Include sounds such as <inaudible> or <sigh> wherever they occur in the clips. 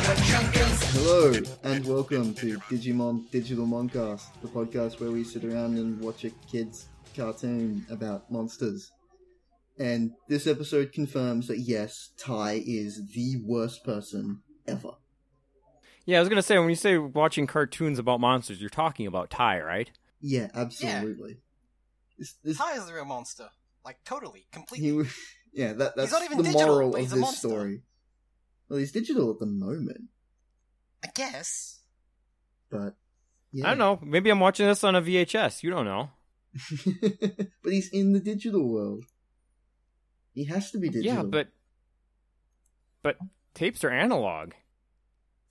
Hello and welcome to Digimon Digital Moncast, the podcast where we sit around and watch a kid's cartoon about monsters. And this episode confirms that yes, Ty is the worst person ever. Yeah, I was gonna say when you say watching cartoons about monsters, you're talking about Ty, right? Yeah, absolutely. This, this, Ty is the real monster. Like, totally, completely. he, was- <laughs> yeah, that, that's not even the digital, moral but of he's a this monster. story. Well, he's digital at the moment, I guess. but yeah. I don't know. Maybe I'm watching this on a VHS. You don't know. <laughs> but he's in the digital world. He has to be digital. Yeah, but but tapes are analog.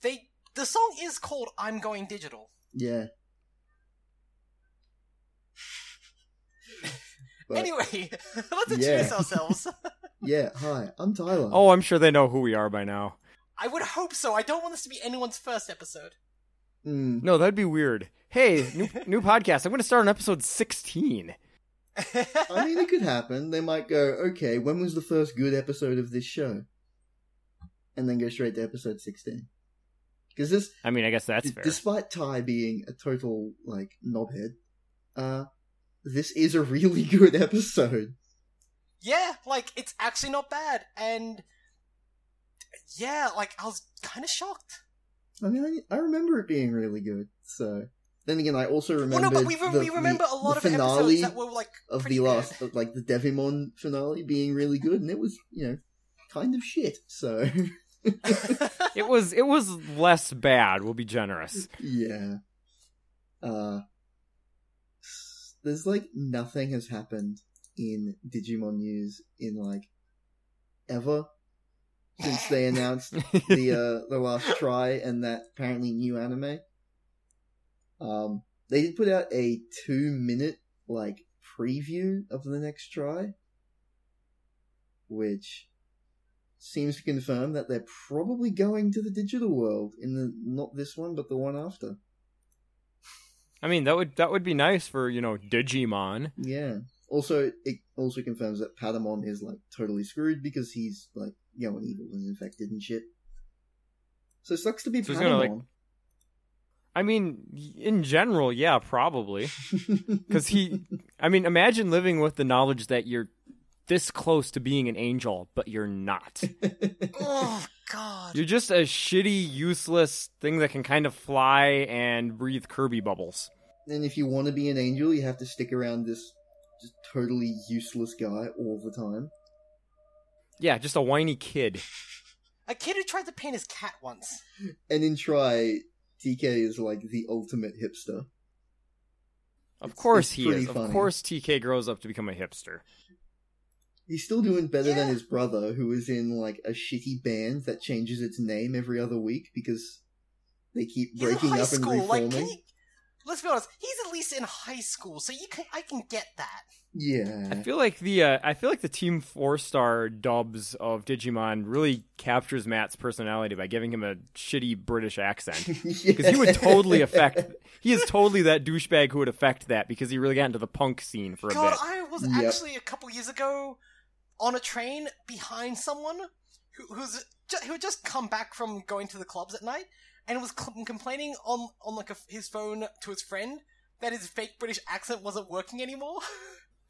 They the song is called I'm Going Digital. yeah. <laughs> But- Anyway, <laughs> let's Yeah. introduce ourselves. <laughs> Yeah, hi, I'm Tyler. Oh, I'm sure they know who we are by now. I would hope so. I don't want this to be anyone's first episode. <laughs> Mm, No, that'd be weird. Hey, new <laughs> new podcast. I'm gonna start on episode 16. I mean, it could happen. They might go, okay, when was the first good episode of this show? And then go straight to episode 16. Because this, I mean, I guess that's d- fair. despite Ty being a total, like, knobhead, uh, this is a really <laughs> good episode. yeah, like it's actually not bad, and yeah, like I was kind of shocked. I mean, I, I remember it being really good, so. Then again, I also remember. well, no, but we, re- the, we remember a the- lot the of finale episodes that were like of pretty the bad. last, of, like the Devimon finale being really good, and it was, you know, kind of shit. So, <laughs> <laughs> It was it was less bad. We'll <laughs> be generous. yeah. Uh, there's like nothing has happened in Digimon news in like ever since they announced the uh, the last try and that apparently new anime. Um, they did put out a two minute like preview of the next try, which seems to confirm that they're probably going to the digital world in the not this one but the one after. I mean, that would that would be nice for you know Digimon. Yeah. Also, it also confirms that Patamon is like totally screwed because he's like you know an evil and infected and shit. So it sucks to be So he's Patamon. <laughs> gonna, like, I mean, in general, yeah, probably. Because he, I mean, imagine living with the knowledge that you're this close to being an angel, but <laughs> you're not. oh god. You're just a shitty, useless thing that can kind of fly and breathe Kirby bubbles. and if you want to be an angel, you have to stick around this just totally useless guy all the time. Yeah, just a whiny kid. A kid who tried to paint his cat once. And in Try, TK is like the ultimate hipster. Of It's- course it's he pretty is. Of funny. course TK grows up to become a hipster. He's still doing better than Yeah. his brother, who is in like a shitty band that changes its name every other week because they keep He's breaking in high up and school. reforming. Like, can you, let's be honest. He's at least in high school, so you can I can get that. Yeah. I feel like the uh, I feel like the Team Four Star dubs of Digimon really captures Matt's personality by giving him a shitty British accent. <laughs> <laughs> because he would totally affect. He is totally that douchebag who would affect that because he really got into the punk scene for a God, bit. I was Yep. actually a couple years ago on a train behind someone who, who's ju- who had just come back from going to the clubs at night and was cl- complaining on on like a, his phone to his friend that his fake British accent wasn't working anymore.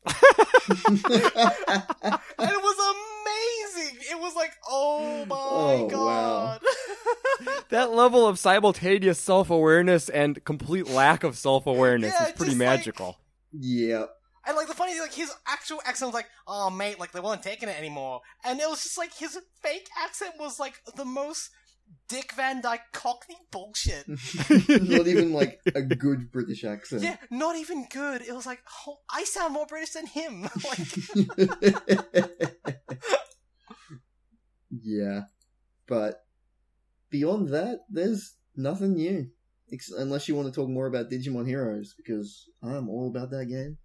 <laughs> and it was amazing. It was like, <laughs> oh my Oh, wow. god. <laughs> that level of simultaneous self awareness and complete lack of self awareness Yeah, is pretty just like- magical. <laughs> <laughs> yeah. And like the funny thing, like his actual accent was like, "Oh mate, like they weren't taking it anymore," and it was just like his fake accent was like the most Dick Van Dyke Cockney bullshit. <laughs> Not even like a good British accent. Yeah, not even good. It was like, oh, I sound more British than him. <laughs> like, yeah, but beyond that, there's nothing new, Ex- unless you want to talk more about Digimon Heroes because I'm all about that game.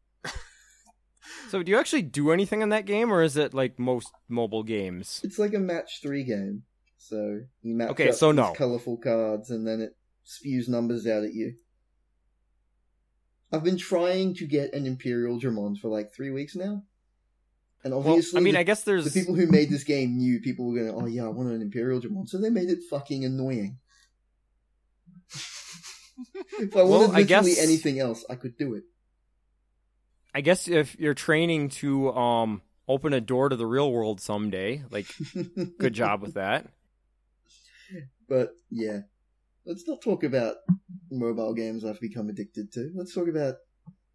So, do you actually do anything in that game, or is it like most mobile games? It's like a match three game, so you map Okay, up so these no. colorful cards, and then it spews numbers out at you. I've been trying to get an Imperial Dramon for like three weeks now, and Well, obviously, I mean, the I guess the there's people who made this game knew people were going to, oh yeah, I want an Imperial Dramon, so they made it fucking <laughs> annoying. if I Well, wanted I literally guess- anything else, I could do it. I guess if you're training to um open a door to the real world someday, like <laughs> good job <laughs> with that. <laughs> But yeah, let's not talk about mobile games I've become addicted to. Let's talk about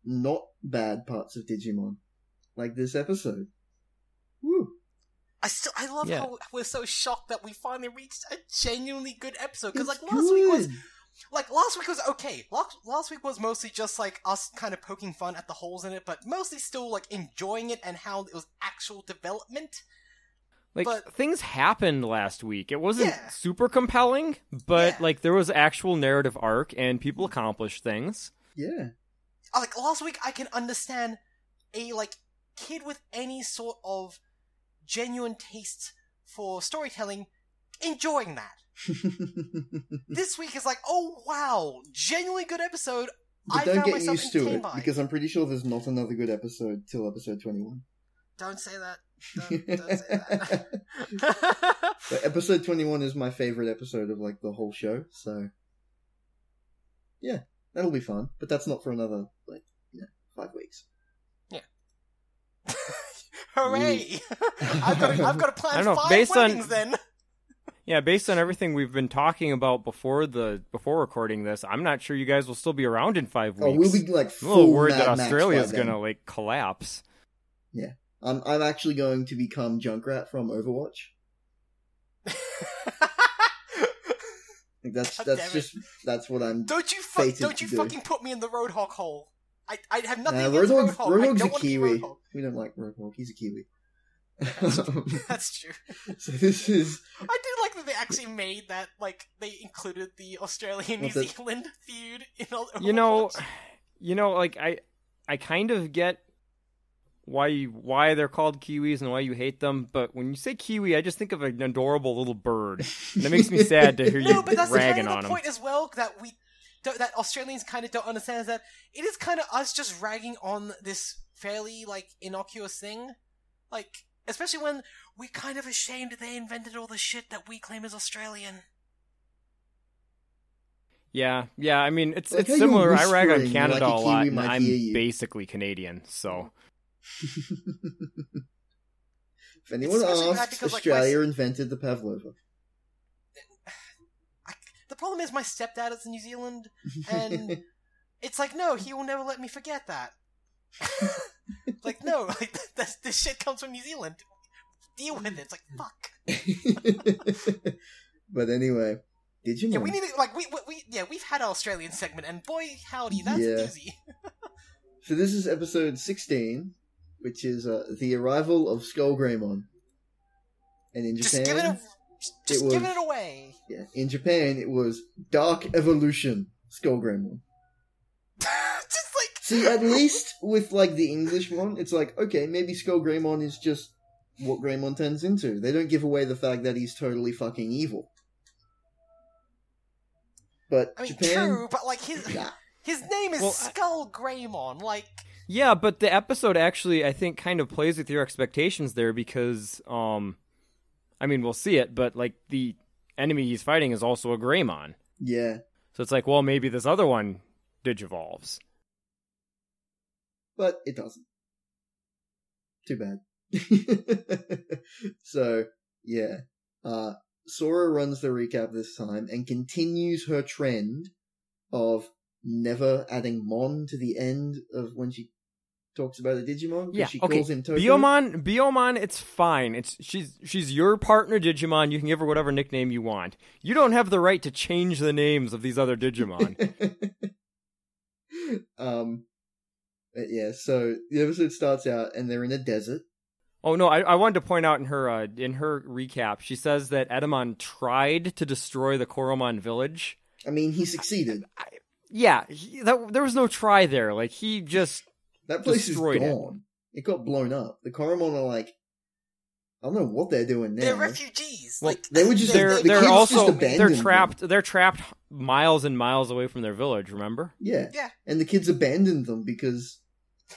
not bad parts of Digimon, like this episode. Woo! I still, I love Yeah. how we're so shocked that we finally reached a genuinely good episode. Because like It's last week was good. like last week was okay. Last last week was mostly just like us kind of poking fun at the holes in it, but mostly still like enjoying it and how it was actual development. Like But- things happened last week. It wasn't Yeah. super compelling, but Yeah. like there was actual narrative arc and people accomplished things. yeah. <laughs> Uh, Like last week, I can understand a like kid with any sort of genuine taste for storytelling enjoying <laughs> that. this week is like, oh wow, genuinely good episode. but I don't found get myself used to entertained it by it. because I'm pretty sure there's not another good episode till episode 21. Don't say that. Don't, don't say that. <laughs> <laughs> But episode 21 is my favorite episode of like the whole show, so yeah, that'll be fun. But that's not for another like you know, five weeks. Hooray! <laughs> I've got I've got to I plan don't know, five based on- weddings then. <laughs> Yeah, based on everything we've been talking about before the before recording this, I'm not sure you guys will still be around in five weeks. Oh, we'll be like I'm a little full worried that Mad Max Australia's by then. gonna like collapse. I'm I'm actually going to become Junkrat from Overwatch. Like, that's God damn that's it. just that's what I'm. don't you fuck, Fated don't you to do. fucking put me in the Roadhog hole. I I have Nah, nothing against uh, Roadhog. Roadhog, I Roadhog's don't a want to be Kiwi. Roadhog. <laughs> We don't like Roadhog. He's a Kiwi. That's true. <laughs> so this is I do like that they actually made that like they included the Australian New Well, the- Zealand <laughs> feud in all. you know Overwatch. you know like i i kind of get why you, why they're called kiwis and why you hate them but when you say kiwi i just think of an adorable little <laughs> bird and it makes me sad to <laughs> hear you no, but that's ragging kind of the on them point as well that we don't, that Australians kind of don't understand is that it is kind of us just ragging on this fairly like innocuous thing, like especially when we're kind of ashamed they invented all the shit that we claim is Australian. yeah yeah i mean it's Like how it's you similar i rag on whispering like a canada a lot Kiwi and might i'm hear you. basically canadian so if anyone especially bad asks, because, like, Australia invented the pavlova. The problem is my stepdad is in New Zealand, <laughs> and it's like no, he will never let me forget that. like no, like <laughs> that's, this shit comes from New Zealand. Deal with it. It's like fuck. <laughs> but anyway, did you Yeah, know? we need to, like we, we we yeah we've had our Australian segment, and boy howdy, that's Yeah. a doozy. so this is episode 16, which is uh, the arrival of Skull Greymon. And <laughs> in Just Japan, giving it, just was- giving it away. <laughs> yeah, in Japan it was Dark Evolution Skull Greymon. just like See, <laughs> at least with like the English one, it's like okay, maybe Skull Greymon is just what Greymon turns into. They don't give away the fact that he's totally fucking evil. But I mean, Japan, true, but like his nah. his name is Well, I- Skull Greymon. Like yeah but the episode actually i think kind of plays with your expectations there because um i mean we'll see it but like the enemy he's fighting is also a greymon yeah, So it's like, well, maybe this other one digivolves. but it doesn't. Too bad. <laughs> so, yeah. Uh, Sora runs the recap this time and continues her trend of never adding Mon to the end of when she talks about a Digimon. 'cause Yeah, she okay. calls him Toku. <laughs> Biomon, Biomon, it's fine. It's she's she's your partner Digimon. You can give her whatever nickname you want. You don't have the right to change the names of these <laughs> other Digimon. um, but yeah, so the episode starts out and they're in a desert. oh no, I, I wanted to point out in her uh, in her recap, she says that Edamon tried to destroy the Koromon village. I mean, Mm, he succeeded. Yeah, he, that, there was no try there. Like he just That place is Destroyed it. gone. It. got blown up. The Coromon are like, I don't know what they're doing now. They're refugees. Well, like they were just- they're the they're kids just also they're abandoned them. trapped they're trapped miles and miles away from their village. <laughs> Remember? yeah. Yeah. And the kids abandoned them because,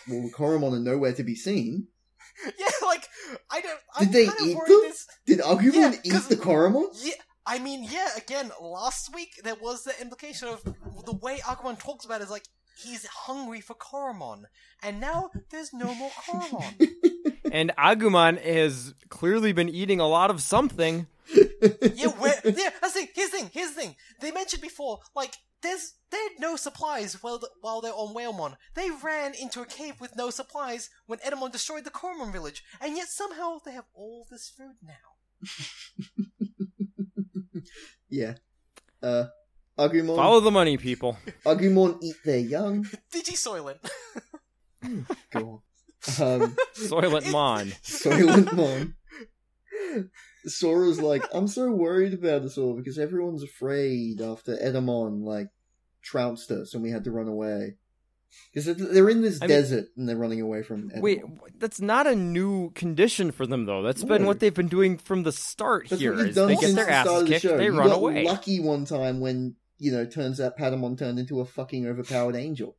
well, the Coromon are nowhere to be seen. <laughs> yeah, like I don't. I'm they kind of eat worried them? This, Did Agumon Yeah, eat 'cause- the Coromon? yeah, I mean, yeah. Again, last week there was the implication of the way Agumon talks about it is like he's hungry for Koromon, and now there's no more Koromon. <laughs> and Agumon has clearly been eating a lot of something. <laughs> yeah, where, yeah. That's the thing. Here's the thing. Here's the thing. They mentioned before, like there's they had no supplies while the, while they're on Whalemon. They ran into a cave with no supplies when Edamon destroyed the Koromon village, and yet somehow they have all this food now. <laughs> Yeah. Uh, Agumon, Follow the <laughs> money, people. Agumon eat their young. <laughs> Digisoylent. God. Um, Soylent Mon. Soylent Mon. Sora's like, I'm so worried about us all because everyone's afraid after Edamon, like, trounced us and we had to run away. Because they're in this I mean- desert and they're running away from Edamon. Wait, w- that's not a new condition for them though. That's been No. what they've been doing from the start That's here. what you've Is done they since get their the start asses of the kicked, show. they you run got away. lucky one time when, you know, turns out Patamon turned into a fucking overpowered angel.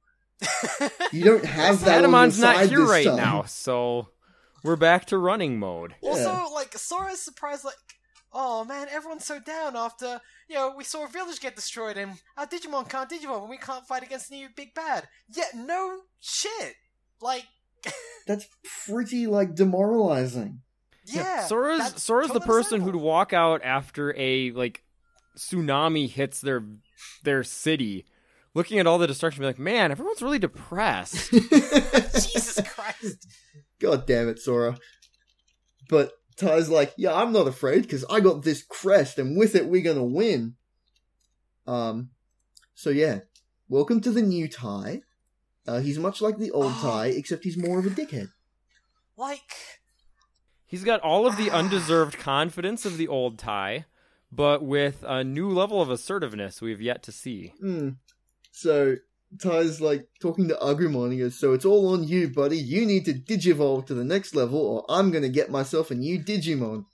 You don't have that on your Adamon's not side here this right time. now, so we're back to running mode. Yeah. Also, like Sora's surprised, like, oh man, everyone's so down after you know we saw a village get destroyed and our Digimon can't Digimon and we can't fight against the new big bad. Yet no shit, like That's pretty, like, demoralizing. yeah. Sora's that's Sora's the totally person who'd understandable. walk out after a like tsunami hits their their city, looking at all the destruction, be like, man, everyone's really <laughs> depressed. <laughs> Jesus Christ. God damn it, Sora. But Ty's like, yeah, I'm not afraid because I got this crest and with it we're gonna win. Um, so yeah, welcome to the new Ty. Uh, he's much like the old Ty, except he's more of a dickhead. Like, He's got <sighs> all of the undeserved confidence of the old tie, but with a new level of assertiveness we've yet to see. Hmm. So Ty's like talking to Agumon. He goes, "So it's all on you, buddy. You need to digivolve to the next level, or I'm gonna get myself a new Digimon."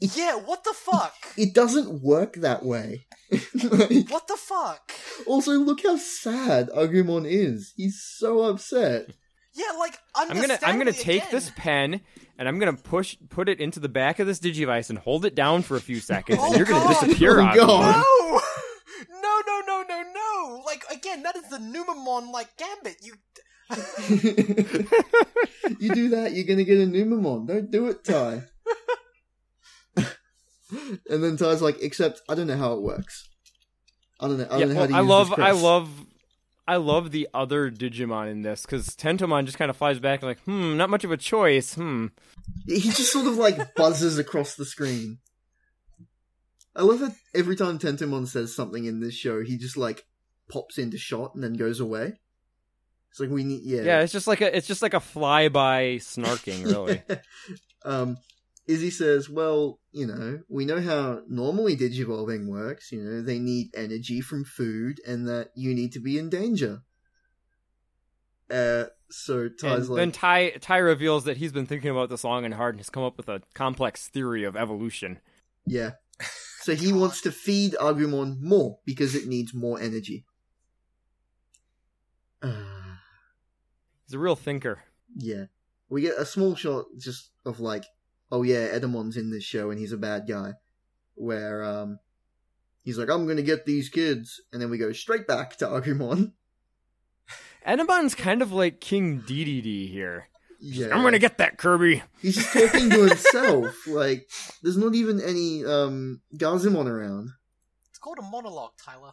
yeah, what the fuck? It doesn't work that way. <laughs> Like- what the fuck? Also, look how sad Agumon is. He's so upset. Yeah, like I'm gonna I'm gonna understandably take again. this pen and I'm gonna push put it into the back of this digivice and hold it down for a few seconds, Oh, and you're gonna God. disappear. Oh, Agumon. God. No! <laughs> No, no, no, no, no! Like, again, that is the Numamon, like, gambit. You you do that, you're gonna get a Numamon. Don't do it, Ty. <laughs> and then Ty's like, except I don't know how it works. I don't know. I Yeah, don't know how well, to I use love this I crest." love I love the other Digimon in this because Tentomon just kind of flies back and like, hmm, not much of a choice. Hmm. He just sort of like buzzes across the screen. I love that every time Tentomon says something in this show, he just like pops into shot and then goes away. It's like we need, Yeah. it's just like a it's just like a <laughs> flyby snarking, really. um, Izzy says, well, you know, we know how normally digivolving works. You know, they need energy from food and that you need to be in danger. Uh, so And Ty's then like, Ty Ty reveals that he's been thinking about this long and hard and has come up with a complex theory of evolution. <laughs> yeah. So he wants to feed Agumon more because it needs more energy. Uh, He's a real thinker. yeah. We get a small shot just of like, oh yeah, Edamon's in this show and he's a bad guy. Where um he's like, I'm gonna get these kids and then we go straight back to Agumon. Edamon's kind of like King Dedede here. Yeah. I'm gonna get that Kirby. He's just talking to himself. <laughs> like there's not even any um Gazimon around. <gasps> It's called a monologue, Tyler.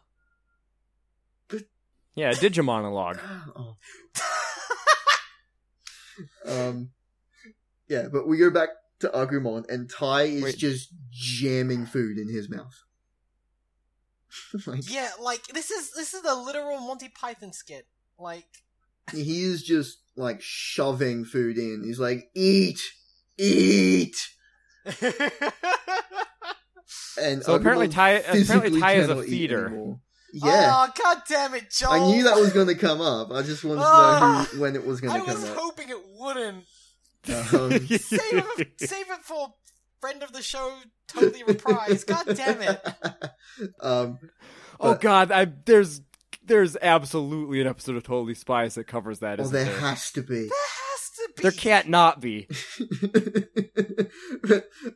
<laughs> <laughs> Yeah, Digimonologue. Oh. Um, yeah, but we go back to Agumon, and Tai is Wait. just jamming food in his mouth. <laughs> like, Yeah, like this is this is the literal Monty Python skit. Like he is just like shoving food in. He's like, eat, eat, and So apparently Agumon Ty apparently physically Ty is a cannot eat feeder. anymore. <laughs> Yeah, Oh god damn it, Joel. I knew that was going to come up. I just wanted to know Ah. who, when it was going I to come was up. hoping it <laughs> wouldn't. <laughs> Um, Save <laughs> it, save it for friend of the show totally reprise. God damn it. <laughs> um, oh but- God, I, there's there's absolutely an episode of Totally Spies that covers that. well, isn't oh, there there? has to be. There has to be There can't not <laughs> be. but <laughs>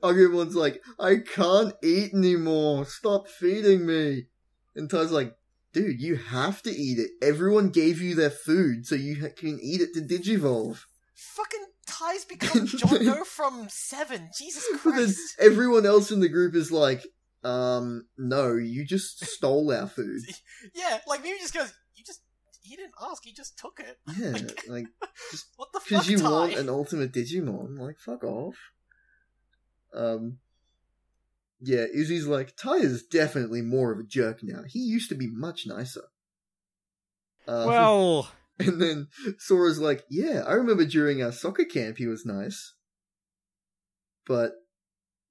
Agumon's like, I can't eat anymore. Stop feeding me. And Ty's like, dude, you have to eat it. Everyone gave you their food, so you ha- can eat it to digivolve. <laughs> fucking ties become John Doe from seven. <laughs> Jesus But then Christ. everyone else in the group is like, um, no, you just stole our food. Yeah, like maybe just goes, you just he didn't ask, he just took it. Yeah, like, What the fuck? because you Ty? want an ultimate Digimon. Like, fuck off. Um, yeah, Izzy's like, Ty is definitely more of a jerk now. He used to be much nicer. Uh. Um, well, <laughs> and then Sora's like, yeah, I remember during our soccer camp he was nice. But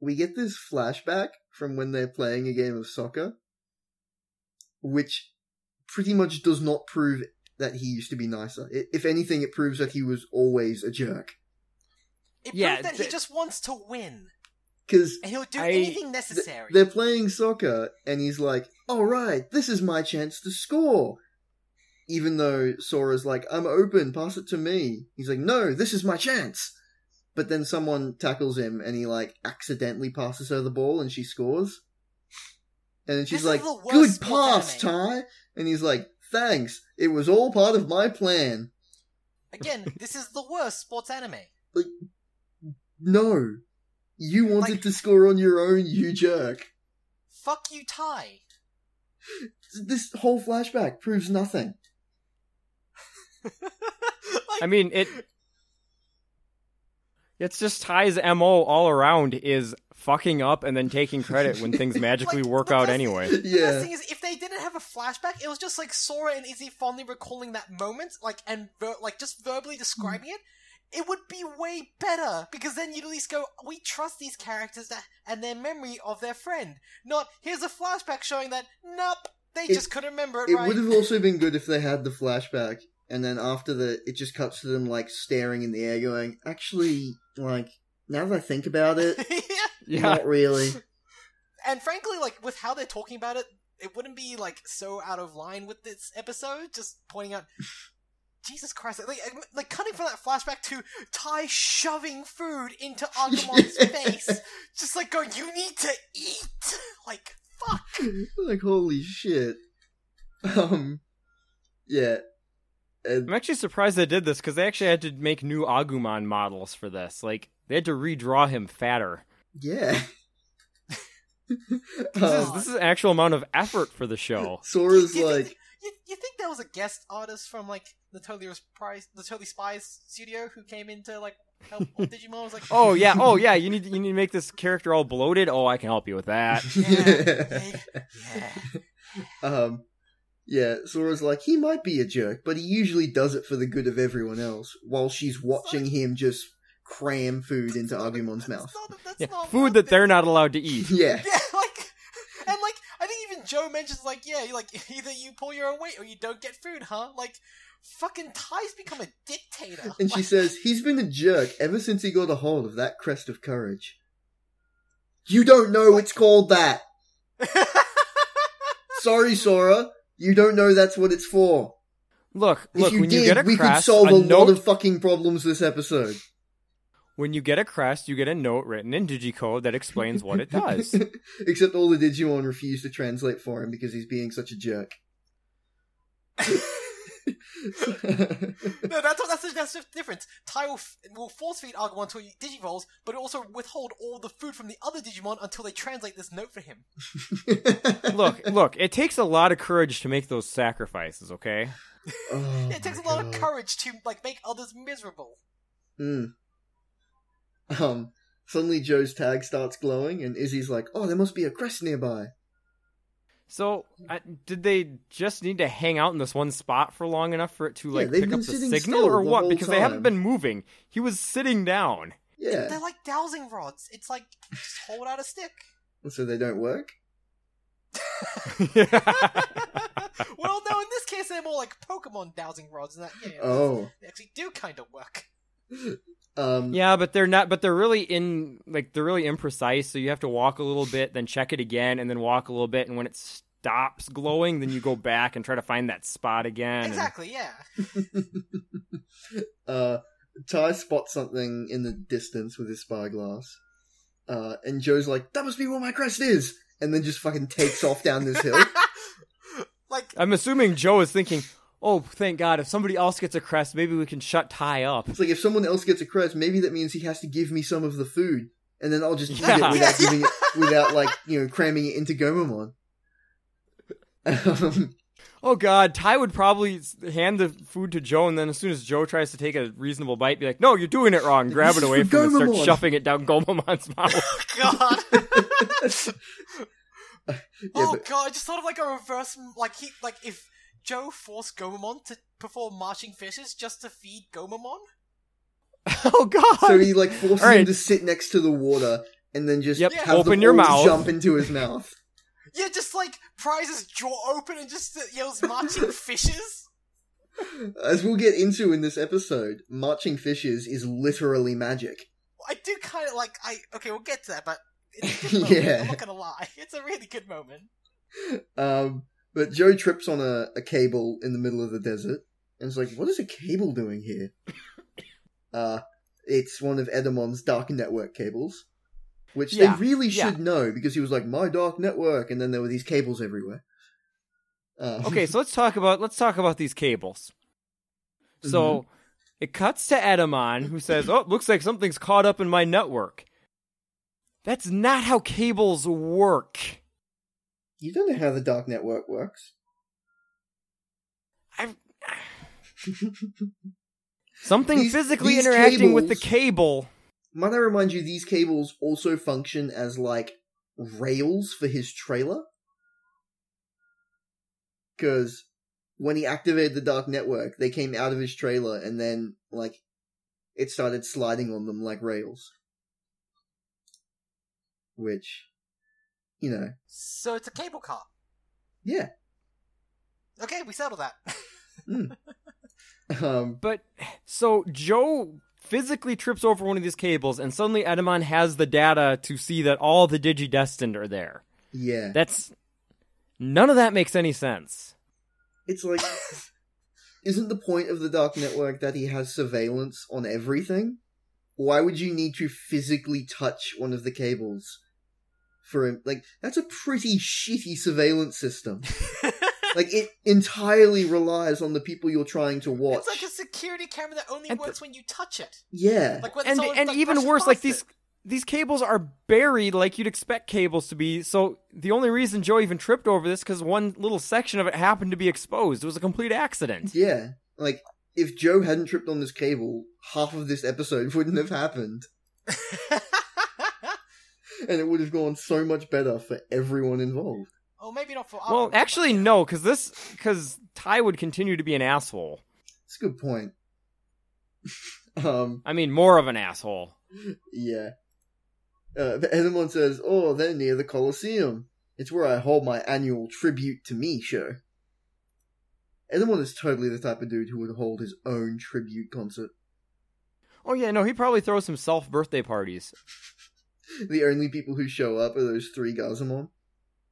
we get this flashback from when they're playing a game of soccer, which pretty much does not prove that he used to be nicer. I- If anything, it proves that he was always a jerk. It Yeah, proved that he th- just wants to win, Because and he'll do I- anything necessary. they're playing soccer, and he's like, all right, this is my chance to score. Even though Sora's like, I'm open, pass it to me. He's like, no, this is my chance. But then someone tackles him, and he like accidentally passes her the ball, and she scores. And then she's This is like, the worst good sports pass, anime. Ty. And he's like, thanks. It was all part of my plan. Again, <laughs> this is the worst sports anime. No. You wanted Like- to score on your own, you jerk. Fuck you, Ty. This whole flashback proves nothing. I like, mean it. It's just Ty's mo all around is fucking up and then taking credit when things <laughs> magically Like, work the out best- anyway. the Yeah. best thing is, if they didn't have a flashback, it was just like Sora and Izzy fondly recalling that moment, like and ver- like just verbally describing it. It would be way better because then you'd at least go, "We trust these characters that, and their memory of their friend." Not here's a flashback showing that nope, they It- just couldn't remember it, It right. <laughs> would have also been good if they had the flashback, and then after the, it just cuts to them like staring in the air, going, "Actually, like now that I think <laughs> about it, <laughs> yeah. Yeah, <laughs> not really." and frankly, like with how they're talking about it, it wouldn't be like so out of line with this episode. Just pointing <laughs> out, Jesus Christ, like um, like cutting from that flashback to Ty shoving food <laughs> into Agumon's Yeah. face, just like going, "You need to eat." <laughs> Like fuck. like holy shit. Um, yeah, and I'm actually surprised they did this because they actually had to make new Agumon models for this. Like they had to redraw him fatter. yeah. This <laughs> um, Uh. is, this is an actual amount of effort for <laughs> the show. Sora's You think- like, You, you think there was a guest artist from like the Totally Spies, the Totally Spies studio who came in to like <laughs> help on Digimon? Was like, Oh yeah, oh yeah. You need you need to make this character all bloated. Oh, I can help you with that. <laughs> yeah, yeah, yeah. um, yeah. Sora's like, he might be a jerk, but he usually does it for the good of everyone else. While she's watching him just cram food into Agumon's mouth. <laughs> That's not- that's <laughs> Yeah, not Food one that thing. they're not allowed to eat. Yeah. <laughs> Yeah, like, and like, I think even Joe mentions like, yeah, you like <laughs> either you pull your own weight or you don't get food, huh? Like, fucking Ty's become a dictator. <laughs> And she Like, says, he's been a jerk ever since he got a hold of that crest of courage. You don't know it's called that. Sorry, Sora. You don't know that's what it's for. Look, If look. you When did, you get a we could crest, solve a, a lot note. of fucking problems this episode. When you get a crest, you get a note written in digicode that explains what <laughs> it does. Except all the Digimon refuse to translate for him because he's being such a jerk. <laughs> no, that's what- that's the, that's the difference. Ty will, f- will force feed Agumon to Digivolves, but also withhold all the food from the other Digimon until they translate this note for him. look, look. It takes a lot of courage to make those sacrifices. Okay. <laughs> Oh it takes a my lot of God. courage to like make others miserable. Mm. Um, suddenly Joe's tag starts glowing, and Izzy's like, "Oh, there must be a crest nearby." So, I, did they just need to hang out in this one spot for long enough for it to Yeah, like they've pick been up the sitting signal still or the what? whole Because they haven't time. been moving. He was <laughs> sitting down. Yeah, They're like dowsing rods. It's like just <laughs> hold out a stick. <laughs> so they don't work. well, no, in this case, they're more like Pokemon dowsing rods, and that yeah, Oh, they actually do kind of work. um, yeah, but they're not. But they're really in like they're really imprecise. So you have to walk a little bit, then check it again, and then walk a little bit. And when it stops glowing, then you go back and try to find that spot again. and- Exactly, yeah. uh, Ty spots something in the distance with his spyglass, uh, and Joe's like, "That must be where my crest is," and then just fucking takes off down this <laughs> hill. like, I'm assuming Joe is thinking, "Oh, thank God! If somebody else gets a crest, maybe we can shut Ty up." It's like if someone else gets a crest, maybe that means he has to give me some of the food, and then I'll just eat Yeah. it without giving <laughs> it, without like you know cramming it into Gomamon. Um, <laughs> Oh God, Ty would probably s- hand the food to Joe, and then as soon as Joe tries to take a reasonable bite, be like, "No, you're doing it wrong." Grab This it is <laughs> away for from him and Gomamon. start shoving it down Gomamon's mouth. God. <laughs> oh but- God! I just thought of like a reverse, like he, like if Joe forced Gomamon to perform marching fishes just to feed Gomamon. <laughs> oh God! so he like forces Alright. him to sit next to the water and then just Yep, have open the your balls mouth. jump into his mouth. Yeah, just like pries his jaw open and just uh, yells <laughs> marching fishes. As we'll get into in this episode, marching fishes is literally magic. I do kind of like I. Okay, we'll get to that, but it's a <laughs> good moment. Yeah. I'm not gonna lie, <laughs> it's a really good moment. Um, but Joe trips on a, a cable in the middle of the desert and is like, what is a cable doing <laughs> here? Uh, it's one of Edamon's dark network cables, which Yeah, they really yeah. should know because he was like, my dark network, and then there were these cables everywhere. Uh, okay, so let's talk about let's talk about these cables. Mm-hmm. So it cuts to Edamon, who says, "Oh, looks like something's caught up in my network." That's not how cables work. <laughs> You don't know how the dark network works. <laughs> I've... Something These- physically these interacting with the cables- cable. Might I remind you, these cables also function as like rails for his trailer? Because when he activated the dark network, they came out of his trailer and then like it started sliding on them like rails. Which, you know, <laughs> So it's a cable car. yeah. Okay, we settled that. <laughs> Um, But so Joe physically trips over one of these cables, and suddenly Edamon has the data to see that all the Digidestined are there. yeah. That's none of that makes any sense. It's like, isn't the point of the dark network that he has surveillance on everything? Why would you need to physically touch one of the cables for him? Like, that's a pretty shitty surveillance <laughs> system. like, it entirely relies on the people you're trying to watch. It's like a security camera that only And the- works when you touch it. yeah. Like when and someone, and like, even brushes worse, like past these it. these cables are buried like you'd expect cables to be. So the only reason Joe even tripped over this because one little section of it happened to be exposed. It was a complete accident. yeah. Like, if Joe hadn't tripped on this cable, half of this episode <laughs> wouldn't have happened. And it would have gone so much better for everyone involved. <laughs> oh, maybe not for us. Well, actually, no, <laughs> because this because Ty would continue to be an asshole. It's a good point. <laughs> um, I mean, more of an asshole. Yeah. Uh, but Edamon says, Oh, they're near the Colosseum. It's where I hold my annual tribute to me show. Edamon is totally the type of dude who would hold his own tribute concert. Oh yeah, no, he probably throws himself birthday parties. The only people who show up are those three Gazamon.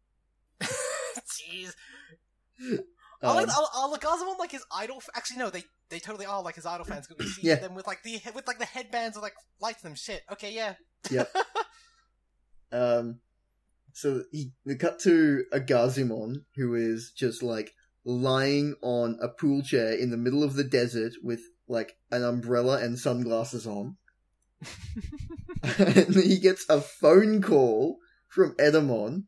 <laughs> jeez. I Um, like, I, I like Azumon like his idol. F- actually, no, they they totally are like his idol fans. 'cause We see Yeah. them with like the with like the headbands of like lights and shit. Okay, yeah. um, so he, we cut to a Gazimon who is just like lying on a pool chair in the middle of the desert with like an umbrella and sunglasses on. and he gets a phone call from Edamon.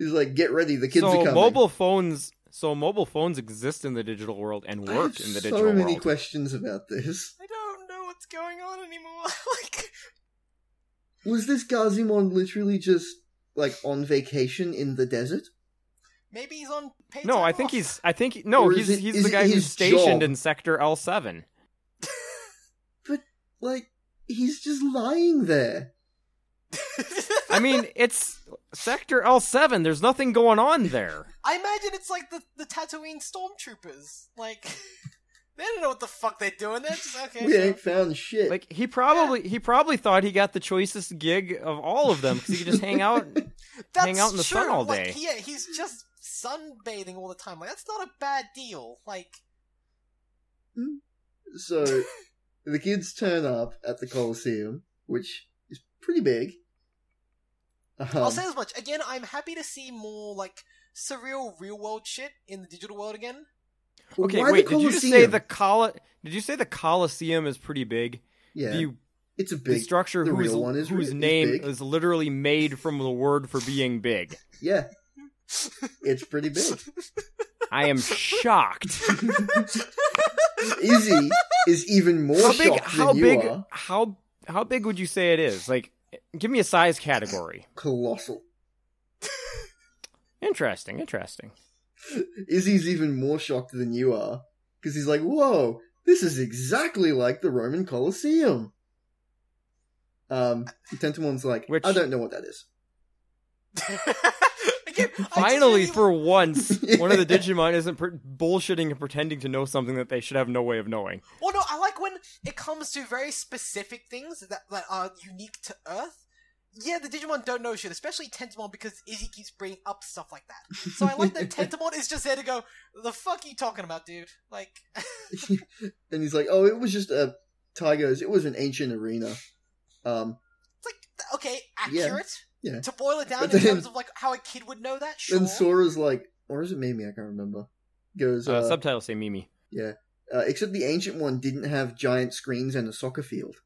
He's like, "Get ready, the kids so are coming." mobile phones, so mobile phones exist in the digital world and I work have in the so digital many world. questions about this. I don't know what's going on <laughs> like, Was this Gazimon literally just like on vacation in the desert? maybe he's on paid No, time I think off. he's. I think no, Or is he's it- he's is the it guy who's his job? stationed in Sector L seven. Like he's just lying there. I mean, it's Sector L seven. There's nothing going on there. I imagine it's like the the Tatooine stormtroopers. Like, <laughs> they don't know what the fuck they're doing. They're just okay. We sure. ain't found shit. Like he probably he probably thought he got the choicest gig of all of them because he could just hang out. That's hang out in the sun true. all Like, day. yeah, he's just sunbathing all the time. Like, that's not a bad deal. Like, <laughs> So the kids turn up at the Colosseum, which is pretty big. I'll Um, say this much. Again, I'm happy to see more like surreal, real world shit in the digital world again. well, Okay, <laughs> why wait. the Did you just say Colosseum? the col? Did you say the Colosseum is pretty big? Yeah, The, it's a the big. structure the whose real one is re- whose is name big. is literally made from the word for being big. <laughs> yeah, it's pretty big. <laughs> I <laughs> am shocked. Izzy is even more how big? shocked How than you big? are. How how big would you say it is? Like, give me a size category. Colossal. Interesting. Interesting. Izzy's even more shocked than you are because he's like, "Whoa, this is exactly like the Roman Colosseum." Um, Tentamon's like, Which- "I don't know what that is." again, I just Finally, really- <laughs> for once, one of the Digimon isn't per- bullshitting and pretending to know something that they should have no way of knowing. Well, no, I like when it comes to very specific things that, that are unique to Earth. Yeah, the Digimon don't know shit, especially Tentamon, because Izzy keeps bringing up stuff like that. So I like that Tentamon is just there to go, the fuck you talking about, dude? Like, and he's like, "Oh, it was just a Tigers. It was an ancient arena." Um, it's like, okay, Yeah. accurate. Yeah. To boil it down But in then- terms of like how a kid would know that, sure. and Sora's like, or is it Mimi? I can't remember. Goes, Uh, uh, subtitles say Mimi. uh, except the ancient one didn't have giant screens and a soccer field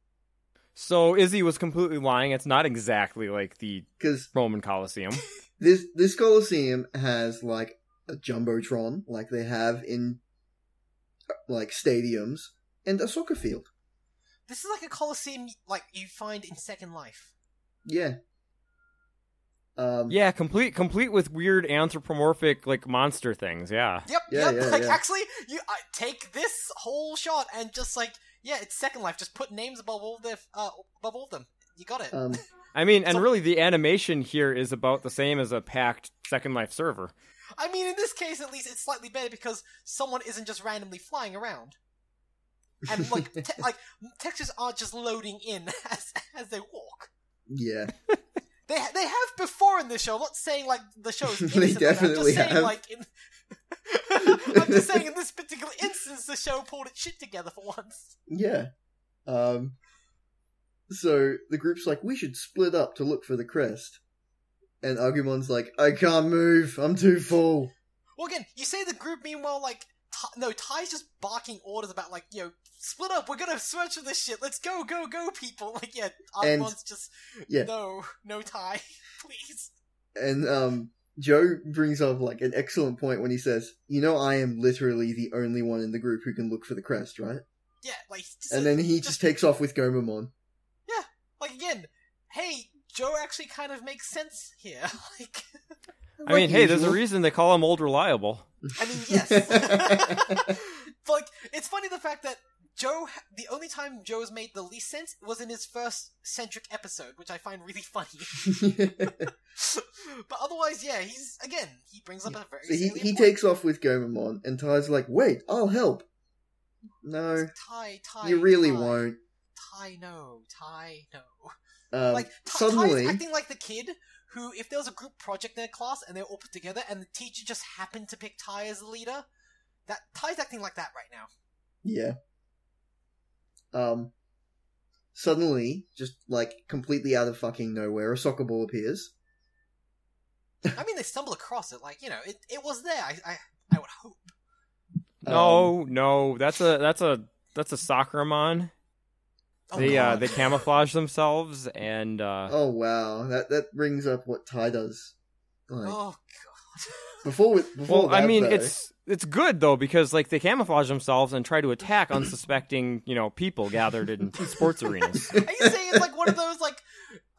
So Izzy was completely lying. It's not exactly like the because <laughs> Roman Colosseum. this this Colosseum has like a jumbotron, like they have in uh, like stadiums, and a soccer field. This is like a Colosseum like you find in Second Life. Yeah. Um, yeah, complete complete with weird anthropomorphic like monster things. Yeah. Yep, Yeah, yep. yeah, like yeah. actually, you uh, take this whole shot and just like, yeah, it's Second Life. Just put names above all their uh, above all of them. You got it. Um, I mean, and So- really, the animation here is about the same as a packed Second Life server. I mean, in this case, at least it's slightly better because someone isn't just randomly flying around, and like te- like textures aren't just loading in <laughs> as as they walk. <laughs> yeah. They ha- they have before in this show. I'm not saying like the show is <laughs> They innocent of that, definitely I'm just have. saying like in. <laughs> <laughs> I'm just saying in this particular instance, the show pulled its shit together for once. Yeah. Um, so the group's like, we should split up to look for the crest. And Agumon's like, I can't move, I'm too full. Well, again, you say the group. Meanwhile, like Ty- no, Ty's just barking orders about like you know, split up. We're gonna search for this shit. Let's go, go, go, people. <laughs> Like yeah, And- Armon's just yeah. no, no Ty, <laughs> please. And um, Joe brings up like an excellent point when he says, You know, I am literally the only one in the group who can look for the crest, right? Yeah, like he's just, And then he just takes off with Gomamon. <laughs> like again, hey, Joe actually kind of makes sense here. <laughs> like, I mean, hey, there's a reason they call him Old Reliable. I mean, yes. <laughs> But, like, it's funny the fact that Joe, ha- the only time Joe has made the least sense was in his first centric episode, which I find really <laughs> funny. reason. but otherwise, yeah, he's again he brings up a very. so he, salient he point. takes off with Gomamon, and Ty's like, Wait, I'll help. No, Ty, Ty. you really Ty, won't. Ty, no, Ty, no. Um, like Ty, suddenly. Ty's acting like the kid who, if there was a group project in their class and they were all put together, and the teacher just happened to pick Ty as the leader, that Ty's acting like that right now. Yeah. Um. Suddenly, just like completely out of fucking nowhere, a soccer ball appears. I mean, they stumble across it, like you know, it, it was there. I, I I would hope. Um, No, no, that's a that's a that's a Soccermon. Oh, they uh, God. they camouflage themselves and uh, Oh wow, that that brings up what Ty does. Like Oh before, we, before well, I that, mean, though, it's it's good though because like they camouflage themselves and try to attack unsuspecting you know people gathered <laughs> in sports arenas. <laughs> Are you saying it's like one of those like,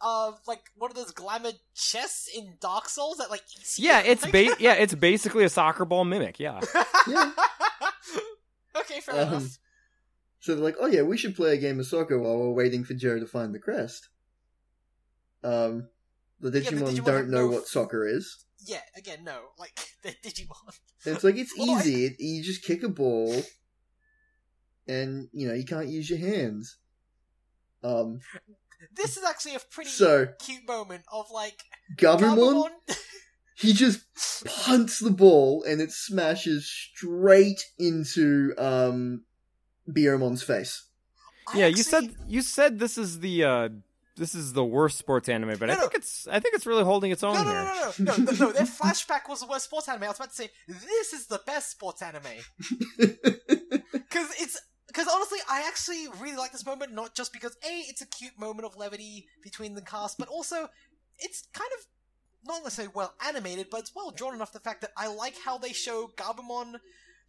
uh, like one of those glamour chests in Dark Souls that like? eats you? Yeah, it's ba- yeah it's basically a soccer ball mimic. Yeah, <laughs> Yeah. okay, fair Um, enough. So they're like, oh yeah, we should play a game of soccer while we're waiting for Joe to find the crest. Um, the Yeah, the Digimon, Digimon have don't no- know what soccer <laughs> is. Yeah, again, no, like <laughs> they're Digimon. And it's like, it's Well, I- easy. It, you just kick a ball, and, you know, you can't use your hands. Um, This is actually a pretty so, cute moment of like Gabumon, Gabumon. he just punts the ball, and it smashes straight into, um, Biomon's face. <laughs> I yeah. You actually- said you said this is the uh this is the worst sports anime, but No, I no. think it's I think it's really holding its own No, no, here. no, no, no, no, no, no. Their flashback was the worst sports anime. I was about to say this is the best sports anime because it's because honestly, I actually really like this moment. Not just because a, it's a cute moment of levity between the cast, but also it's kind of not necessarily well animated, but it's well drawn enough. The fact that I like how they show Gabumon,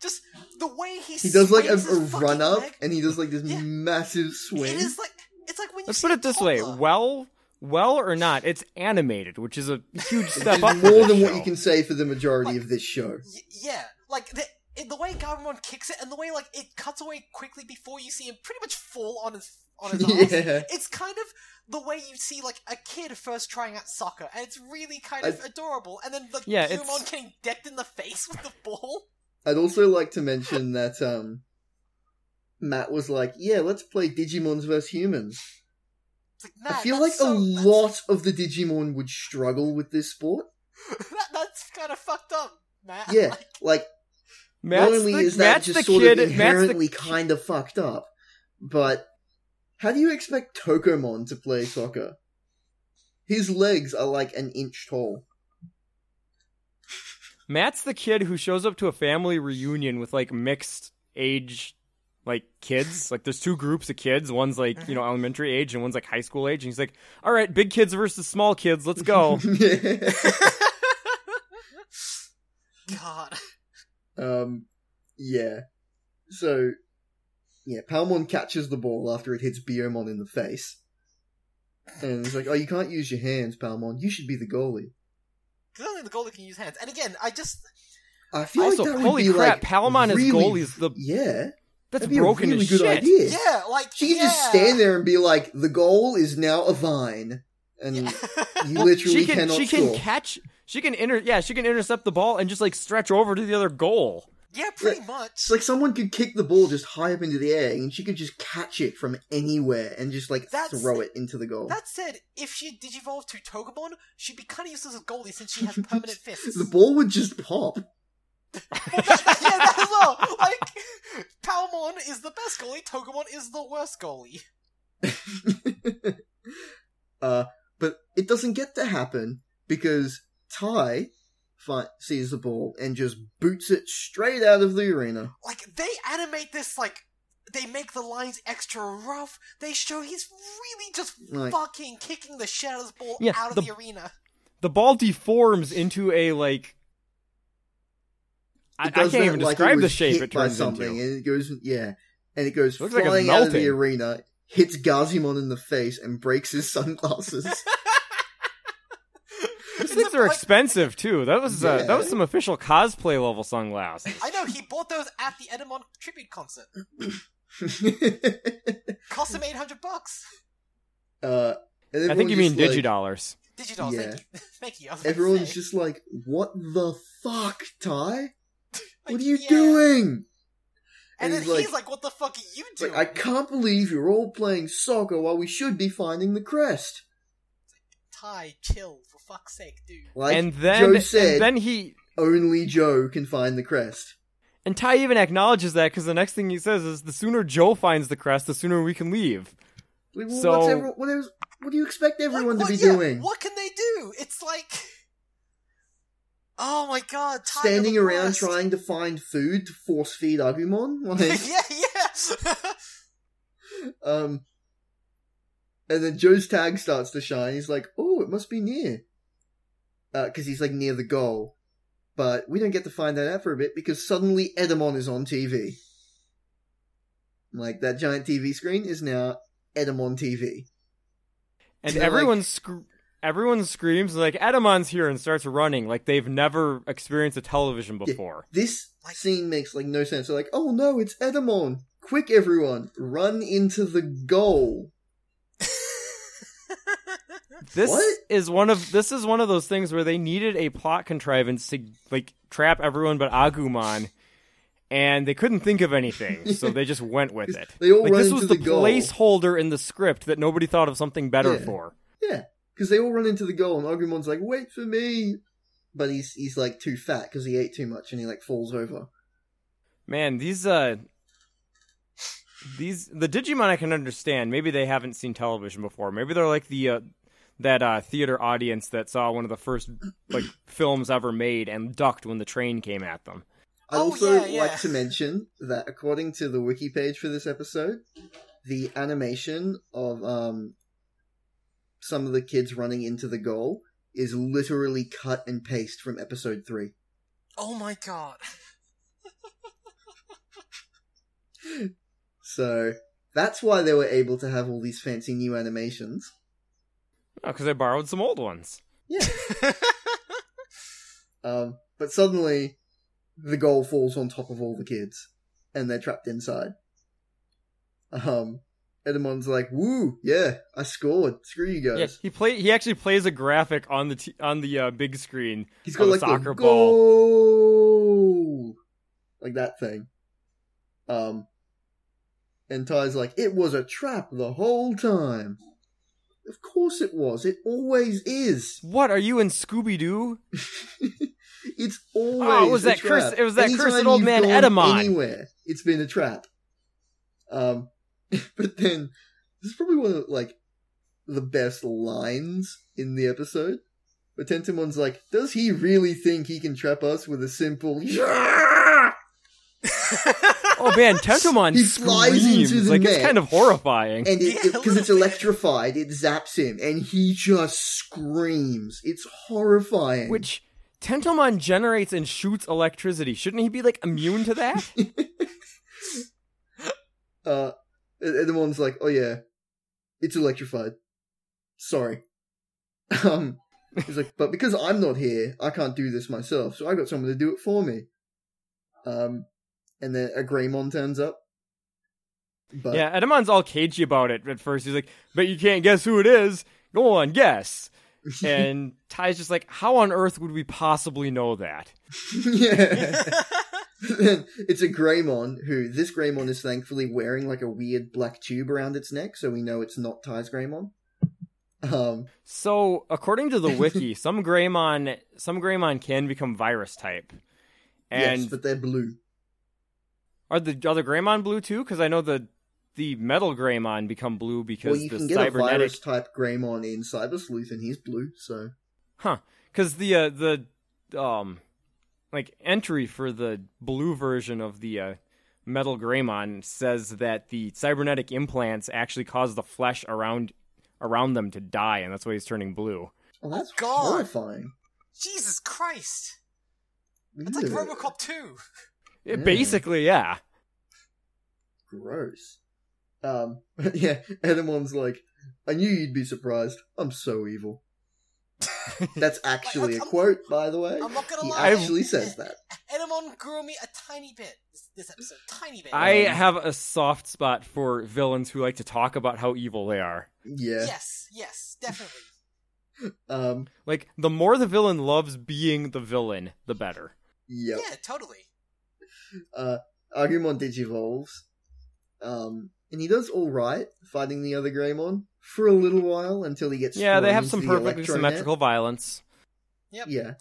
just the way he He does, like, a, swings a his fucking run up, leg. and he does, like, this Yeah. massive swing. It is like it's like when you Let's see put it this way: toddler. well, well or not, it's animated, which is a huge step It's up. for more this than what show. you can say for the majority of this show. Y- yeah, like the in the way Gabumon kicks it, and the way like it cuts away quickly before you see him pretty much fall on his <laughs> on his ass. yeah. It's kind of the way you see like a kid first trying out soccer, and it's really kind of adorable. And then the Yeah, Gabumon it's- getting decked in the face with the ball. I'd also like to mention that um, Matt was like, "Yeah, let's play Digimon's versus humans." It's like, nah, I feel that's like so, a lot of the Digimon would struggle with this sport. <laughs> that- that's kind of fucked up, Matt. Yeah, like Matt's not only the, is that Matt's just the sort kid, of Matt's inherently the, kind of fucked up, but how do you expect Tokomon to play soccer? His legs are like an inch tall. Matt's the kid who shows up to a family reunion with like mixed age, like kids. Like there's two groups of kids. One's like you know elementary age, and one's like high school age. And he's like, "All right, big kids versus small kids. Let's go." Yeah. <laughs> God. <laughs> Um, yeah. So, yeah, Palmon catches the ball after it hits Biomon in the face. And it's like, oh, you can't use your hands, Palmon. You should be the goalie. Because only the goalie can use hands. And again, I just I feel also, like that would holy be crap, like Palmon really, is goalies. The Yeah, <laughs> that's that'd be broken a really as good shit. idea. yeah, like She could yeah. just stand there and be like, the goal is now a vine, <laughs> and you literally She can cannot she can score. catch she can inter yeah she can intercept the ball and just like stretch over to the other goal. yeah, pretty much. It's like someone could kick the ball just high up into the air, and she could just catch it from anywhere and just like That's- throw it into the goal. That said, if she digivolved to Togemon, she'd be kind of useless as a goalie since she has permanent fists. <laughs> The ball would just pop. <laughs> <laughs> yeah, that as well. Like, Palmon is the best goalie. Togemon is the worst goalie. uh, but it doesn't get to happen because Ty fi- sees the ball and just boots it straight out of the arena. Like, they animate this like they make the lines extra rough. They show he's really just Like- fucking kicking the shit out of this ball Yeah, out of the- the, arena. The ball deforms into a like I, I It does can't that even like describe was the shape hit it by turns something, into. and it goes yeah, and it goes Looks like it's flying out of the melting. arena, hits Gazimon in the face, and breaks his <laughs> sunglasses. <laughs> These It's things a- are like- expensive too. That was uh, Yeah. that was some official cosplay level sunglasses. I know he bought those at the Edamon tribute concert. Cost him eight hundred bucks. uh, and I everyone's think you mean just like- digidollars. Digital, Yeah. thank you, <laughs> thank you. I was gonna Everyone's <laughs> say. just like, "What the fuck, Ty? What Like, are you yeah. doing?" And, then he's he's like, like- "What the fuck are you doing?" Like, I can't believe you're all playing soccer while we should be finding the crest. Ty, chill for fuck's sake, dude. Like and then Joe said, and then he only Joe can find the crest. and Ty even acknowledges that because the next thing he says is the sooner Joe finds the crest, the sooner we can leave. Like, well, So- what's everyone, what, is, what do you expect everyone Like, to what- be yeah, doing? What can they do? It's like, oh my god, Ty, you're Standing the around worst. <laughs> trying to find food to force feed Agumon? <laughs> Like, yeah, yeah. <laughs> um, and then Joe's tag uh, starts to shine. He's like, "Oh, it must be near," because he's like near the goal. But we don't get to find that out for a bit because suddenly Edamon is on TV. Like that giant TV screen is now Edamon TV. and they're everyone like- sc- everyone screams like Edamon's here and starts running like they've never experienced a television before. This Like- scene makes like no sense. They're like, oh no, it's Edamon! Quick, everyone, run into the goal. This What? is one of this is one of those things where they needed a plot contrivance to like trap everyone but Agumon, and they couldn't think of <laughs> anything, so they just went with it. They all Like run this into was the the, goal. placeholder in the script that nobody thought of something better Yeah. for. Yeah, because they all run into the goal, and Agumon's like, "Wait for me," but he's he's like too fat because he ate too much, and he like falls over. Man, these uh these the Digimon I can understand. Maybe they haven't seen television before. Maybe they're like the uh that uh theater audience that saw one of the first like films ever made and ducked when the train came at them. I Oh, also yeah, yeah. like to mention that according to the wiki page for this episode, the animation of um some of the kids running into the goal is literally cut and paste from episode three. oh my god. <laughs> <laughs> So that's why they were able to have all these fancy new animations. Oh, cuz I borrowed some old ones. Um, but suddenly, the goal falls on top of all the kids, and they're trapped inside. Um, Edamon's like, "Woo, yeah, I scored. Screw you guys." Yeah, he play he actually plays a graphic on the t- on the uh, big screen. He's got on a like soccer the ball. goal, like that thing. Um, and Ty's like, "It was a trap the whole time." Of course it was. It always is. What are you in Scooby Doo? <laughs> It's always Oh, it was a that trap. cursed- it was that Anytime cursed old you've man gone Edamon. Anywhere, it's been a trap. Um, <laughs> but then this is probably one of like the best lines in the episode. But Tentamon's like, does he really think he can trap us with a simple? <laughs> Yeah! Oh man, <laughs> Tentomon He flies screams. into the like net. it's kind of horrifying. And Yeah, it a because little it's bit. electrified, it zaps him, and he just screams. It's horrifying. Which Tentomon generates and shoots electricity. Shouldn't he be like immune <laughs> to that? Uh, and and the one's like, oh yeah, it's electrified. Sorry. <laughs> Um, he's like, but because I'm not here, I can't do this myself, so I got someone to do it for me. Um, and then a Greymon turns up. But yeah, Edamon's all cagey about it at first. He's like, "But you can't guess who it is. Go <laughs> on, guess." and Ty's just like, "How on earth would we possibly know that?" <laughs> <laughs> yeah. <laughs> it's a Greymon who this Greymon is thankfully wearing like a weird black tube around its neck, so we know it's not Ty's Greymon. Um, So, <laughs> according to the wiki, some Greymon, some Greymon can become virus type. And yes, but they're blue. are the other Greymon blue too? Because I know the the metal Greymon become blue because Well, you the can get a cybernetic virus type Greymon in Cyber Sleuth, and he's blue. So Huh? Because the uh, the um like entry for the blue version of the uh, metal Greymon says that the cybernetic implants actually cause the flesh around around them to die, and that's why he's turning blue. oh, that's God. horrifying. Jesus Christ. It's That's like Robocop 2. It- Yeah. Basically, yeah. Gross. Um, <laughs> yeah, Edamon's like, I knew you'd be surprised. I'm <laughs> so evil. That's actually a I'm- quote, by the way. I'm not gonna He lie. <laughs> actually says that. Edamon grew on me a tiny bit this, this episode. Tiny bit. I Um, have a soft spot for villains who like to talk about how evil they are. Yeah. Yes, yes, definitely. Um. Like the more the villain loves being the villain, the better. Yep. Yeah, totally. Uh, Agumon digivolves. Um, and he does all right fighting the other Greymon for a little while until he gets. Yeah, they thrown have into some the perfectly Electronet. symmetrical violence. Yep. Yeah.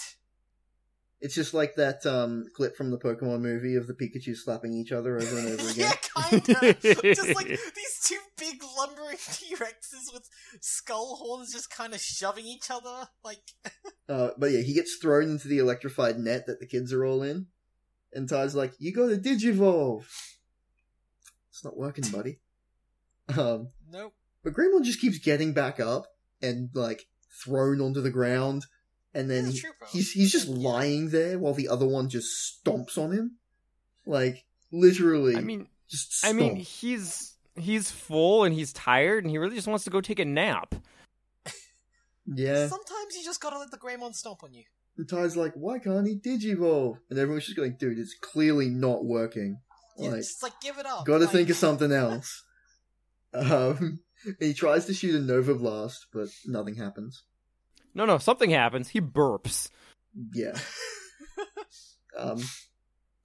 It's just like that um, clip from the Pokemon movie of the Pikachu slapping each other over <laughs> and <laughs> over again. yeah, kinda. <laughs> just <laughs> like these two big lumbering <laughs> T Rexes with skull horns just kind of shoving each other. Like, Uh, but yeah, he gets thrown into the electrified net that the kids are all in, and Ty's like, "You got to digivolve." It's not working, buddy. Um, nope. but Greenwald just keeps getting back up and like thrown onto the ground, and then He's a he- trooper. he's he's just lying there while the other one just stomps on him, like literally. I mean, just I stomp. mean, he's he's full and he's tired and he really just wants to go take a nap. yeah. Sometimes you just gotta let the Greymon stomp on you. And Ty's like, why can't he digivolve? And everyone's just going, dude, it's clearly not working. Yeah, Like, just like give it up. gotta like, think of something else. <laughs> Um, and he tries to shoot a Nova Blast, but nothing happens. No, no, something happens. He burps. <laughs> Yeah. Um,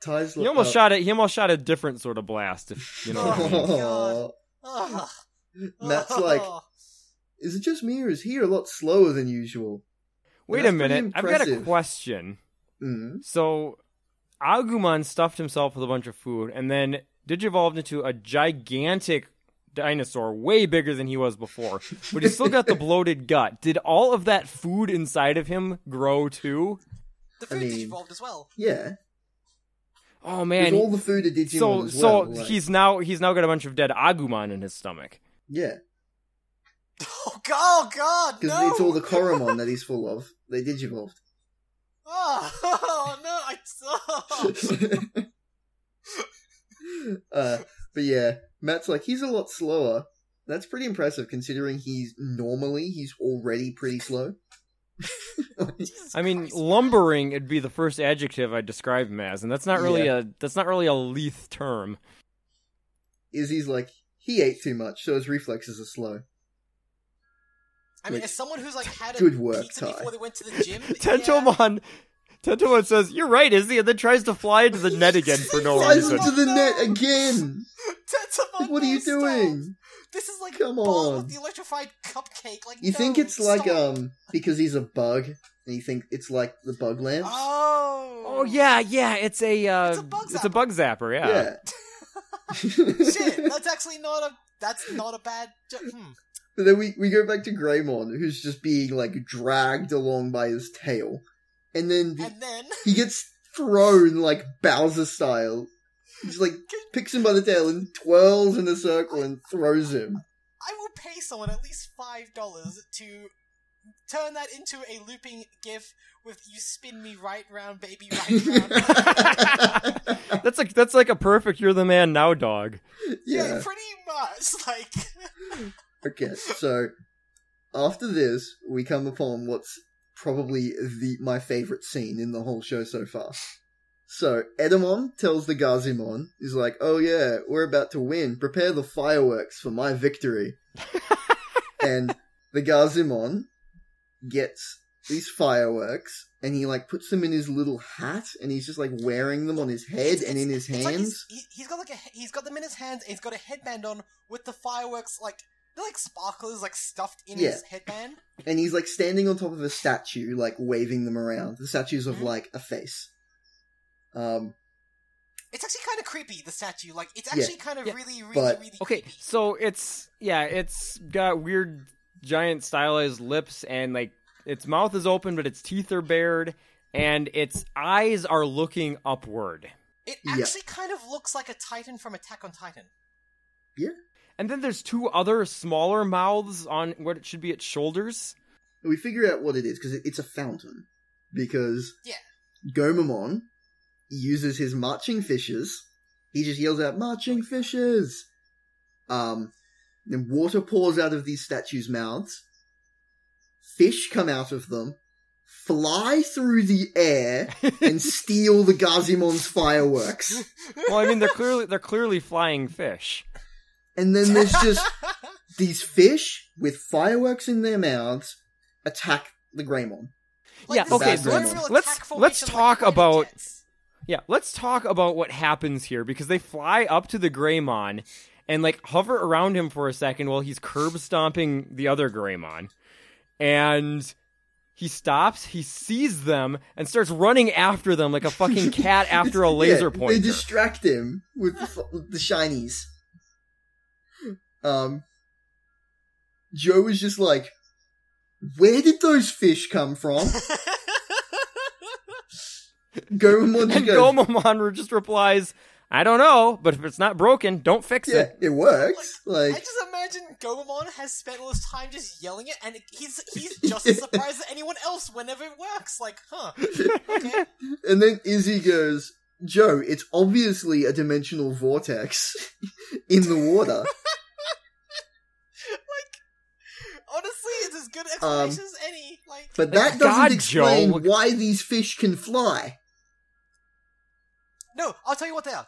Ty's like, He almost uh, shot it. He almost shot a different sort of blast. If you know what I mean. Oh <laughs> God. Oh. Ugh. Matt's like, Ugh. is it just me or is he a lot slower than usual? Wait a That's pretty minute. I've got a impressive. question. Mm. So, Agumon stuffed himself with a bunch of food and then digivolved into a gigantic dinosaur, way bigger than he was before, but he's still <laughs> got the bloated gut. Did all of that food inside of him grow too? <laughs> the I food mean- evolved as well. <laughs> Yeah. Oh There's man. all the food at Digimon so as so well. like- he's now he's now got a bunch of dead Agumon in his stomach. Yeah, Oh God, oh, God, because no! it's all the Coromon that he's full of. <laughs> They Digivolved. Oh, <laughs> oh, no! I <laughs> <laughs> oh. uh, but yeah, Matt's like he's a lot slower. That's pretty impressive considering he's normally he's already pretty slow. Jesus I mean, Christ. lumbering would be the first adjective I'd describe him as, and that's not really a that's not really a leith term. Izzy's like he ate too much, so his reflexes are slow. I mean, like, as someone who's like had a good work, pizza Ty. before they went to the gym, <laughs> yeah, <laughs> Tentomon Tentomon says, You're right, Izzy, and then tries to fly <laughs> into the net again for no Flies reason. into the No. net again. Tentomon, Like, what are you no, stop. doing? This is like Come Bond on. with the electrified cupcake. Like You no, think it's like stop. um because he's a bug, and you think it's like the bug lamps. Oh. Oh yeah, yeah, it's a uh It's a bug it's a bug zapper, yeah. yeah. <laughs> <laughs> <laughs> Shit, that's actually not a. That's not a bad. Jo- hmm. But then we, we go back to Greymon, who's just being like dragged along by his tail. And then <laughs> the, And then he gets thrown like Bowser style. He's like picks him by the tail and twirls in a circle and throws him. <laughs> I will pay someone at least five dollars to turn that into a looping GIF with "You spin me right round, baby, right round." That's like that's like a perfect you're the man now dog. <laughs> yeah. pretty much. <laughs> Like, Okay. So after this, we come upon what's probably the my favorite scene in the whole show so far. So Edamon tells the Gazimon, he's like, "Oh yeah, we're about to win. Prepare the fireworks for <laughs> my victory." and the Gazimon gets these fireworks and he like puts them in his little hat and he's just like wearing them on his head It's- and in his it's like hands. he's, he, he's got like a, he- he's got them in his hands. And he's got a headband on with the fireworks like they're like sparklers like stuffed in his headband. and he's like standing on top of a statue, like waving them around. The statues of Mhm. like a face. Um, It's actually kind of creepy. The statue, like, it's Yeah. actually kind of Yeah. really, really, But- really Okay, creepy. so it's yeah, it's got weird giant stylized lips and like its mouth is open but its teeth are bared and its eyes are looking upward. It Yeah. actually kind of looks like a Titan from Attack on Titan. And then there's two other smaller mouths on what it should be its shoulders. we figure out what it is because it, it's a fountain. Because Yeah. Gomamon uses his marching fishes. He just yells out "marching fishes." Um, then water pours out of these statues' mouths. Fish come out of them, fly through the air, and steal the Gazimon's fireworks. Well, I mean they're clearly they're clearly flying fish. And then <laughs> there's just these fish with fireworks in their mouths attack the Greymon. Like, yeah, this is okay, a so let's- serial let's- attack let's formation, talk fighter about- jets. Yeah, let's talk about what happens here because they fly up to the Greymon and like hover around him for a second while he's curb stomping the other Greymon. And he stops, he sees them, and starts running after them like a <laughs> fucking cat after a laser Yeah, pointer. They distract him with the, f- the shinies. Um, Joe is just like, where did those fish <laughs> come from? Gomamon just and goes, Gomamon just replies, I don't know, but if it's not broken, don't fix Yeah, it. it works. I Like, just imagine Gomamon has spent all his time just yelling it, and it, he's <laughs> he's just as surprised as anyone else whenever it works. Like, huh? Okay. <laughs> and then Izzy goes, Joe, it's obviously a dimensional vortex in the water. Honestly, it's as good an explanation as any. Like, Um, But that <laughs> doesn't Like, God, explain Joe. why these fish can fly. <laughs> no, I'll tell you what they are.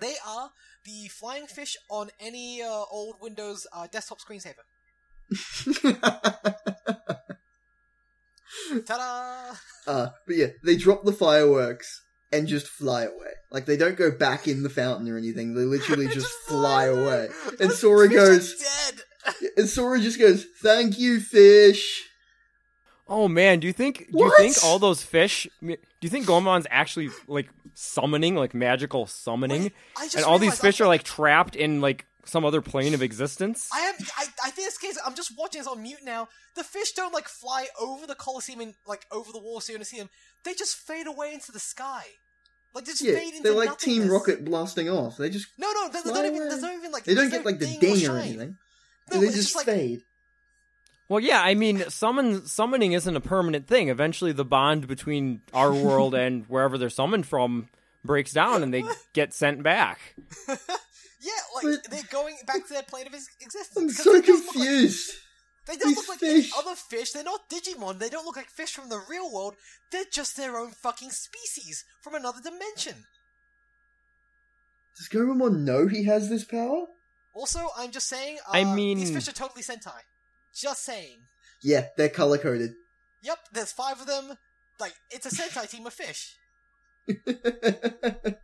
They are the flying fish on any uh, old Windows uh, desktop screensaver. Ta-da! Uh, but yeah, they drop the fireworks and just fly away. Like they don't go back in the fountain or anything. They literally <laughs> They just, fly <laughs> away. And The Sora fish are goes, dead. and Sora just goes, "Thank you, fish." Oh man, do you think do you What? think all those fish? Do you think Gomon's actually like summoning, like magical summoning, Wait, I just and all these realized fish I, are like trapped in like some other plane of existence? I am. I, I think this case. I'm just watching this on mute now. The fish don't like fly over the Colosseum and like over the wall, so you don't see them. They just fade away into the sky. Like they just Yeah, fade into they're like nothingness. Team Rocket blasting off. They just No, no, there's, there's not Fly even. away. There's not even like. they don't there's get no like the ding ding or shine. anything. No, they it's just, just like fade. Well, yeah, I mean, summon summoning isn't a permanent thing. Eventually, the bond between our world and wherever they're summoned from breaks <laughs> down, and they get sent back. yeah, like But- they're going back to their plane of ex- existence. I'm 'Cause so they don't look like- confused. They don't These look like fish. any other fish. They're not Digimon. They don't look like fish from the real world. They're just their own fucking species from another dimension. Does Gomamon know he has this power? Also, I'm just saying. Uh, I mean- these fish are totally Sentai. Just saying. Yeah, they're color <laughs> coded. Yep, there's five of them. Like it's a <laughs> Sentai team of fish. Aquatic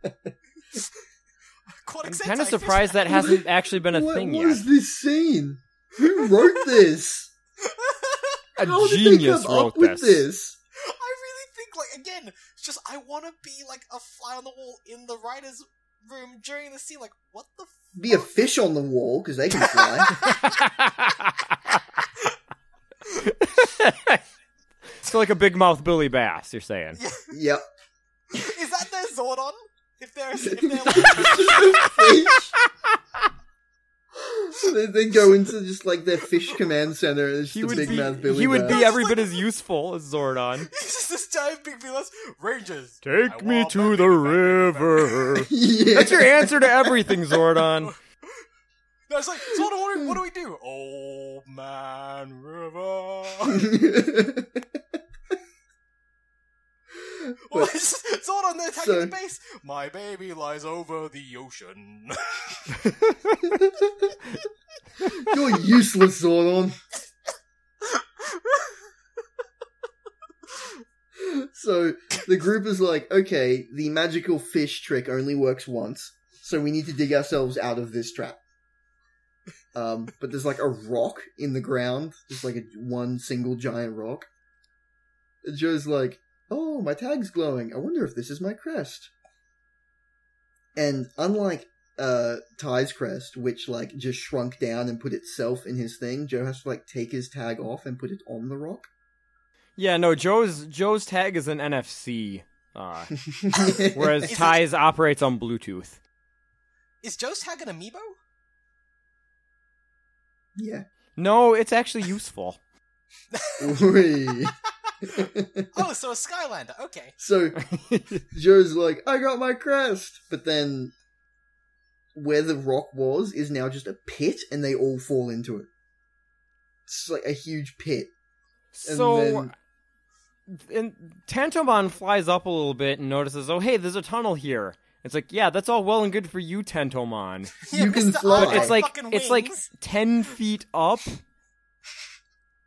I'm Sentai kind of fish. <laughs> surprised that hasn't actually been a what thing was yet. this scene? Who <laughs> wrote this? A How did they genius come wrote up with this? I really think, like, again, it's just I want to be like a fly on the wall in the writers' room during the scene. Like, what the? F- Be a fish on the wall because they can fly. <laughs> so like a big mouth Billy Bass, you're saying? <laughs> yep. Is that their Zordon? If they're, if <laughs> they're like, <laughs> fish. they, they go into just like their fish command center and it's He just a would big be mouth Billy. he would Bear. be every bit as useful as Zordon. it's just this giant big villain. Rangers. Take I me want to my the big back, river. <laughs> yeah. That's your answer to everything, Zordon. No, it's like Zordon. What do, what do we <laughs> do? Old man river. <laughs> Well, <laughs> But- it's just Zordon they're attacking So- the base. My baby lies over the ocean. <laughs> You're useless, Zordon. so the group is like, okay, the magical fish trick only works once, so we need to dig ourselves out of this trap. Um, but there's like a rock in the ground, just like a, one single giant rock. And Joe's like, oh, my tag's glowing. I wonder if this is my crest. And unlike uh Ty's crest, which like just shrunk down and put itself in his thing. Joe has to like take his tag off and put it on the <laughs> rock. Yeah, no, Joe's Joe's tag is an NFC, uh, whereas Is it- Ty's operates on Bluetooth. Is Joe's tag an amiibo? <laughs> yeah. No, it's actually useful. Oi. Oh, so a Skylander. Okay. <laughs> so Joe's like, I got my crest, but then where the rock was is now just a pit, and they all fall into it. It's like a huge pit. And So, and Tantomon flies up a little bit and notices, oh, hey, there's a tunnel here. It's like, yeah, that's all well and good for you, Tentomon. You Yeah, can Mr. fly. But Arnold it's like fucking it's like wings. ten feet up.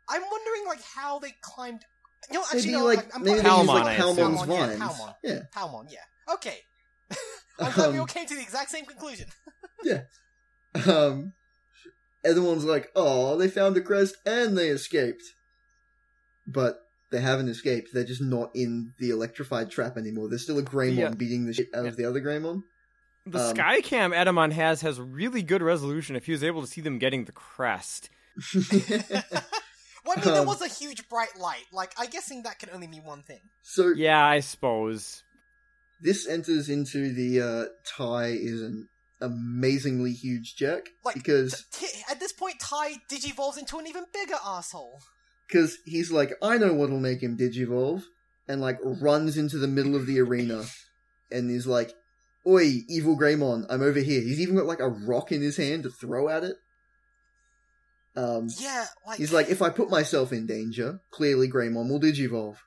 I'm wondering like how they climbed. No, actually, Maybe no. like I'm, I'm maybe they probably- use Palmon, like I assume. Palmon's Palmon, yeah, vines. Palmon. Yeah. Palmon, yeah. <laughs> Okay. I'm glad we all Um, came to the exact same conclusion. <laughs> Um, everyone's like, "Oh, they found the crest and they escaped," but they haven't escaped. They're just not in the electrified trap anymore. There's still a Greymon Yeah. beating the shit out Yeah. of the other <laughs> Greymon. <laughs> The Um, Skycam Edamon has has really good resolution if he was able to see them getting the crest. Well, I mean, there um, was a huge bright light. Like, I'm guessing that can only mean one thing. so Yeah, I suppose. This enters into the uh, Ty is an amazingly huge jerk Like, because T- At this point, Ty digivolves into an even bigger asshole. because he's like, I know what'll make him digivolve, and like runs into the middle of the arena, and is like, "Oi, evil Greymon, I'm over here." He's even got like a rock in his hand to throw at it. Um, Yeah, like he's like, "If I put myself in danger, clearly Greymon will digivolve."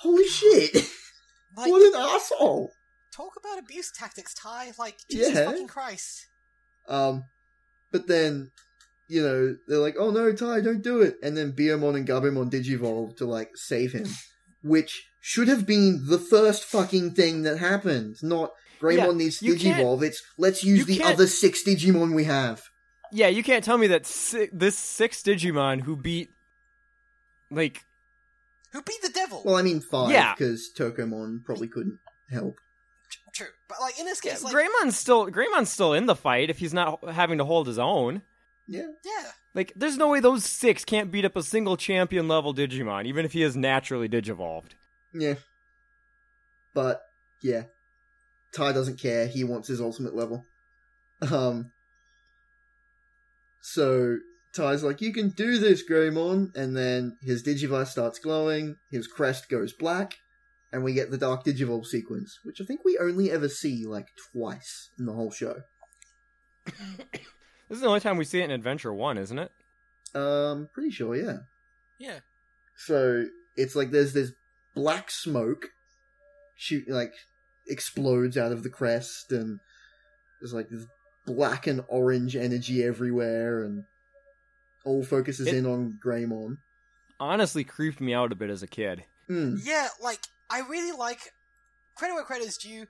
Holy shit! <laughs> like, what an asshole! talk about abuse tactics, Ty. Like Jesus Yeah. fucking Christ. Um, but then, you know, they're like, oh no, Ty, don't do it. And then Beomon and Gabumon digivolve to like save him, which should have been the first fucking thing that happened. Not Greymon Yeah, needs to you can't- digivolve. It's let's use you the can't- other six Digimon we have. Yeah, you can't tell me that si- this six Digimon who beat like Who beat the devil? Well, I mean five Yeah. because Tokomon probably couldn't help. True, but like in this yeah, case, like Greymon's still Greymon's still in the fight if he's not having to hold his own. yeah, Like, there's no way those six can't beat up a single champion level Digimon, even if he is naturally digivolved. Yeah, but yeah, Ty doesn't care. He wants his ultimate level. Um, so Ty's like, "You can do this, Greymon," and then his Digivice starts glowing. His crest goes black, and we get the Dark Digivolve sequence, which I think we only ever see like twice in the whole show. <coughs> This is the only time we see it in Adventure One, isn't it? Um, pretty sure, yeah. yeah. So it's like there's this black smoke shoot like explodes out of the crest and there's like this black and orange energy everywhere and all focuses It- in on Greymon. Honestly, creeped me out a bit as a kid. Mm. Yeah, like I really like credit where credit is due.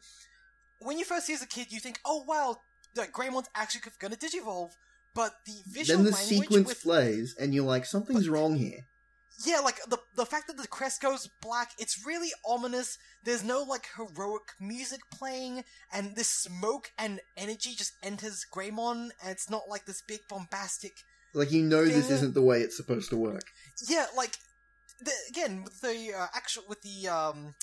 When you first see as a kid, you think, "Oh wow, like Greymon's actually going to digivolve," but the visual Then the language sequence with plays and you're like, something's wrong here. yeah, like the the fact that the crest goes black, it's really ominous. There's no like heroic music playing, and this smoke and energy just enters Greymon, and it's not like this big bombastic Like you know this Yeah. isn't the way it's supposed to work. yeah, like the, again with the uh, actual with the um,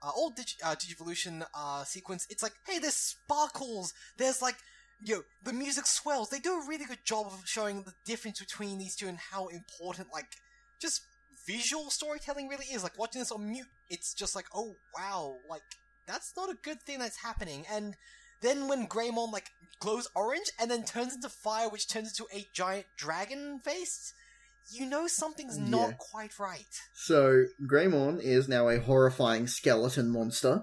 uh, old Digi- uh, Digivolution uh, sequence, it's like hey, there's sparkles, there's like you know, the music swells. They do a really good job of showing the difference between these two and how important like just visual storytelling really is. Like watching this on mute, it's just like oh wow, like that's not a good thing that's happening and. Then when Greymon like glows orange and then turns into fire, which turns into a giant dragon face, you know something's Yeah. not quite right. So Greymon is now a horrifying skeleton monster.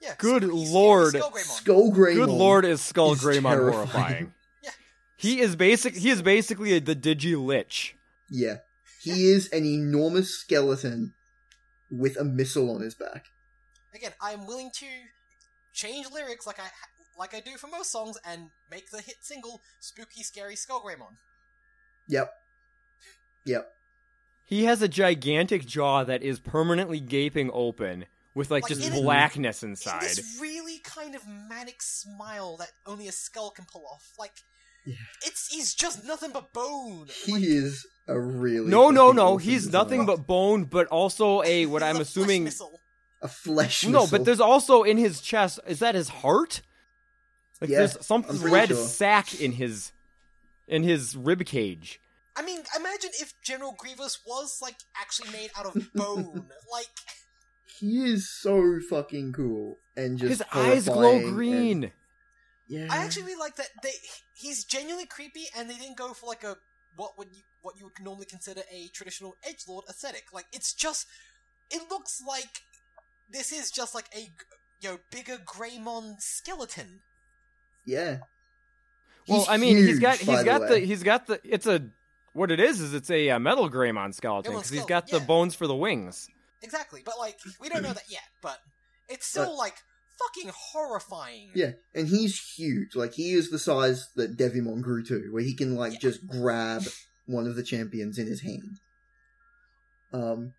Yeah. Good Skull- he's- lord. Skull Greymon. Skull Greymon. Good lord, is Skull is Greymon terrifying. horrifying? <laughs> Yeah. He is basic. He is basically the Digi Lich. Yeah. He is an enormous skeleton with a missile on his back. Again, I'm willing to change lyrics like I ha- like I do for most songs and make the hit single "Spooky Scary Skull Greymon." Yep. Yep. He has a gigantic jaw that is permanently gaping open with like Like, just in it- blackness And inside. This really kind of manic smile that only a skull can pull off. Like, Yeah. it's he's just nothing but bone. Like, He is a really No, no, fucking no. awesome He's designer. nothing but bone, but also a what he's I'm a flesh assuming. missile. a flesh. No, missile. but there's also in his chest. Is that his heart? Like Yeah, there's some I'm pretty red sure. sack in his in his rib cage. I mean, imagine if General Grievous was like actually made out of <laughs> bone. like, he is so fucking cool and just his eyes glow horrifying and- green. yeah, I actually really like that they he's genuinely creepy and they didn't go for like a what would you what you would normally consider a traditional edge lord aesthetic. Like it's just it looks like this is just like a you know bigger Greymon skeleton. yeah. Well, He's I mean, he's huge, got by he's got the, way. he's got the it's a what it is is it's a uh, metal Greymon skeleton Greymon because he's skeleton, got the yeah. bones for the wings. Exactly, but like we don't know that yet, but it's still But- like fucking horrifying. yeah, and he's huge. Like he is the size that Devimon grew to, where he can like Yeah. just grab one of the champions in his hand. Um,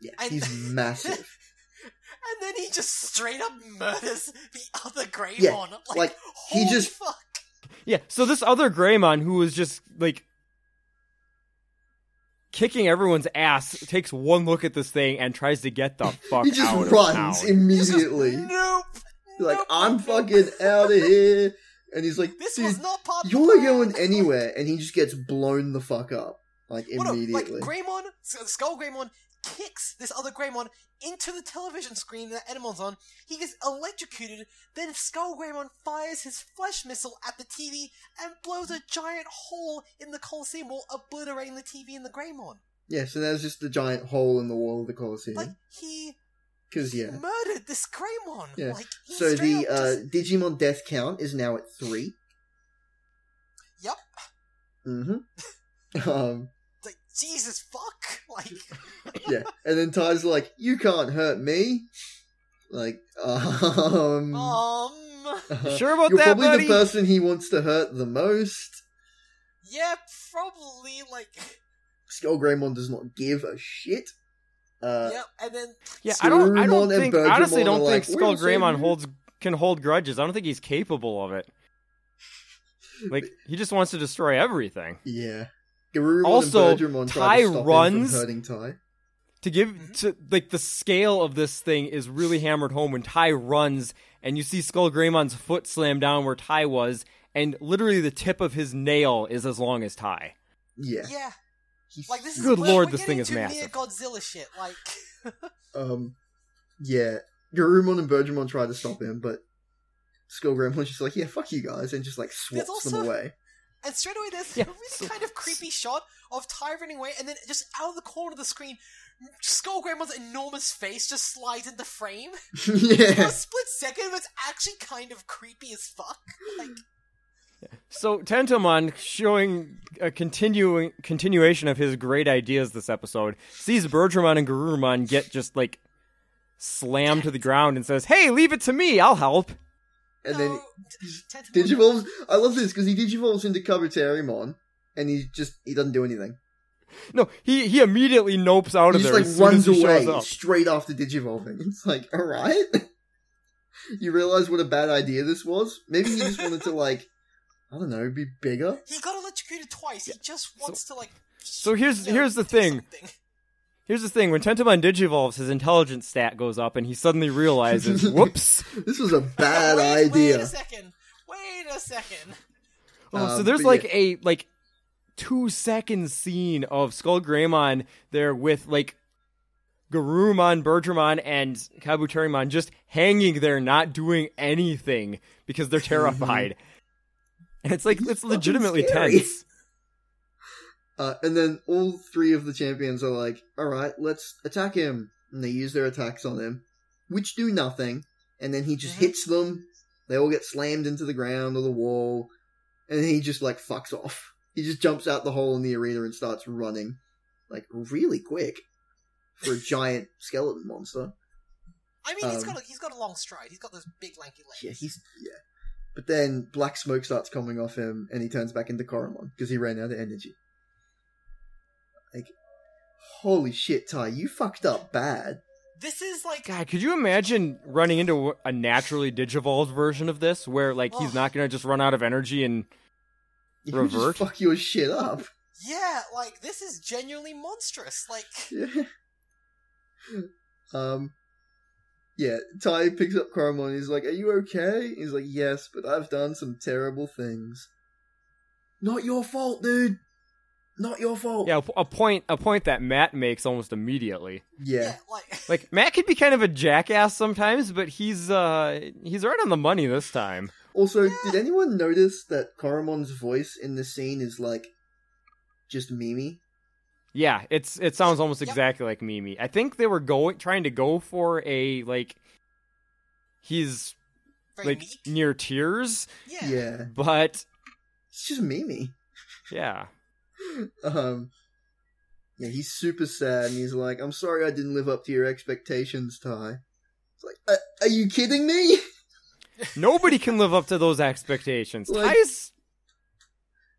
yeah, And- <laughs> he's massive. And then he just straight up murders the other Greymon. like, like, he holy just- fuck. Yeah. So this other Greymon who was just like kicking everyone's ass, takes one look at this thing and tries to <laughs> get the fuck He just out of runs <laughs> town. immediately. Nope. He's like, nope, I'm nope, fucking nope. out of here. And he's like, This dude, was not part. of the you're not plan. going anywhere. And he just gets blown the fuck up. Like, What a- immediately. like Greymon, S- uh, Skull Greymon kicks this other Greymon into the television screen that Edemon's on. He gets electrocuted. Then Skull Greymon fires his flesh missile at the TV and blows a giant hole in the Colosseum wall, obliterating the TV and the Greymon. yeah, so there's just the giant hole in the wall of the Like Colosseum. he Because, yeah. murdered this Greymon. Yeah. Like he So straight the up uh, just- Digimon death count is now at three. Yep. Mm-hmm. <laughs> Um, like Jesus fuck <laughs> like yeah, and then Ty's like, "You can't hurt me." Like, um um, <laughs> uh, Sure about you're that, probably buddy? the person he wants to hurt the most. yeah probably like Skull Greymon does not give a shit. Uh, yep and then Yeah, I don't. I don't Surumon and think. I honestly, Bergamon don't are think like, Skull "We're so Greymon rude." holds can hold grudges. I don't think he's capable of it. Like he just wants to destroy everything. yeah. Garurumon Also, and Bergamon try Ty to stop him from runs- hurting Ty. To give Mm-hmm. Mhm. to like the scale of this thing is really hammered home when Ty runs and you see Skull Greymon's foot slam down where Ty was, and literally the tip of his nail is as long as Ty. Yeah. yeah He's- Like this is Good we're- lord, we're this thing getting is to Near massive. Godzilla shit. Like, <laughs> Um, yeah, Garurumon and Bergamon try to stop him, but Skull Greymon's just like, "Yeah, fuck you guys," and just like swats also- them away. <laughs> and straight away there's Yeah, a really so- kind of creepy shot of Ty running away, and then just out of the corner of the screen, Skull Grandma's enormous face just slides into <laughs> frame for yeah, a split second. But it's actually kind of creepy as fuck. Like, So Tentomon, showing a continuing continuation of his great ideas this episode, sees Bergermon and Garurumon get just like slammed to the ground and says, "Hey, leave it to me. I'll help." and then no, Tentomon- digivolves. I love this because he digivolves into Kabuterimon, and he just he doesn't do anything. No, he he immediately nopes out He of just there. like as soon runs as he shows away up. straight after digivolving. <laughs> It's like, all right, <laughs> you realize what a bad idea this was. Maybe he just wanted to like, I don't know, be bigger. he got electrocuted twice. He just wants to like. So here's- you know, here's the do thing. something. Here's the thing: when Tentomon digivolves, his intelligence stat goes up, and he <laughs> suddenly realizes, "Whoops!" This was a <laughs> bad wait, idea. Wait a second. Wait a second. Oh, so Um, there's but like yeah. a like two second scene of Skull Greymon there with like Garurumon, Bergermon, and Kabuterimon just hanging there, not doing anything because they're terrified. and it's like Mm-hmm. He's it's fucking legitimately scary. tense. Uh, and then all three of the champions are like, all right, let's attack him. And they use their attacks on him, which do nothing. And then he just Mhm. hits them. They all get slammed into the ground or the wall. And he just like fucks off. He just jumps out the hole in the arena and starts running like really quick for a giant skeleton monster. I mean, he's Um, got a, he's got a long stride. He's got those big lanky legs. Yeah, he's, yeah. But then black smoke starts coming off him and he turns back into Coromon because he ran out of energy. Like, holy shit, Ty, you fucked up bad. This is like God, could you imagine running into a naturally digivolved version of this, where like he's Ugh. not gonna just run out of energy and You Revert? just fuck your shit up. <laughs> Yeah, like this is genuinely monstrous. Like Yeah. Um. Yeah, Ty picks up Carmel and he's like, "Are you okay?" He's like, "Yes, but I've done some terrible things." Not your fault, dude. Not your fault. yeah, a point a point that Matt makes almost immediately. yeah, Yeah. like <laughs> Like Matt can be kind of a jackass sometimes, but he's uh he's right on the money this time. Also, did anyone notice that Karamon's voice in this scene is like just Mimi? Yeah, it's it sounds almost Yep. exactly like Mimi. I think they were going trying to go for a like he's very like meek. near tears, Yeah. mm, Yeah. but It's just Mimi. yeah. Um, yeah, he's super sad, and he's like, "I'm sorry, I didn't live up to your expectations, Ty." It's like, "Uh, "Are you kidding me?" Nobody can live up to those expectations. Like- Ty's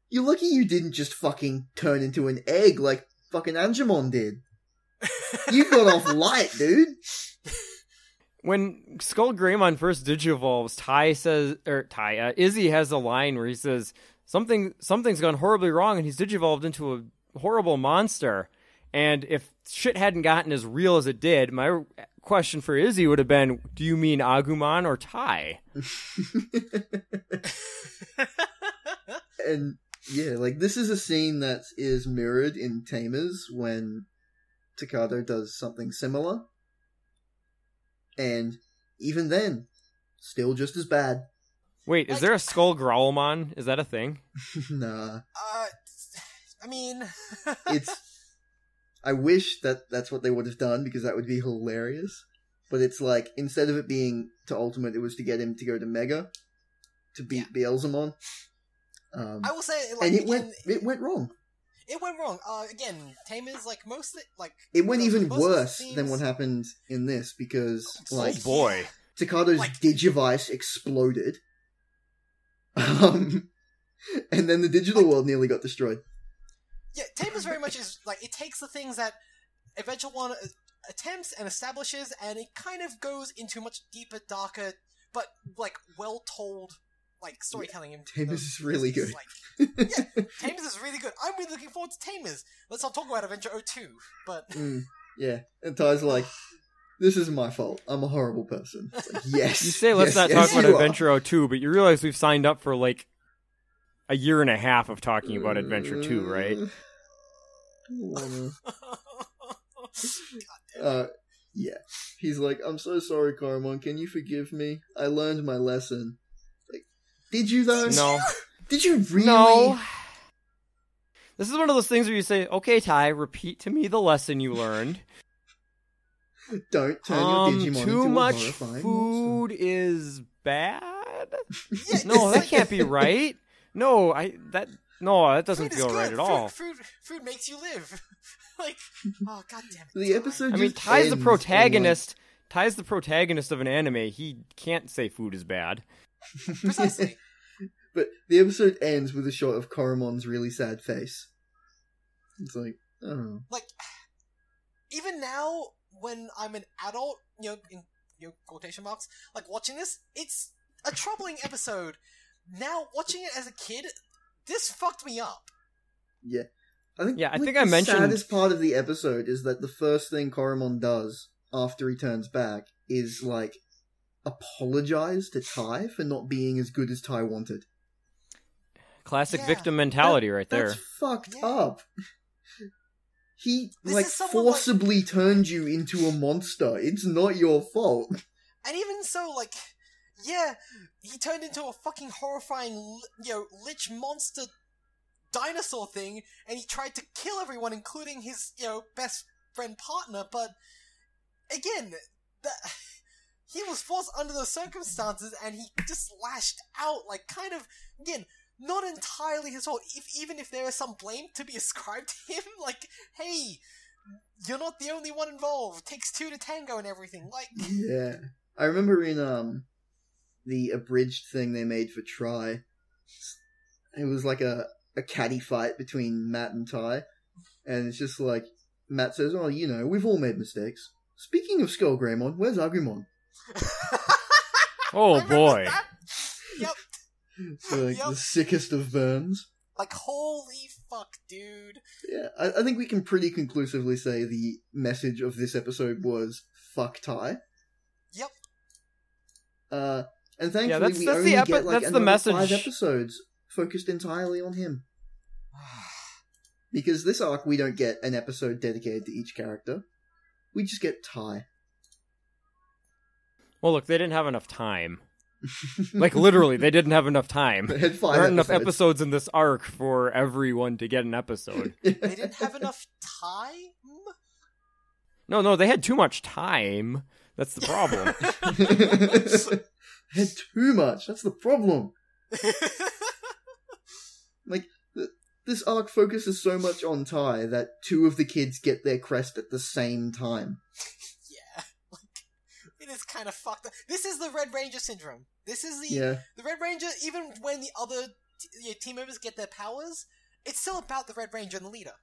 You're lucky you didn't just fucking turn into an egg like fucking Angemon did. You got off light, dude. when Skull Greymon first digivolves, Ty says or Ty uh, Izzy has a line where he says something something's gone horribly wrong and he's digivolved into a horrible monster. And if shit hadn't gotten as real as it did, my question for Izzy would have been, "Do you mean Agumon or Tai?" <laughs> and yeah, like this is a scene that is mirrored in Tamers when Takado does something similar. And even then, still just as bad. <laughs> Wait, is Like- there a Skull Growlmon? Is that a thing? nah. Uh, I mean, It's I wish that that's what they would have done because that would be hilarious. But it's like instead of it being to Ultimate, it was to get him to go to Mega to beat Beelzemon. Um, I will say, like, and it again, went it went wrong. it went wrong. Uh, again, Tamers like most of the, like It went most- even most of the worse than scenes- what happened in this because like oh boy. Takado's Like- Digivice exploded. <laughs> Um, and then the digital Like- world nearly got destroyed. Yeah, Tamers very much is like it takes the things that Adventure One uh, attempts and establishes, and it kind of goes into much deeper, darker, but like well told, like storytelling. in Tamers the- is really it's good. <laughs> like- yeah, Tamers is really good. I'm really looking forward to Tamers. Let's not talk about Adventure 02, but <laughs> Mm, yeah. And Ty's like, this is my fault. I'm a horrible person. It's like, yes. <laughs> You say let's yes, not yes, talk about you are." Adventure 02, but you realize we've signed up for like a year and a half of talking about Adventure 2, right? Uh, I don't wanna- Uh, yeah. He's like, I'm so sorry, Carmon. Can you forgive me? I learned my lesson. Like, did you though? No. Did you really? No. This is one of those things where you say, "Okay, Ty, repeat to me the lesson you learned." Don't turn Um, your Digimon into too a much horrifying food is bad. yeah, No, it's that like- can't be right. No, I that no, that doesn't food is feel good. right at Food- all. Food, food, makes you live. <laughs> <laughs> like, oh god damn it. The Ty. episode- I mean, just Ty's the ends protagonist. Ty's the protagonist of an anime. He can't say food is bad. monster. <laughs> precisely. <laughs> But the episode ends with a shot of Koromon's really sad face. It's like, oh. like even now when I'm an adult, you know, in you know, quotation marks, like watching this, it's a troubling episode. Now watching it as a kid, this fucked me up. I think Yeah, I like, think I the mentioned- saddest part of the episode is that the first thing Koromon does after he turns back is like apologize to Ty for not being as good as Ty wanted. Classic Yeah. victim mentality right there. That's fucked Yeah. up. He This like is someone like- forcibly turned you into a monster. It's not your fault. <laughs> And even so, like, yeah, he turned into a fucking horrifying, li- you know, lich monster dinosaur thing, and he tried to kill everyone, including his, you know, best friend partner, but again, that. <sighs> He was forced under those circumstances, and he just lashed out, like kind of again, not entirely his fault. If even if there is some blame to be <laughs> ascribed to him, like, hey, you're not the only one involved. Takes two to tango and everything. Like, Yeah. I remember in um the abridged thing they made for Try, it was like a, a caddy fight between Matt and Ty. And it's just like Matt says, Oh, you know, we've all made mistakes. Speaking of Skull Greymon, <laughs> where's Agumon? Oh I remember boy. that. <laughs> Yep. So like Yep. the sickest of burns. Like holy fuck, dude. Yeah. I, I think we can pretty conclusively say the message of this episode was fuck Ty. Yep. Uh and thankfully that's- we that's the only epi- get like that's the another five message. episodes focused entirely on him. <sighs> Because this arc, we don't get an episode dedicated to each character. We just get Ty. Well, look, they didn't have enough time. <laughs> Like literally, they didn't have enough time. They had There five aren't enough episodes in this arc for everyone to get <laughs> an episode. They didn't have enough time. <laughs> No, no, they had too much time. That's the problem. <laughs> They had too much. That's the problem. This arc focuses so much on Ty that two of the kids get their crest at the same time. yeah. Like it is kind of fucked up. This is the Red Ranger syndrome. This is the Yeah. the Red Ranger. Even when the other t- you know, team members get their powers, it's still about the Red Ranger and the leader.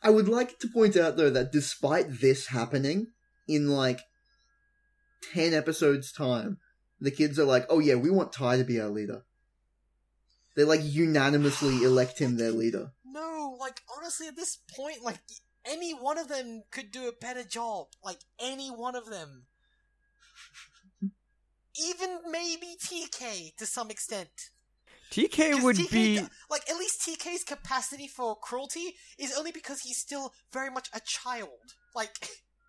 I would like to point out, though, that despite this happening, in like 10 episodes' time, the kids are like, oh yeah, we want Ty to be our leader. They like unanimously elect him their leader. No, like honestly, at this point, like Any one of them could do a better job. Like any one of them. Even maybe TK to some extent. TK 'Cause would TK be like at least TK's capacity for cruelty is only because he's still very much a child. Like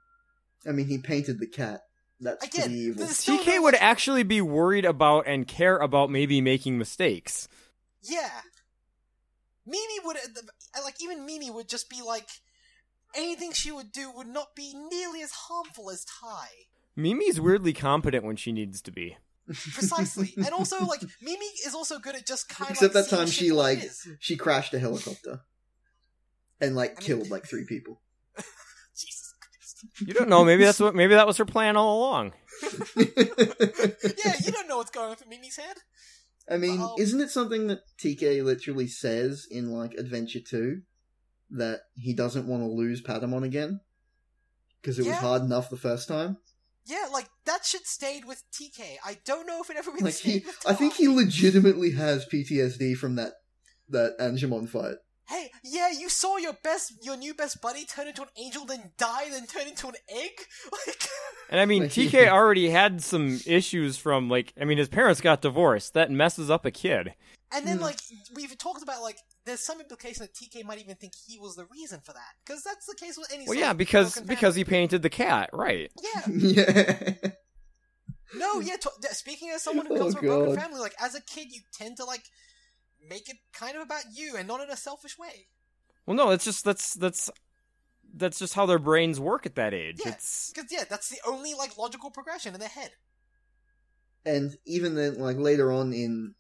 <laughs> I mean, he painted the cat. That's Again, pretty evil. this- still TK no- would actually be worried about and care about maybe making mistakes. Yeah. Mimi would, uh, like, even Mimi would just be like, anything she would do would not be nearly as harmful as Ty. Mimi's weirdly competent when she needs to be. Precisely. and also, <laughs> like, Mimi is also good at just kind of. Except like, that seeing time shit she, what it like- is. She crashed a helicopter and like I mean- killed like three <laughs> people. <laughs> Jesus Christ. You don't know. Maybe that's what. Maybe that was her plan all along. Yeah, you don't know what's going on through Mimi's head. I mean, Well- isn't it something that TK literally says in like Adventure Two that he doesn't want to lose Patamon again because it was Yeah. hard enough the <laughs> first time? Yeah, like, that shit stayed with TK. I don't know if it ever really Like stayed he, with Ty. I think he legitimately has PTSD from that that Angemon fight. <laughs> Hey, yeah, you saw your best, your new best buddy turn into an angel, then die, then turn into an egg? <laughs> Like. And I mean, Yeah. TK already had some issues from like. I mean, his parents got divorced. That messes up a kid. And then, Hmm. like, we've talked about, like, there's some implication that TK might even think he was the reason for that. Because that's the case with any Well, sort yeah, of because broken because he painted the cat, right? family. Yeah, yeah, <laughs> no, yeah, to- yeah, speaking as someone who Oh, comes from a broken God. family, like, as a kid, you tend to, like, make it kind of about you and not in a selfish way. Well, no, that's just that's that's that's just how their brains work at that age. Yeah. It's Because, yeah, that's the only, like, logical progression in their head. and even then, like later on in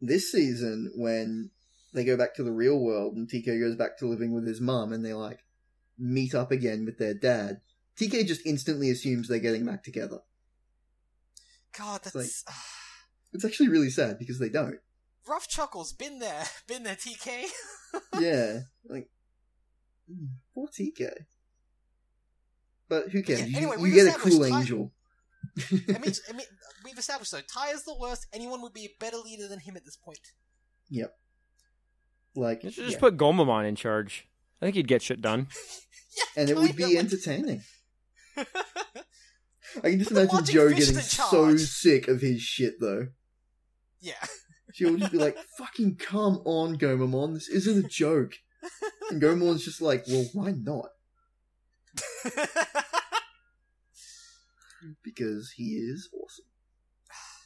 this season, when they go back to the real world and TK goes back to living with his mum, and they like meet up again with their dad, TK just instantly assumes they're getting back together. God, that's. It's actually really sad because they don't. rough chuckles, been there, <laughs> been there, TK. yeah, like mm, poor TK. But who cares? Yeah, You- anyway, you, we've get a established cool time- angel. I mean, I mean, we've established though, Ty is the worst. Anyone would be a better leader than him at this point. Like, you should just yeah. put Gomamon in charge. I think he'd get shit done. Yeah, and it would kinda, be like- <laughs> entertaining. I can just Put the imagine watching Joe fish getting in so charge. sick of his shit though. Yeah. She will just be like, <laughs> "Fucking come on, Gomamon, this isn't a joke." And <laughs> Gomamon's just like, "Well, why not?" Because he is awesome.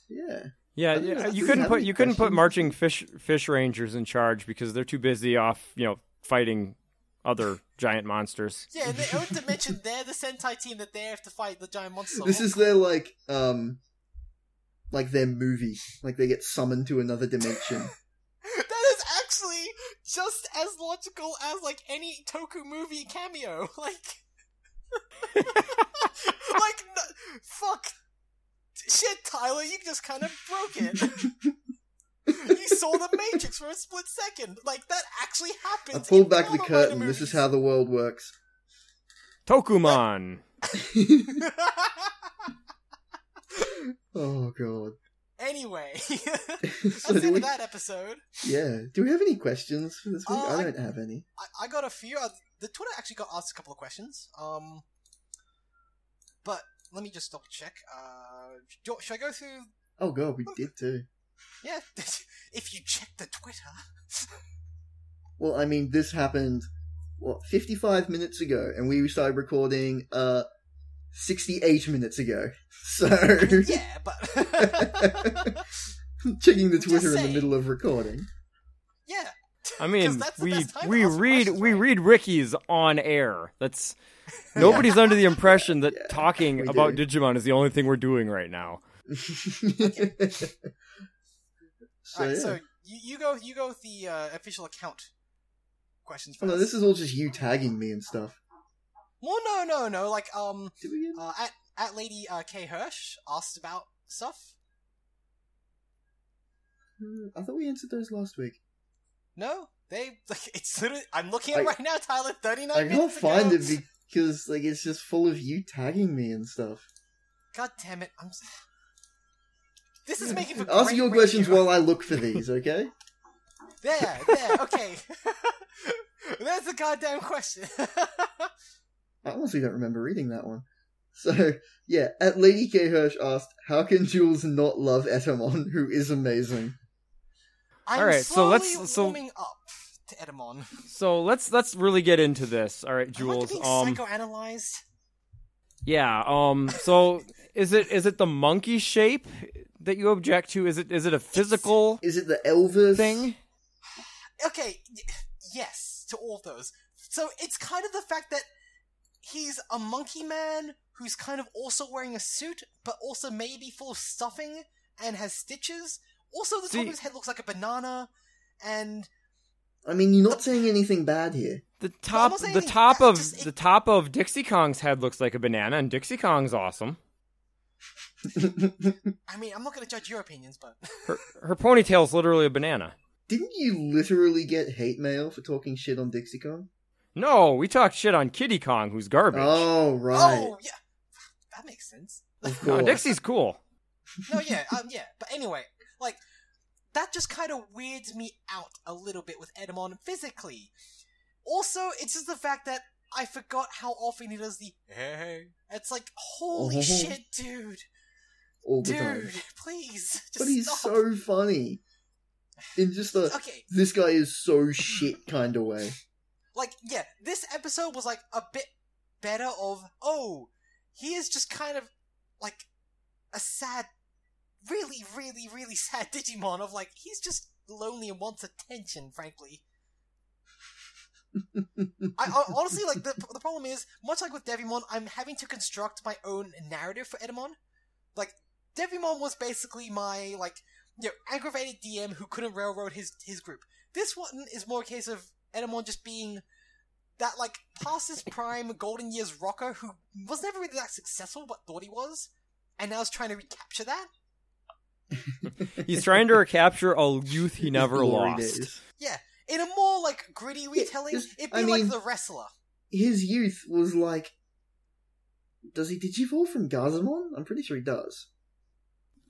Yeah. I Yeah, think yeah that's- you does couldn't have put any you couldn't put questions? marching fish fish rangers in charge because they're too busy off, you know, fighting other giant monsters. <laughs> yeah, in their own dimension, they're the Sentai team that they have to fight the giant monster. This is their like um like their movie. Like they get summoned to <laughs> another dimension. That is actually just as logical as like any Toku movie cameo. <laughs> Like, like no- fuck, shit, Tyler, you just kind of broke it. you saw the Matrix for a split second. Like that actually I happened. pulled back the curtain. This is how the world works. <laughs> Tokumon. oh god. <laughs> <laughs> anyway, So that's the do end we, of that episode. yeah. Do we have any questions for this week? Uh, I I- don't have any. I, I got a few. Uh, the Twitter actually got asked a couple of questions. Um, but let me just double check. Uh, do, should I go through? Oh god, we did too. Yeah, <laughs> if you check the Twitter. Well, I mean, this happened what fifty-five minutes ago, and we started recording uh sixty-eight minutes ago. <laughs> So <laughs> yeah, but <laughs> checking the Just Twitter in the saying. middle of recording. <laughs> yeah. I 'Cause mean, that's the we best time to we ask the read questions, we right? read Ricky's on air. <laughs> That's nobody's under the impression that Yeah, we talking about do. Digimon is the only thing we're doing right now. so, All right, yeah. so you, you go you go with the uh, official account questions Oh, first. no, this is all just you tagging me and stuff. well, no, no, no. Like um, Did we get... uh, at at Lady uh, K Hirsch asked about stuff. I thought we answered those last week. No, they. <laughs> Like, it's literally. I'm looking at it I- right now, Tyler. Thirty nine. I can't minutes ago. find it because like it's just full of you tagging me and stuff. God damn it! I'm. s- This is making for <laughs> Ask great your questions radio. while I look for these, okay? <laughs> <laughs> There, there. Okay. That's a goddamn question. I honestly don't remember reading that one. So yeah, at Lady K Hirsch asked, "How can Jules not love Etamon, who is amazing?" <laughs> I'm All right, so slowly let's- so- warming up to Edamon. So let's let's really get into this. All right, Am I Jules. being um, psychoanalyzed? yeah. Um. So is it is it the monkey shape that you object to? Is it is it a physical Is it the Elvis thing? Okay, y- yes to all of those. So it's kind of the fact that he's a monkey man who's kind of also wearing a suit, but also maybe full of stuffing and has stitches. Also, the top See- of his head looks like a banana, and I mean, you're not saying anything bad here. <laughs> The top almost the anything- top yeah, of just- the top of Dixie Kong's head looks like a banana, and Dixie Kong's awesome. I mean, I'm not going to judge your opinions, but Her her ponytail's literally a banana. Didn't you literally get hate mail for talking shit on DixieCon? No, we talked shit on Kitty Kong, who's garbage. Oh right, oh yeah, that makes sense. of <laughs> no, course. Dixie's cool. no, yeah, um, yeah. But anyway, like that just kind of weirds me out a little bit with Edamon physically. Also, it's just the fact that I forgot how often he does the hey. It's like holy Oh. shit, dude, all the time. dude, please. Just But he's stop. so funny in just a okay. this guy is so shit kind of way. Like yeah, this episode was like a bit better. Of oh, he is just kind of like a sad, really, really, really <laughs> sad Digimon. Of like he's just lonely and wants attention. Frankly. I, I honestly like the the problem is much like with Devimon, I'm having to construct my own narrative for Edamon. Like Devimon was basically my like you know aggravated DM who couldn't railroad his his group. This one is more a case of Edamon just being that like past his prime golden years rocker who was never really that successful but thought he was, and now is trying to recapture that. <laughs> He's trying to recapture a youth he His never glory lost. days. In a more like gritty retelling, it's- it'd be I mean- like the wrestler. <laughs> <laughs> His youth was like. Does he? Did he fall from Gazamon? I'm pretty sure he does.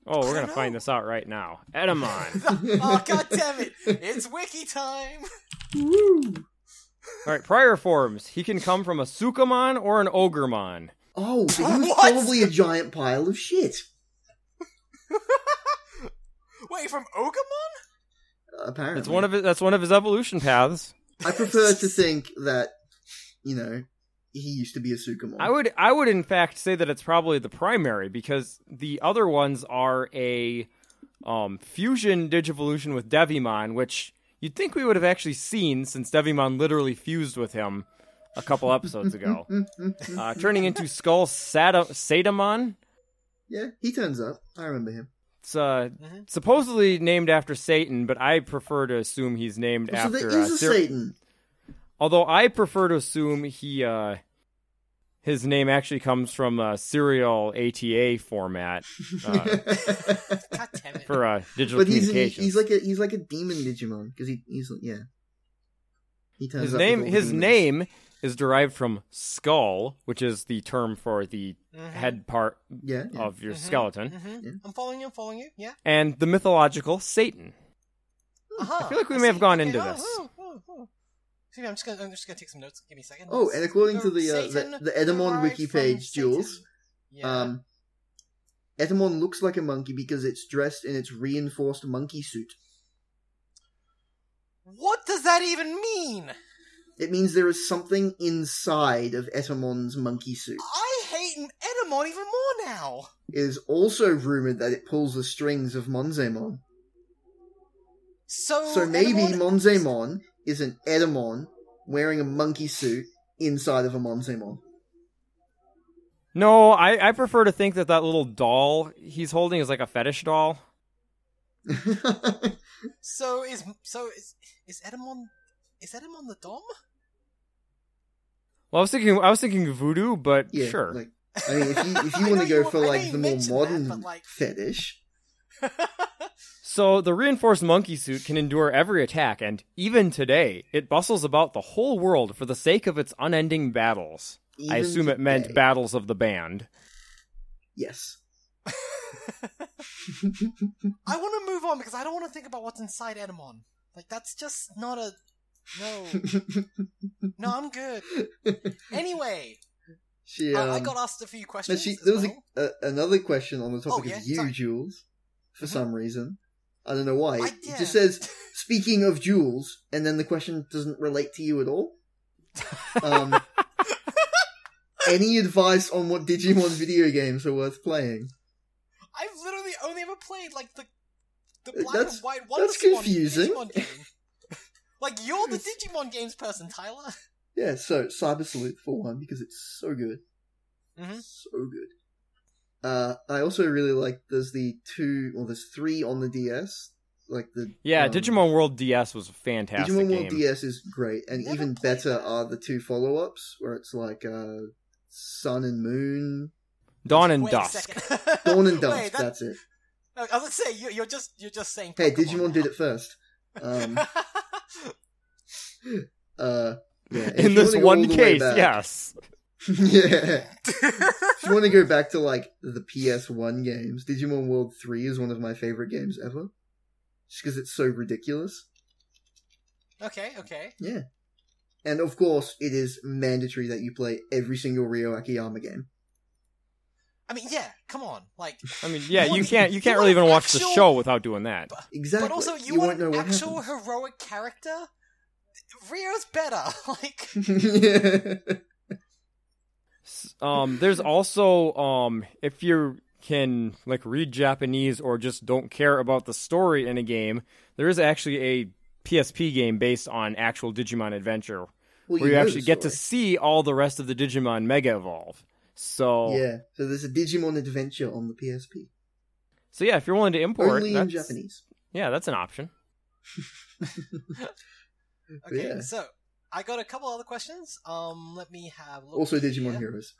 Oh, I we're gonna don't find know. this out right now. Edamon. oh god damn it! It's wiki time. <laughs> Woo! All right, prior forms. He can come from a Sukamon or an Ogremon. Oh, so <laughs> he was What? probably a giant pile of shit. Wait, from Ogamon? Apparently, That's one of his, that's one of his evolution paths. I prefer to think that you know he used to be a Sukumon. I would I would in fact say that it's probably the primary because the other ones are a um, fusion Digivolution with Devimon, which you'd think we would have actually seen since Devimon literally fused with him a couple <laughs> episodes ago, uh, turning into Skull Sada- Sadamon. yeah, he turns up. I remember him. It's uh, Mm-hmm. Mhm. supposedly named after Satan, but I prefer to assume he's named so after. there uh, is a Cyr- Satan. Although I prefer to assume he uh his name actually comes from uh, serial ATA format <laughs> uh, God damn it! for uh, digital but he's, he- communications. he's like a he's like a demon Digimon because he he's yeah. He turns his up with name all the his demons. name is derived from skull, which is the term for the Mhm. head part Yeah, yeah. of your Mhm. skeleton, Mhm. Yeah. I'm following you. I'm following you. Yeah. and the mythological Satan. Hmm, Uh-huh. I feel like we I may have see. gone Okay, into oh, this. oh, oh, oh. Excuse me, I'm just gonna I'm just gonna take some notes. Give me a second. Oh, and according to the, uh, the- Satan the Edamon derived wiki from page, Satan. Jules, Yeah. Um, Etamon looks like a monkey because it's dressed in its reinforced monkey suit. what does that even mean? It means there is something inside of Etamon's monkey suit. I hate Edamon even more now. It is also rumored that it pulls the strings of Monzemon. So Oh, So maybe Edamon- Monzemon is an Edamon wearing a monkey suit inside of a <laughs> Monzemon. No, I, I prefer to think that that little doll he's holding is like a fetish doll. So is so is is Edamon is Edamon the dom? Well, I was thinking I was thinking voodoo, but yeah, sure. Like, I mean, if you if <laughs> I you know want to you go wa- for I know like you the more mentioned that, modern but, like- fetish, So the reinforced monkey suit can endure every attack, and even today, it bustles about the whole world for the sake of its unending battles. I even assume it meant today- battles of the band. Yes. I want to move on because I don't want to think about what's inside Edamon. Like that's just <laughs> not a no. No, I'm good. Anyway, She, I- um, I got asked a few no, questions. she, as there was a, well. Oh, a, another question on the topic yeah, of you, sorry. Jules, for Mhm. some reason. I don't know why. I- It yeah. just <laughs> says, speaking of Jules, and then the question doesn't relate to you at all. Um, <laughs> any advice on what Digimon video games are worth playing? I've literally only ever played like the the black That's- and white Wonder that's Swan confusing. Digimon game. <laughs> like you're the Digimon games person, Tyler. Yeah, so Cyber Sleuth for one because it's so good, Mm-hmm. Mhm. so good. Uh, I also really like there's the two or there's three on the DS, like the Yeah, um, Digimon World DS was a fantastic Digimon World game. DS is great, and Never even played better that. are the two follow ups where it's like uh, Sun and <laughs> Moon, Dawn and Wait a Dusk. second. Dawn and Dusk. <laughs> Wait, that- that's it. I was gonna say you, you're just you're just saying. Hey, Pokemon Digimon <laughs> now. did it first. Um, uh, yeah, if <laughs> In you this wanna go all one the way case, back- yes. <laughs> yeah. if you want to go back to like the PS1 games, Digimon World 3 is one of my favorite games ever. Just because it's so ridiculous. okay, okay. And of course, it is mandatory that you play every single Ryo Akiyama game. I mean, yeah. Come on, like, I mean, yeah, you want- can't you you can't want really even an watch the actual- show without doing that. Exactly. but also you, won't want know an what actual heroic character. Rio's better. <laughs> Like, happens. S- Um, there's also um, if you can like read Japanese or just don't care about the story in a game, there is actually a PSP game based on actual Digimon <laughs> Adventure Well, where you Oh, know actually the get to story. see all the rest of the Digimon Mega Evolve. So Yeah, so there's a Digimon Adventure on the PSP. so yeah, if you're willing to import, Only in that's- Japanese. yeah, that's an option. okay, Yeah. so I got a couple other questions. Um, let me have a look Also Digimon here. Heroes.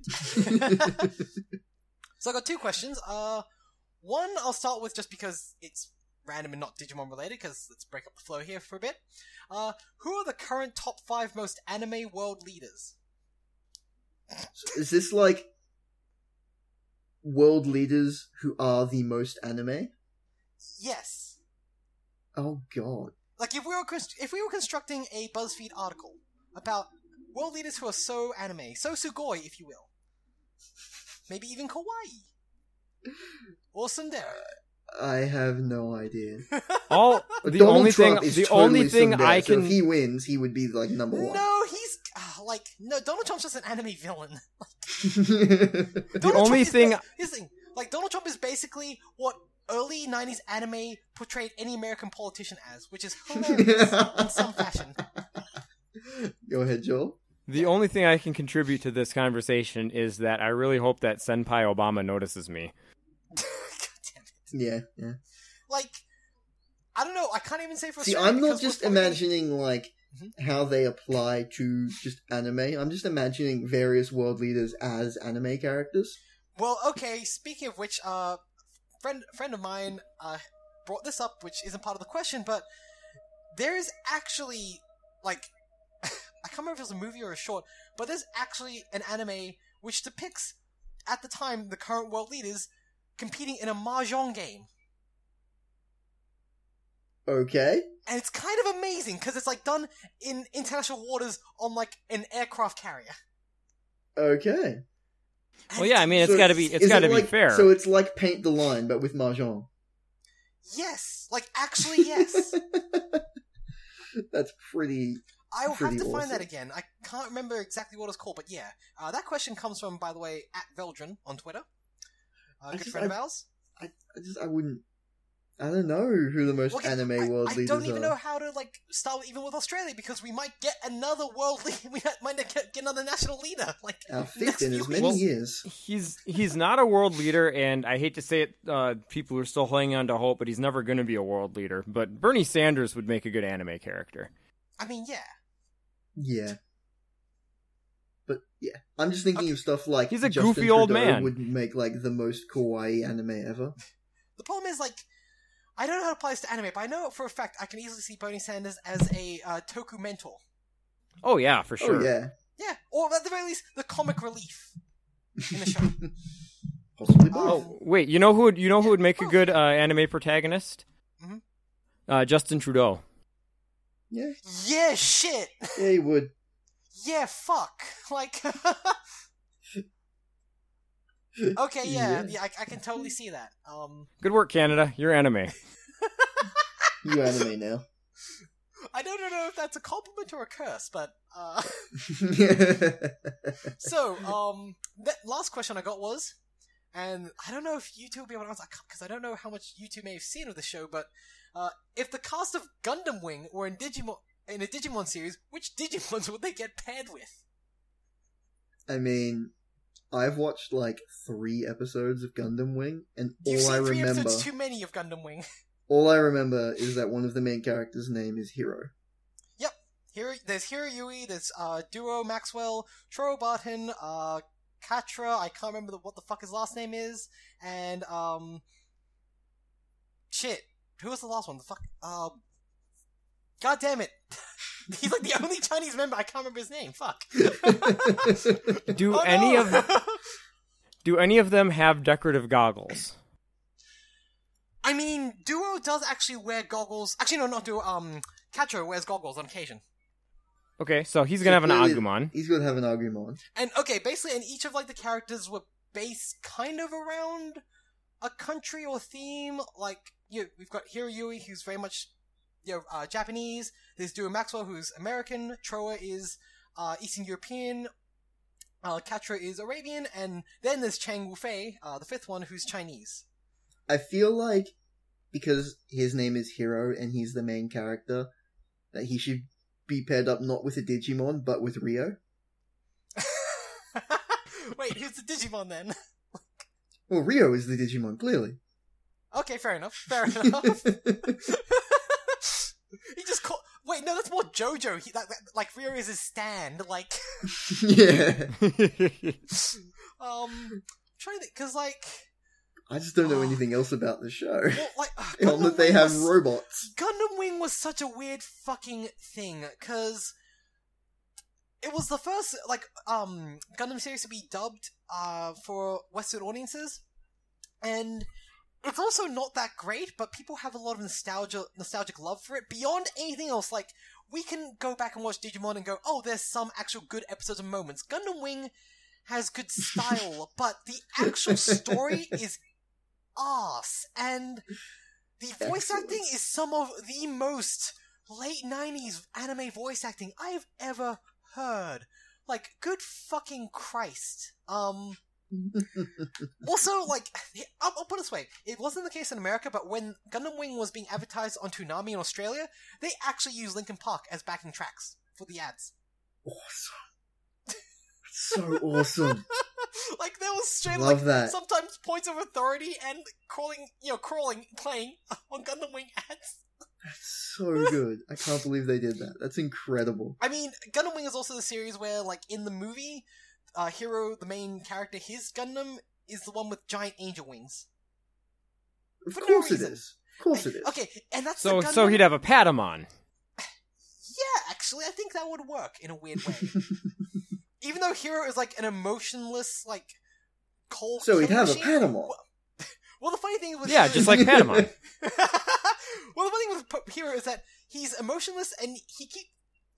<laughs> <laughs> so I got two questions. Uh, one I'll start with just because it's random and not Digimon related. Because let's break up the flow here for a bit. Uh, who are the current top five most anime world leaders? So is this like world leaders who are the most anime? Yes. Oh god. Like if we were const- if we were constructing a BuzzFeed article about world leaders who are so anime, so sugoi, if you will, maybe even <laughs> kawaii, or tsundere. I have no idea. All <laughs> the Donald only Trump thing is the totally only thing Sundar, I so can if he wins, he would be like number <laughs> one. <laughs> No, he's ah, like no. Donald Trump's just an anime villain. the only Trump is thing ba- here's the thing, like Donald Trump is basically what early '90s anime portrayed any American politician as, which is hilarious <laughs> in some fashion. <laughs> Go ahead, Joel. The only thing I can contribute to this conversation is that I really hope that Senpai Obama notices me. God damn it. Yeah, yeah. Like, I don't know. I can't even say for. See, Australia I'm because we're not Mm-hmm. just probably gonna- imagining like how they apply to just anime. I'm just imagining various world leaders as anime characters. Well, okay. Speaking of which, uh, friend friend of mine uh brought this up, which isn't part of the question, but there is actually like <laughs> I can't remember if it was a movie or a short, but there's actually an anime which depicts at the time the current world leaders competing in a mahjong game, Okay. and it's kind of amazing because it's like done in international waters on like an aircraft carrier. Okay. And Well, yeah, I mean it's So got to be it's is got to it be like- fair. So it's like paint the line, but with mahjong. <laughs> yes, like actually, yes. That's pretty. I will have Pretty to find that awesome. again. I can't remember exactly what it's called, but yeah. Uh, that question comes from, by the way, at Veldrin on Twitter. Uh, I good just- friend I- of ours. I just I wouldn't. I don't know who the most Okay, anime I, world I leaders don't even are. know how to like start even with Australia because we might get another world <laughs> leader. We might get, get another national leader. <laughs> Like Our next fifth in few as many weeks. years. he's he's not a world leader, and I hate to say it, uh, people are still hanging on to hope, but he's never going to be a world leader. But Bernie Sanders would make a good anime character. I mean, yeah. Yeah. But yeah, I'm just thinking of stuff like He's a Justin goofy old Trudeau man. would make like the most kawaii anime ever. Oh, The problem is like. I don't know how it applies to anime, but I know for a fact I can easily see Bernie Sanders as a uh, toku mentor. Oh yeah, for sure. Oh yeah, Yeah, or at the very least, the comic relief in the show. <laughs> possibly both. Oh. Oh wait, you know who would you know who would make a good uh, anime protagonist? Mhm. Uh, Justin Trudeau. Yeah, yeah, shit! yeah, he would. <laughs> yeah, fuck. <laughs> Like, Okay, yeah, yeah, I, I can totally see that. Um, Good work, Canada. <laughs> You're anime. You anime now. <laughs> I don't know if that's a compliment or a curse, but uh, <laughs> so um, that last question I got was, and I don't know if you two will be able to answer because I don't know how much you two may have seen of the show, but uh, if the cast of Gundam Wing were in Digimon in a Digimon series, which Digimons would they get paired with? I mean, I've watched like three episodes of Gundam Wing, and You've all seen Oh, I three remember, episodes too many of Gundam Wing. all I remember is that one of the main characters' name is <laughs> Hero. Here, there's Hiroyui, there's uh, Duo Maxwell, Truro Barton, uh, Katra. I can't remember the, what the fuck his last name is, and um, shit, who was the last one? The fuck, uh, god damn it, <laughs> he's like the only Chinese member. I can't remember his name. Fuck. Do Oh, any no! of do any of them have decorative goggles? <laughs> I mean, Duo does actually wear goggles. Actually, no, not Duo. Um, Katra wears goggles on occasion. Okay, so he's gonna have an Clearly- Agumon. He's gonna have an Agumon. And okay, basically, and each of like the characters were based kind of around a country or theme. Like, you know, we've got Hiroyui, who's very much you know uh, Japanese. There's Duo Maxwell, who's American. Troa is uh, Eastern European. Uh, Katra is Arabian, and then there's Chang Wufei, uh, the fifth one, who's Chinese. <laughs> I feel like because his name is Hero and he's the main character, that he should be paired up not with a Digimon but with Rio. Wait, who's the Digimon then? <laughs> Well, Rio is the Digimon clearly. <laughs> Okay, fair enough. Fair enough. <laughs> he just called. Wait, no, that's more JoJo. He, that, that, like Rio is his stand. Like, <laughs> yeah, um, trying to because like, I just don't know anything else about <laughs> the show. well, like <sighs> ugh, Not that they Wing have was- robots. Gundam Wing was such a weird fucking thing because it was the first like um Gundam series to be dubbed uh for Western audiences, and it's also not that great. But people have a lot of nostalgia, nostalgic love for it beyond anything else. Like we can go back and watch Digimon and go, oh, there's some actual good episodes and moments. Gundam Wing has good style, but the actual story is ass and. The voice Excellent. acting is some of the most late 90s anime voice acting I've ever heard. Like, good fucking Christ. <laughs> Um, also, like, I'll, I'll put it this way. It wasn't the case in America, but when Gundam Wing was being advertised on Toonami in Australia, they actually used Linkin Park as backing tracks for the ads. <laughs> awesome. So <laughs> awesome. like, there was straight like, Love that. sometimes points of authority and crawling, you know, crawling, playing <laughs> on Gundam Wing ads. That's so good. I can't believe they did that. That's incredible. I mean, Gundam Wing is also the series where, like, in the movie, uh, Hero, the main character, his Gundam is the one with giant angel wings. Of For no course it reason. is. Of course it is. Okay, and that's <laughs> so the Gundam. so he'd have a Patamon. Yeah, actually, I think that would work in a weird <laughs> way. Even though Hero is like an emotionless, like cold. So he'd killing have a machine. Patamon. Well, <laughs> well, the funny thing with Yeah, Hero- just like Patamon. <laughs> well, the funny thing with Po- Hero is that he's emotionless and he keep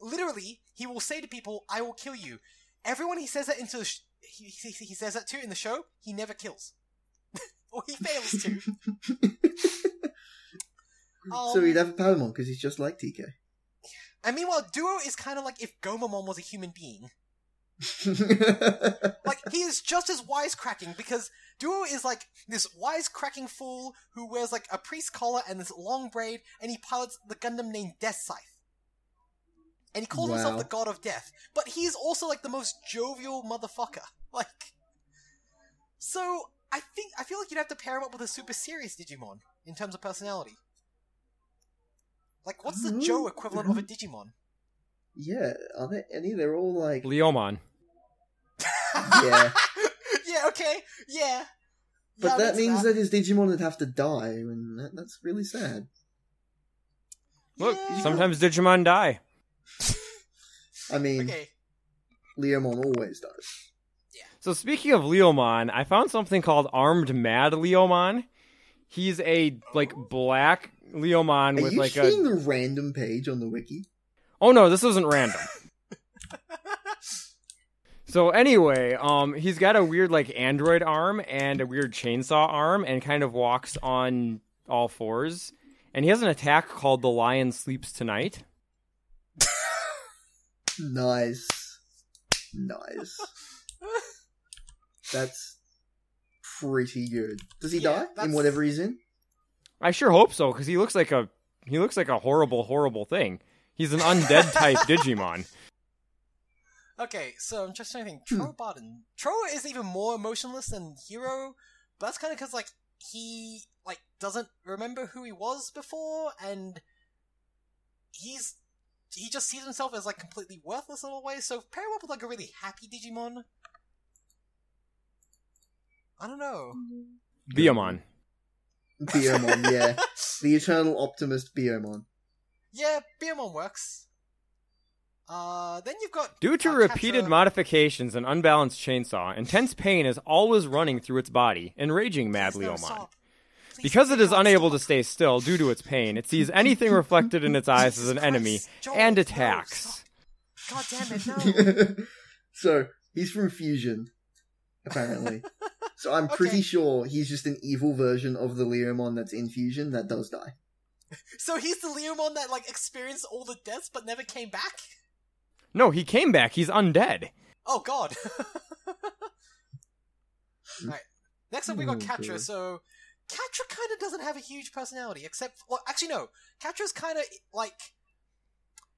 literally he will say to people, "I will kill you." Everyone he says that into the sh- he, he, he says that to in the show, he never kills, <laughs> or he fails to. Um, <laughs> <laughs> so he'd have a Patamon because he's just like and meanwhile, Duo is kind of like if Gomamon was a human being. TK. Like he is just as wisecracking because Duo is like this wisecracking fool who wears like a priest collar and this long braid, and he pilots the Gundam named Death Scythe. And he calls himself Wow. the God of Death, but he is also like the most jovial motherfucker. <laughs> Like, so I think I feel like you'd have to pair him up with a super serious Digimon in terms of personality. Like, what's the Mhm. Joe equivalent of a Digimon? <laughs> <laughs> yeah, are there any? They're all like, Leomon. <laughs> yeah. yeah, okay, yeah. But Yeah, that that's means that. his Digimon would have to die, and that, that's really sad. Look, Yeah. sometimes Digimon die. I mean, Okay. Leomon always dies. So speaking of Leomon, I found something called Armed Mad Leomon. He's a like black Leomon Are with you like seeing a the random page on the wiki? Oh no, this isn't random. So anyway, um, he's got a weird like android arm and a weird chainsaw arm, and kind of walks on all fours. And he has an attack called the Lion Sleeps Tonight. Nice. <laughs> Nice. That's pretty good. Does he Yeah, die in that's- whatever he's <laughs> in? I sure hope so, because he looks like a he looks like a horrible, horrible thing. He's an undead <laughs> type Digimon. Okay, so I'm just trying to think. Hmm. Tro Barden. Tro is even more emotionless than Hero, but that's kind of because like he like doesn't remember who he was before, and he's he just sees himself as like completely worthless in all ways. So pair him up with like a really happy Digimon. I don't know. Biomon. Biomon, <laughs> yeah. The eternal optimist Biomon. yeah, Beermon works. Uh, then you've got Due to Uh, repeated Tetra- modifications and unbalanced chainsaw, intense pain is always running through its body, enraging Please Madly no, Omon. stop. Please Because do it is not unable to stop. stay still due to its pain, it sees anything reflected <laughs> in its eyes as Jesus an enemy Christ, Joel, and no, attacks. God damn it, no. <laughs> so he's from Fusion, apparently. so I'm <laughs> pretty Okay. sure he's just an evil version of the Leomon that's in Fusion that does die. so he's the Leomon that like experienced all the deaths but never came back? No, he came back. He's undead. Oh god. <laughs> Alright. Next up we got Oh, Katra, dear. so Katra kinda doesn't have a huge personality, except well actually no. Katra's kinda like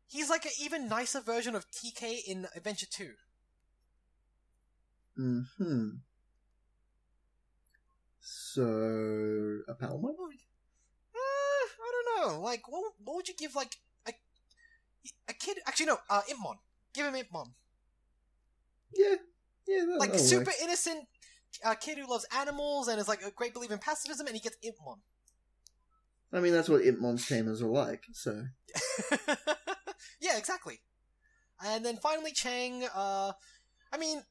he's like an even nicer version of TK in Adventure 2. Hmm. So a Palmon? Uh, I don't know. Like, what, what would you give, like, a, a kid? Actually, no, uh, Impmon. Give him Impmon. Yeah, yeah. That, Like, that'll super work. innocent uh, kid who loves animals and is, like, a great believer in pacifism, and he gets Impmon. I mean, that's what Impmon's tamers are like. So <laughs> yeah, exactly. And then finally, Chang, uh, I mean,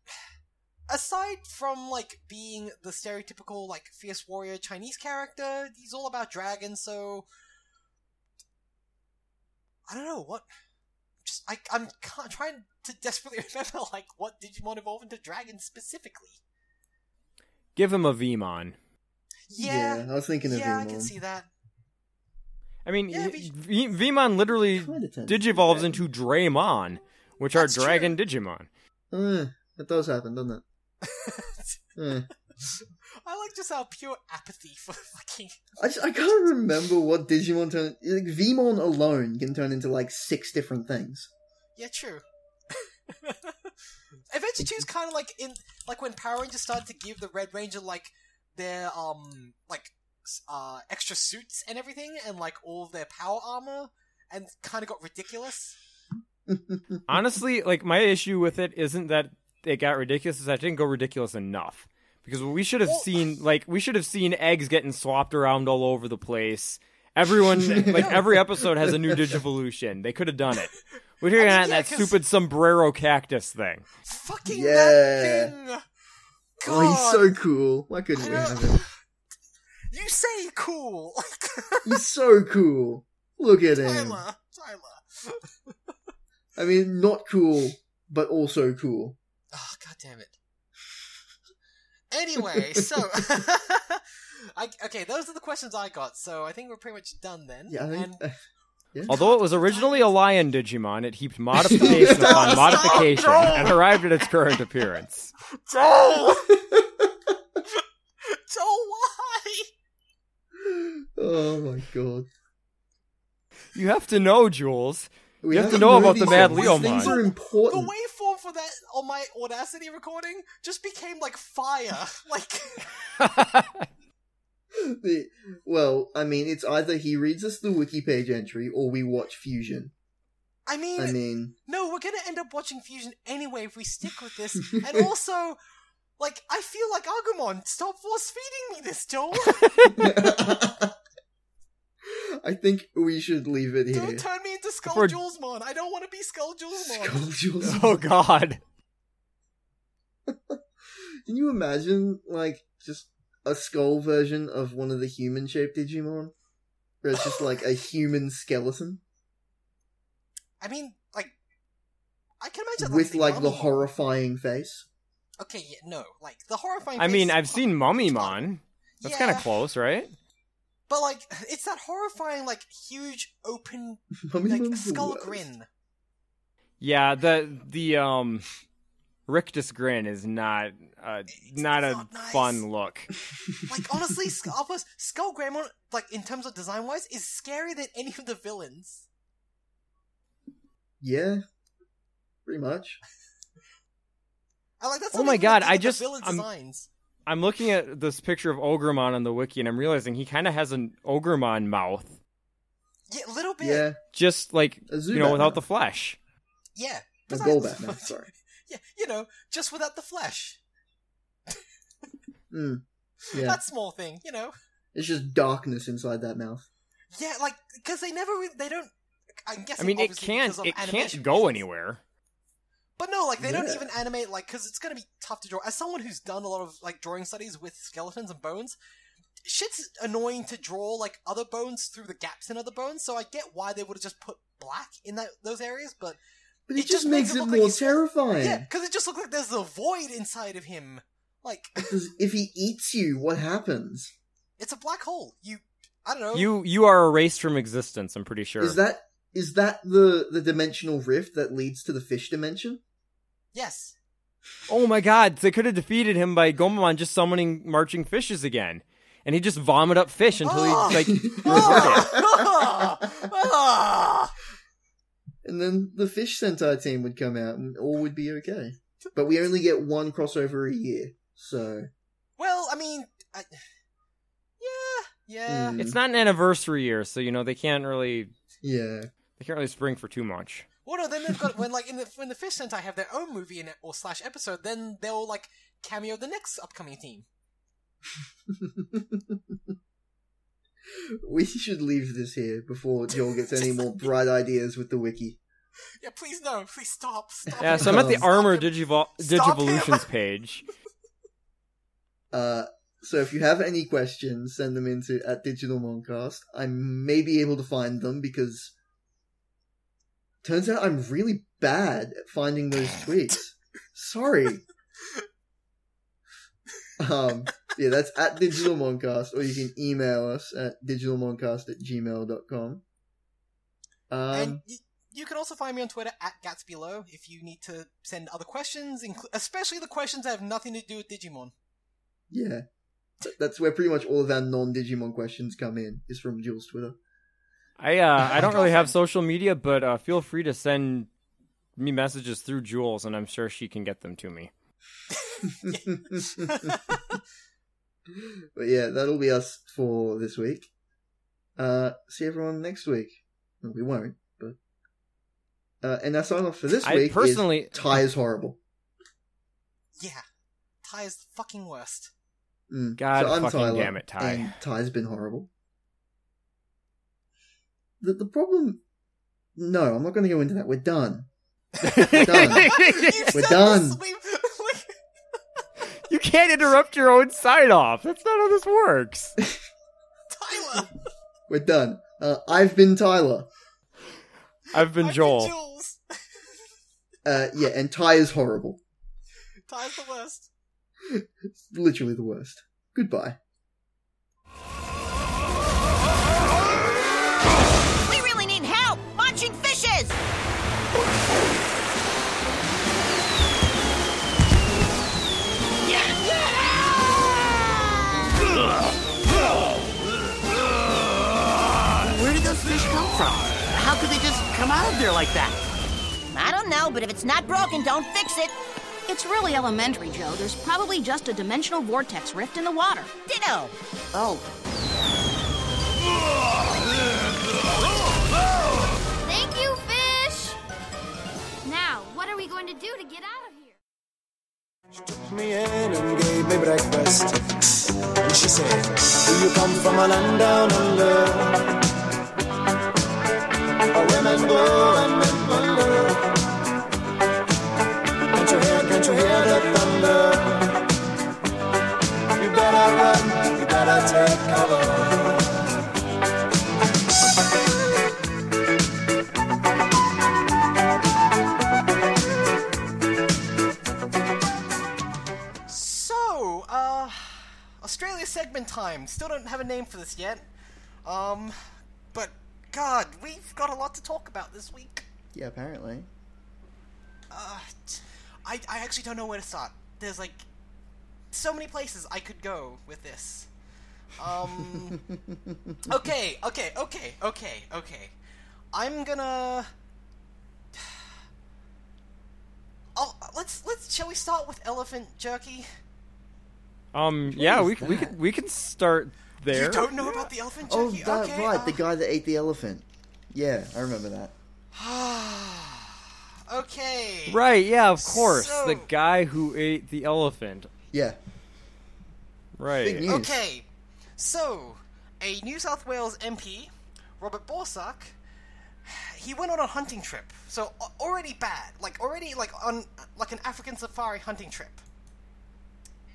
aside from, like, being the stereotypical, like, fierce warrior Chinese character, he's all about dragons, so. I don't know, what. Just, I, I'm ca- trying to desperately <laughs> remember, like, what Digimon evolved into dragons specifically. Give him a Vmon. Yeah, I was thinking of yeah, I Impmon. can see that. I mean, Yeah, he- v- Vmon literally Kinda tends to do digivolves that. into Draymon, which are That's true. dragon Digimon. Eh, it does happen, doesn't it? <laughs> Eh. I like just our pure apathy for <laughs> fucking. I just I can't remember what Digimon turn. Like, Vmon alone can turn into like six different things. Yeah, <laughs> true. Adventure Two's kind of like in like when Power Rangers started to give the Red Ranger like their um like s- uh extra suits and everything and like all of their power armor and kind of got ridiculous. Honestly, like my issue with it isn't that it got ridiculous; is that it didn't go ridiculous enough. Because we should have Well- seen, like, we should have seen eggs getting swapped around all over the place. Everyone, <laughs> like, every episode has a new Digivolution. They could have done it. We're hearing I mean, that, yeah, that 'cause- stupid sombrero cactus thing. Fucking Yeah. that thing. God, Oh, he's so cool. Why couldn't I we know. have him? you say cool, <laughs> He's so cool. Look at him. Tyler. Tyler. I mean, not cool, but also cool. Oh, god damn it. Anyway, so <laughs> I, okay, those are the questions I got, so I think we're pretty much done then. Yeah, I think. and Although it was originally a lion Digimon, it <laughs> heaped modification upon modification and arrived at its current appearance. Joel! <laughs> Joel, why? <laughs> oh my god. You have to know, Jules. We You have to haven't know moved about the these Mad things. Leo These mod. are The important. waveform for that on my Audacity recording just became like fire. <laughs> Like, The- well, I mean, it's either he reads us the wiki page entry or we watch Fusion. I mean, I mean, no, we're gonna end up watching Fusion anyway if we stick with <laughs> this. and also, like, I feel like Agumon, stop force feeding me this, <laughs> Joel! I think we should leave it here. Don't turn me into Skull For- Julesmon! I don't want to be Skull Julesmon! Skull Jules. <laughs> oh God. Can you imagine, like, just a skull version of one of the human shaped Digimon? Where it's just like a human skeleton? I mean, like, I can at with the like the mummy. horrifying face. <laughs> Okay, yeah, no, like the horrifying. I mean, face- I've seen Mummy Mon. That's kind Yeah, of close, right? But like, it's that horrifying, like huge open, Mummy like Mon's the skull worst. grin. Yeah, the the um rictus grin is not uh, It's not a not nice. fun look. Like honestly, Sk- Opus, Skull Grandma, like in terms of design wise, is scarier than any of the villains. Yeah, pretty much. I like that's. Oh not my even God, the thing I with the just- villain I'm- designs. I'm looking at this picture of Ogremon on the wiki, and I'm realizing he kind of has an Ogremon mouth, Yeah, a little bit. Yeah, just like a zoo you know, without the Batman. flesh. yeah. a Besides- gold Batman. Sorry. <laughs> yeah, you know, just without the flesh. Mm, yeah, That small thing, you know. it's just darkness inside that mouth. Yeah, like because they never, re- they don't. I'm I guessing. mean, it obviously can't because of it can't animation go reasons. anywhere. But no, like they don't Yeah. even animate like because it's gonna be tough to draw. As someone who's done a lot of like drawing studies with skeletons and bones, shit's annoying to draw like other bones through the gaps in other bones. So I get why they would have just put black in that those areas, but But it, It just, just makes, makes it it look more like <laughs> he's- terrifying. yeah, because it just looked like there's a void inside of him. Like Because if he eats you, what happens? it's a black hole. You, I don't know. You you are erased from existence. I'm pretty sure. Is that is that the the dimensional rift that leads to the fish dimension? yes, Oh my god, they could have defeated him by Gomamon just summoning marching fishes again. And he just vomit up fish until Ah! <laughs> <laughs> he like <laughs> Ah! <laughs> Ah! and then the fish centaur team would come out, and all would be okay. But we only get one crossover a year, so well, I mean, I, yeah, yeah. mm, it's not an anniversary year, so you know they can't really yeah. they can't really spring for too much. Well, no, then they've got when like in the when the Fish Sentai have their own movie in it or slash episode, then they'll like cameo the next upcoming team. We should leave this here before Joel gets any more bright ideas with the wiki. Yeah, please no, please stop, stop. Yeah, so I'm at the Stop armor him. Digivol- Stop him. Digivolutions page. Uh, so if you have any questions, send them into at Digital Moncast. I may be able to find them because turns out I'm really bad at finding those tweets. Sorry. Um, yeah, that's at Digital Moncast, or you can email us at digitalmoncast at gmail.com. And Um, you, you can also find me on Twitter at Gatsbylow if you need to send other questions, inclu- especially the questions that have nothing to do with Digimon. yeah. Th- That's where pretty much all of our non Digimon questions come in, is from Jules Twitter. I uh I don't really have social media, but uh feel free to send me messages through Jules and I'm sure she can get them to me. But yeah, that'll be us for this week. Uh, see everyone next week. Well, we won't, but. Uh, and our sign off for this I week personally is Ty is horrible. yeah, Ty is the fucking <laughs> worst. Mm. God so I'm fucking Tyler, damn it, Ty. And Ty's been horrible. The, the problem. No, I'm not going to go into that. We're done. done. You've We're said done. this, <laughs> we've- like, <laughs> you can't interrupt your own sign off. That's not how this works. Tyler, We're done. Uh, I've been Tyler. I've I've been been Joel. Jules. Uh, yeah, and Ty is horrible. Ty's the worst. Literally the worst. Goodbye. We really need help! Marching fishes! Where did those fish come from? How could they just come out of there like that? I don't know, but if it's not broken, don't fix it. It's really elementary, Joe. There's probably just a dimensional vortex rift in the water. Ditto. Oh, Thank you, fish! Now, what are we going to do to get out of here? me in and gave me breakfast. And she said, Do you come from a land down under? Where women glow and men wonder. Can't you hear, can't you hear the thunder? You better run, you better take cover. uh, segment time. Still don't have a name for this yet. Um, but God, we've got a lot to talk about this week. Yeah, apparently. Uh, t- I I actually don't know where to start. There's like so many places I could go with this. Um. okay, okay, okay, okay, okay. I'm gonna. Oh, let's let's shall we start with elephant jerky? Um, yeah, is we, we that? can we can start there. You don't know about the elephant Oh, jerky? that okay, right, uh, the guy that ate the elephant. Yeah, I remember that. okay. Right, yeah, of course. So- The guy who ate the elephant. Yeah. Big Right. news. Okay, so a New South Wales MP, Robert Borsak, he went on a hunting trip. So a- already bad, like already like on like an African safari hunting trip.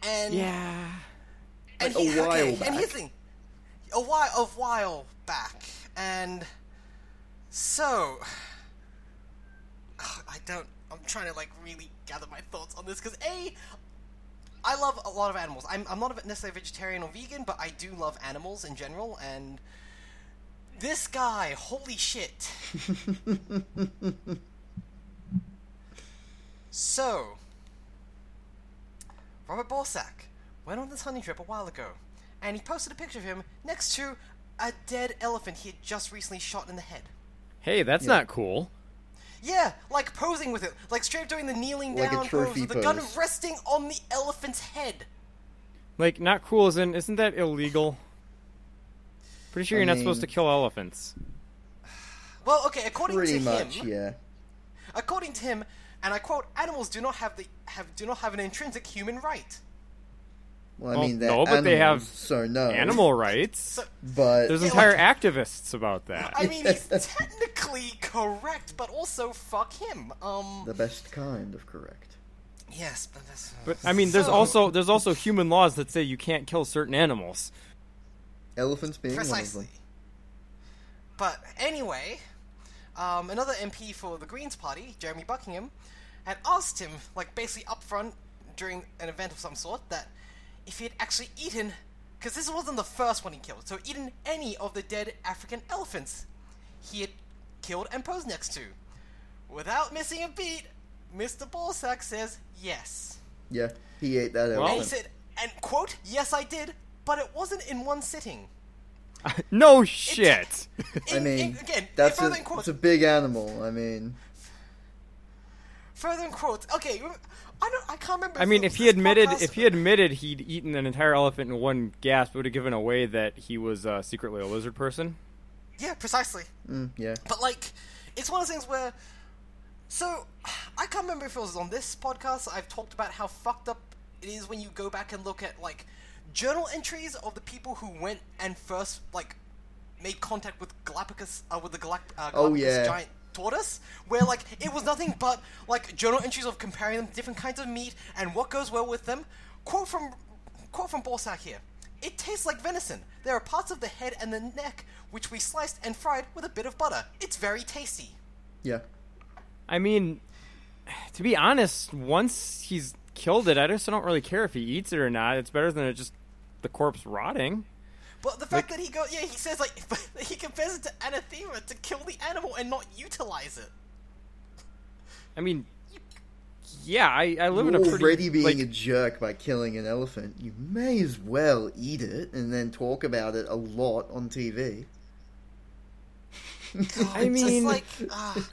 And Yeah. and Like, a while okay, back. And here's the thing, a while a while back, and so <sighs> I don't. I'm trying to like really gather my thoughts on this because a, I love a lot of animals. I'm I'm not necessarily vegetarian or vegan, but I do love animals in general. And this guy, holy shit! <laughs> so, Robert Borsak went on this hunting trip a while ago, and he posted a picture of him next to a dead elephant he had just recently shot in the head. Hey, that's not cool. Yeah, like posing with it, like straight up doing the kneeling Like a down trophy pose with the gun pose. resting on the elephant's head. Like, not cool as in, isn't that illegal? Pretty sure I you're not supposed to mean- kill elephants. Well, okay, according Pretty to much, him, yeah. according to him, and I quote, animals do not have the have do not have an intrinsic human right. Well, I Well, mean, they're no, but they animals, have so no Animal rights. So But There's Yeah, entire like- activists about that. I mean, <laughs> he's technically correct, but also fuck him. Um, the best kind of correct. yes, but that's, But I mean, there's So- also there's also human laws that say you can't kill <laughs> certain animals. Elephants being one Precisely. of them. But anyway, um, another MP for the Greens Party, Jeremy Buckingham, had asked him, like basically up front during an event of some sort, that if he had actually eaten, because this wasn't the first one he killed, so eaten any of the dead African elephants he had killed and posed next to. Without missing a beat, Mr. Ballsack says yes. Yeah, he ate that Well- And he elephant. said, and quote, yes I did, but it wasn't in one sitting. No <laughs> shit. I In- mean, in- again, that's further a, in quotes, it's a big animal. I mean, further in quotes. Okay, rem- I don't, I can't remember. I mean, if he it was this admitted podcast- if he admitted he'd eaten an entire elephant in one gasp, it would have given away that he was uh, secretly a lizard person. yeah, precisely. mm, yeah. But like, it's one of those things where, so I can't remember if it was on this podcast I've talked about how fucked up it is when you go back and look at like journal entries of the people who went and first like made contact with Galapagos uh, with the Galac- uh, Galapagos Oh, yeah. giant tortoise where like it was nothing but like journal entries of comparing them to different kinds of meat and what goes well with them quote from quote from Borsak here it tastes like venison there are parts of the head and the neck which we sliced and fried with a bit of butter it's very tasty Yeah. I mean, to be honest, once he's killed it, I just don't really care if he eats it or not. It's better than it just the corpse rotting. but the fact that he goes yeah he says like <laughs> he compares it to anathema to kill the animal and not utilize it I mean, yeah, I, I live in a You're pretty already being like, a jerk by killing an elephant. You may as well eat it and then talk about it a lot on TV. I it's mean, like ah.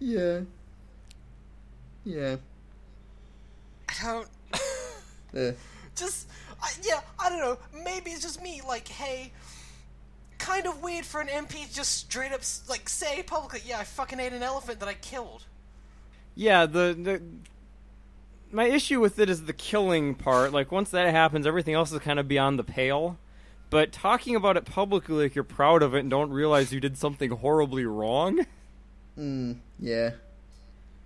Yeah. Yeah. I don't <laughs> <laughs> Eh. just I, yeah i don't know maybe it's just me like hey kind of weird for an mp to just straight up s- like say publicly yeah i fucking ate an elephant that i killed yeah, the the my issue with it is the killing part. Like once that happens, everything else is kind of beyond the pale. But talking about it publicly, like you're proud of it and don't realize you did something horribly wrong. Yeah.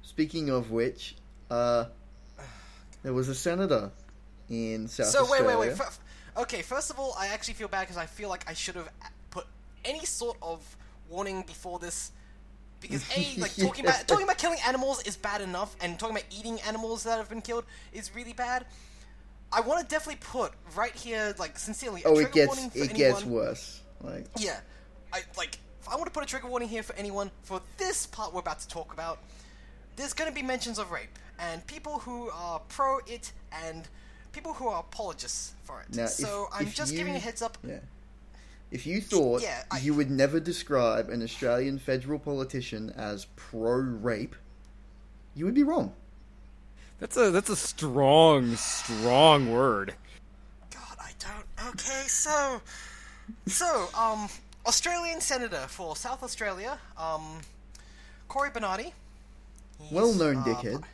Speaking of which, uh, there was a senator in South so wait Australia. wait wait f- f- okay first of all i actually feel bad because i feel like i should have put any sort of warning before this because <laughs> a like talking Yeah. about talking about killing animals is bad enough and talking about eating animals that have been killed is really bad I want to definitely put right here, like sincerely. A Oh, trigger it gets warning for it gets anyone- worse. Like Yeah, I like. I want to put a trigger warning here for anyone for this part we're about to talk about. There's going to be mentions of rape and people who are pro it and people who are apologists for it. now, if- so I'm if just you- giving a heads up. Yeah. If you thought yeah, I- you would never describe an Australian federal politician as pro-rape, you would be wrong. That's a that's a strong, strong word. God, I don't. Okay, so, so, um, Australian senator for South Australia, um, Corey Bernardi. He's, Well-known uh, dickhead.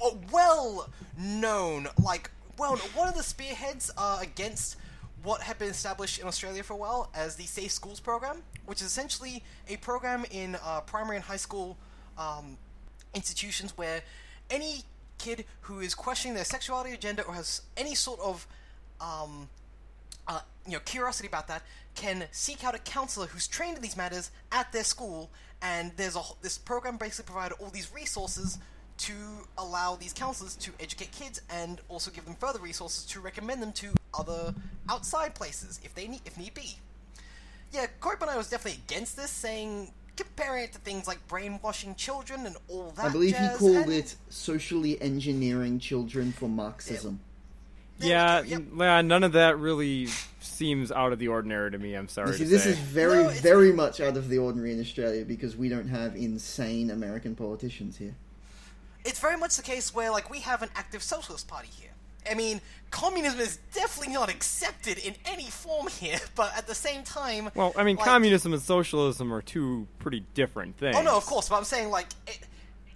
oh, well known, like well, one of the spearheads uh, against what had been established in Australia for a while as the Safe Schools program, which is essentially a program in uh, primary and high school um, institutions where any kid who is questioning their sexuality or gender or has any sort of um, uh, you know curiosity about that can seek out a counselor who's trained in these matters at their school and there's a wh- this program basically provided all these resources to allow these counselors to educate kids and also give them further resources to recommend them to other outside places if they need if need be yeah, Corey Bonnet was definitely against this, saying comparing it to things like brainwashing children and all that. I believe he jazz, called and- it socially engineering children for Marxism. Yeah, Yep. n- yeah, none of that really seems out of the ordinary to me. I'm sorry See, to this say. is very, No, it's- very much out of the ordinary in Australia because we don't have insane American politicians here. It's very much the case where like we have an active socialist party here. I mean, communism is definitely not accepted in any form here, <laughs> but at the same time, well, I mean, like- communism and socialism are two pretty different things. Oh no, of course, but I'm saying like it,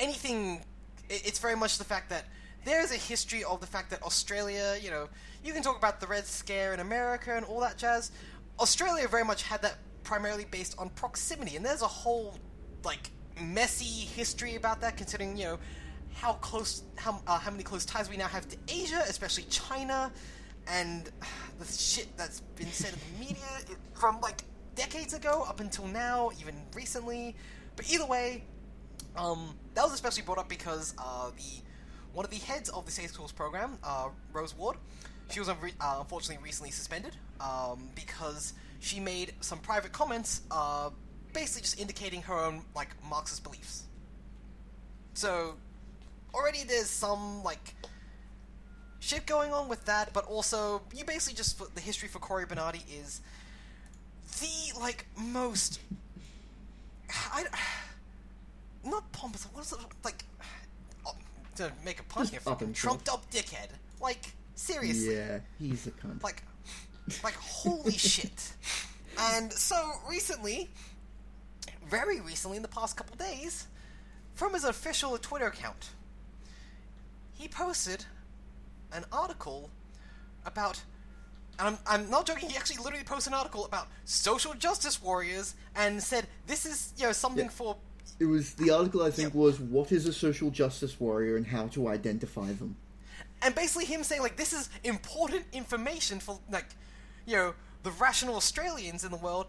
anything. It, it's very much the fact that there is a history of the fact that Australia, you know, you can talk about the Red Scare in America and all that jazz. Australia very much had that primarily based on proximity, and there's a whole like messy history about that, considering you know how close how uh, how many close ties we now have to Asia, especially China, and the shit that's been said in the media from like decades ago up until now, even recently. But either way, um, that was especially brought up because uh, the one of the heads of the Safe Schools program, uh, Rose Ward, she was unre- uh, unfortunately recently suspended um, because she made some private comments, uh, basically just indicating her own like Marxist beliefs. So already there's some like shit going on with that, but also you basically just the history for Corey Bernardi is the like most I not pompous. What is it like? oh, To make a pun Just here, up fucking himself. trumped up dickhead. Like seriously, Yeah, he's a cunt. like like holy shit. And so recently, very recently, in the past couple days, from his official Twitter account, he posted an article about. And I'm, I'm not joking, he actually literally posted an article about social justice warriors and said, this is, you know, something Yeah. for. it was the article I think Yeah. was "What is a social justice warrior and how to identify them." And basically him saying, like, this is important information for, like, you know, the rational Australians in the world.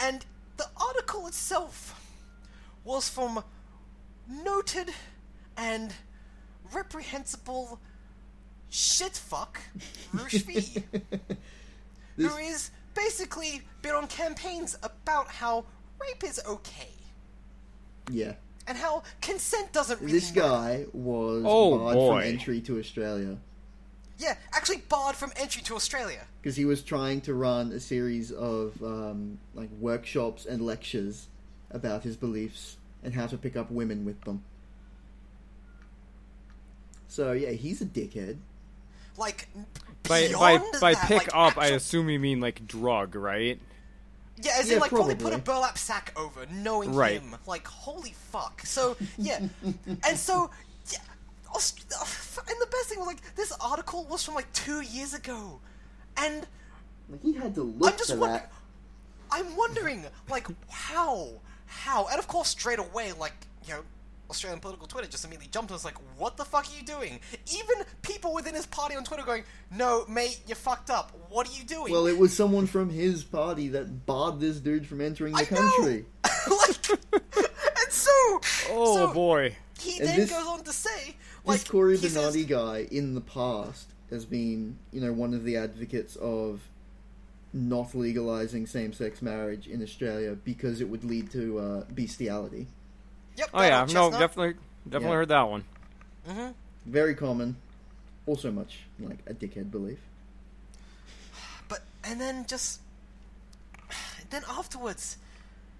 And the article itself was from noted and reprehensible shitfuck <laughs> Rushvi. who is basically been on campaigns about how rape is okay Yeah, and how consent doesn't really this matter. guy was Oh, barred boy. from entry to Australia Yeah, actually barred from entry to Australia. because he was trying to run a series of um, like workshops and lectures about his beliefs and how to pick up women with them. So yeah, he's a dickhead. Like By by beyond by that, pick like, up, I actual- assume you mean like drug, right? Yeah, as Yeah, in like probably. put a probably. burlap sack over, knowing Right. him. Like holy fuck. So yeah, <laughs> and so yeah, Aust- uh, and the best thing was like this article was from like two years ago, and Like he had to look I'm just for wonder- that. I'm wondering, like, how, how, and of course, straight away, like, you know, Australian political Twitter just immediately jumped and was like, "What the fuck are you doing?" Even people within his party on Twitter going, "No, mate, you fucked up. What are you doing?" Well, it was someone from his party that barred this dude from entering the I know! country. <laughs> like, and so, Oh so boy. he And then this- goes on to say, This like, Corey he says- Bernardi guy in the past has been, you know, one of the advocates of not legalizing same-sex marriage in Australia because it would lead to uh, bestiality. Yep. Oh right yeah, on, no, Chestnut. definitely, definitely Yeah. heard that one. Very common. Also much like a dickhead belief. But and then just then afterwards,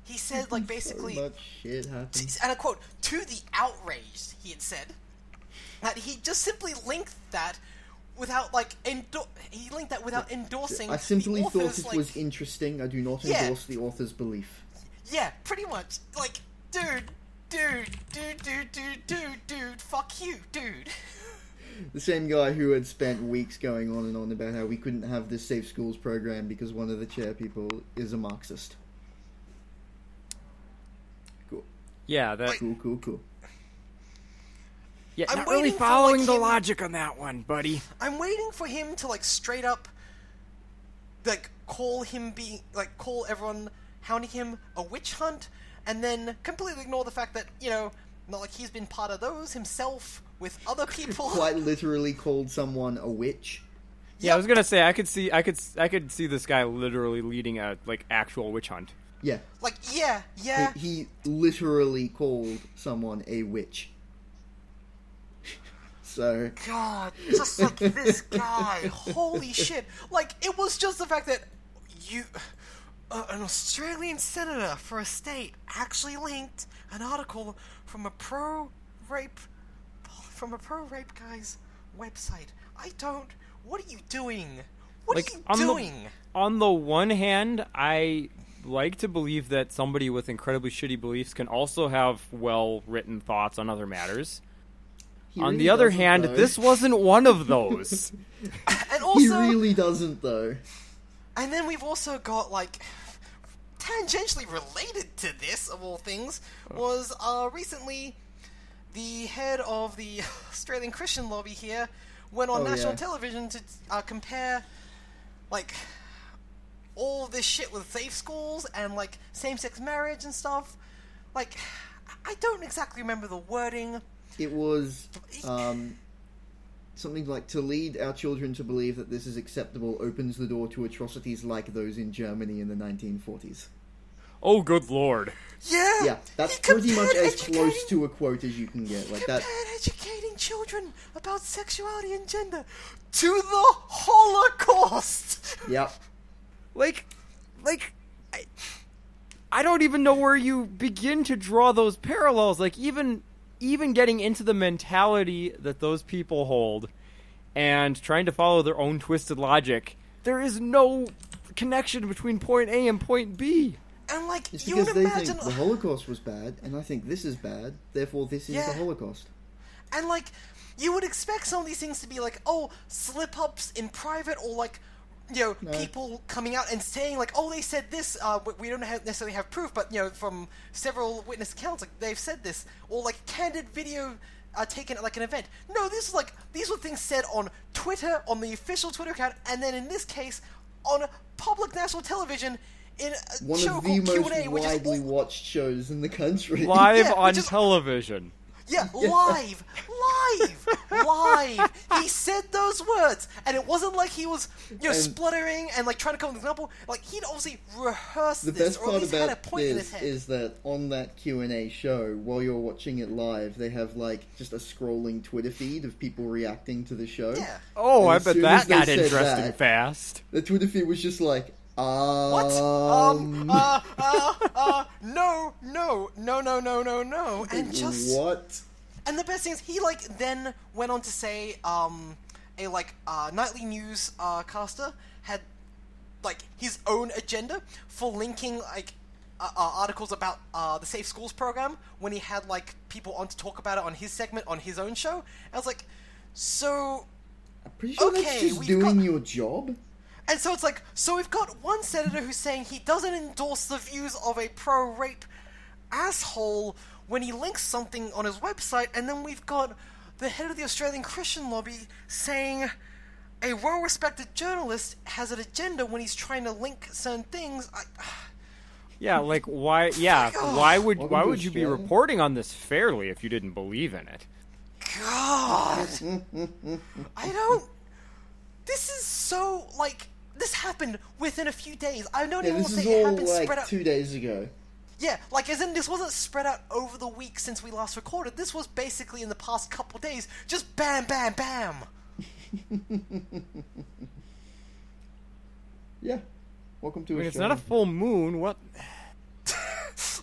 he said <laughs> like basically, So much shit happens. and I quote to the outraged. He had said that he just simply linked that without like endo- he linked that without endorsing. I simply the thought author's, it like- was interesting. I do not Yeah. endorse the author's belief. Yeah, pretty much. Like, dude, dude, dude, dude, dude, dude, dude, fuck you, dude. <laughs> The same guy who had spent weeks going on and on about how we couldn't have this safe schools program because one of the chair people is a Marxist. Cool, Yeah, that. cool, cool, cool. Yeah, I'm not really waiting for, like, following the him- logic on that one, buddy. I'm waiting for him to like straight up, like call him being like call everyone hounding him a witch hunt, and then completely ignore the fact that you know not like he's been part of those himself with other people. Quite literally called someone a witch. Yeah, I was gonna say I could see, I could, I could see this guy literally leading a like actual witch hunt. Yeah, Like, yeah, yeah. he, he literally called someone a witch. <laughs> So God, just like this guy. Holy shit. Like, it was just the fact that you. Uh, an Australian senator for a state actually linked an article from a pro rape. from a pro rape guy's website. I don't. What are you doing? What Like are you on doing? the on the one hand, I like to believe that somebody with incredibly shitty beliefs can also have well written thoughts on other matters. he on really the other doesn't, hand, though. this wasn't one <laughs> of those. And he also. really doesn't though. And then we've also got like tangentially related to this of all things Oh. was uh, recently the head of the <laughs> Australian Christian lobby here went on Oh, national yeah. television to uh, compare like all this shit with safe schools and like same-sex marriage and stuff. Like I don't exactly remember the wording. It was um, something like to lead our children to believe that this is acceptable opens the door to atrocities like those in Germany in the 1940s. oh, good lord! Yeah, Yeah, that's he pretty compared much as close educating- to a quote as you can get. Like that. Compared educating children about sexuality and gender to the Holocaust. Yep. Like, like, I, I don't even know where you begin to draw those parallels. Like, even even getting into the mentality that those people hold and trying to follow their own twisted logic, there is no connection between point A and point B. And like It's you would because they imagine, think the Holocaust was bad, and I think this is bad. Therefore, this is Yeah. the Holocaust. and like you would expect some of these things to be like, oh, slip ups in private, or like you know people coming out and saying like, oh, they said this. Uh, but we don't have necessarily have proof, but you know from several witness accounts, like they've said this, or like candid video. Uh, taken at like an event. No, this is like these were things said on Twitter, on the official Twitter account, and then in this case, on public national television, in a One show of the called Q and most A, which is widely all- watched shows in the country. <laughs> Live Yeah, on which is- television. Yeah, live, live, live. He said those words, and it wasn't like he was, you know, And- spluttering and like trying to come up with an example. Like he'd obviously rehearsed The this, best or at part least had a about point in his this head. is that on that Q and A show, while you're watching it live, they have like just a scrolling Twitter feed of people reacting to the show. Yeah. Oh, And I as bet soon as that they got said interesting that- fast. The Twitter feed was just like, um, What? Um, uh, uh, uh, no, no, no, no, no, no, no, and just what? And the best thing is, he like then went on to say, um, a like uh, nightly news uh, caster had like his own agenda for linking like uh, uh, articles about uh, the Safe Schools program when he had like people on to talk about it on his segment on his own show. I was like, so Pretty sure Okay, that's just we've doing got- your job. and so it's like, so we've got one senator who's saying he doesn't endorse the views of a pro rape asshole when he links something on his website, and then we've got the head of the Australian Christian lobby saying a well respected journalist has an agenda when he's trying to link certain things. I, Yeah, like why? <laughs> Yeah, why would Welcome why to would you be Australia. reporting on this fairly if you didn't believe in it? God! I don't. This is so like this happened within a few days. I don't Yeah, even want this to is say it all happened spread like out. two days ago. Yeah, like as in this wasn't spread out over the week since we last recorded. This was basically in the past couple days. Just bam, bam, bam. <laughs> Yeah. Welcome to I Australia. mean, it's not a full moon. What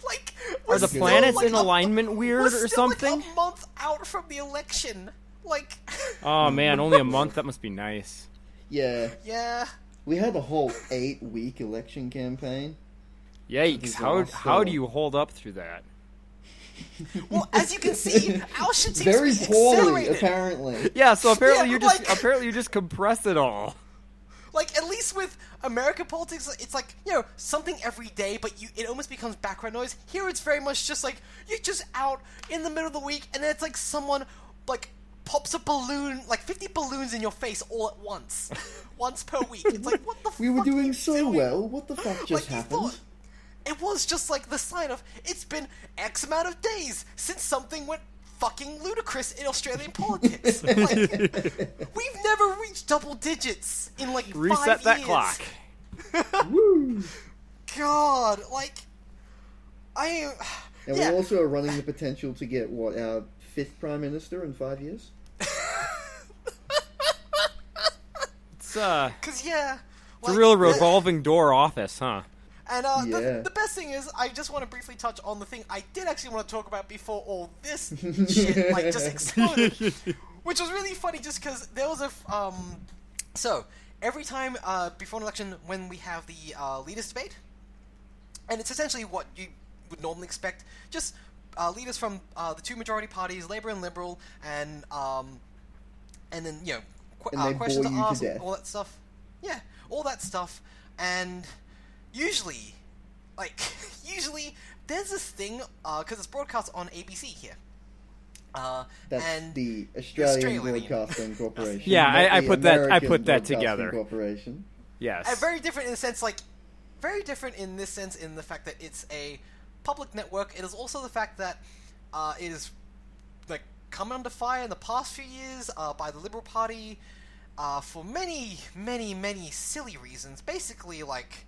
Like are we're the still, planets like, in a- alignment Oh we're weird or still, like, something? a month out from the election. Like, Oh man, only a month. That must be nice. Yeah. <laughs> yeah. We had a whole eight week election campaign. Yikes! How also- how do you hold up through that? Well, as you can <laughs> see, our shit seems Very to be poorly, accelerated. apparently. Yeah, so apparently Yeah, you just like- apparently you just compress it all. Like at least with American politics, it's like you know something every day, but you it almost becomes background noise. Here, it's very much just like you're just out in the middle of the week, and then it's like someone like pops a balloon, like fifty balloons in your face all at once, <laughs> once per week. It's like what the We were fuck are doing you so doing? well. What <gasps> the fuck just you happened? thought- it was just like the sign of it's been X amount of days since something went fucking ludicrous in Australian <laughs> politics. like, we've never reached double digits in like Reset five that years. clock. Woo! God, like I am. And yeah, we also are running the potential to get what our fifth prime minister in five years. It's uh, because yeah, it's like, a real the- revolving door office, huh? And uh, Yeah. the, the best thing is, I just want to briefly touch on the thing I did actually want to talk about before all this shit like just exploded, which was really funny, just because there was a f- um. So every time uh, before an election, when we have the uh, leaders debate, and it's essentially what you would normally expect, just uh, leaders from uh, the two majority parties, Labour and Liberal, and um, and then you know qu- And uh, they questions bore are you to asked, death. all that stuff. Yeah, all that stuff, and usually, like <laughs> usually, there's this thing because it's broadcast on ABC here. Uh, That's and the Australian Australian, I mean. <laughs> Broadcasting Corporation. Yeah, not I- I the put that- I American put that Broadcasting together. Corporation. Yes. uh, very different in the sense like very different in this sense in the fact that it's a public network it is also the fact that uh, it is like come under fire in the past few years uh, by the liberal party uh, for many many many silly reasons basically like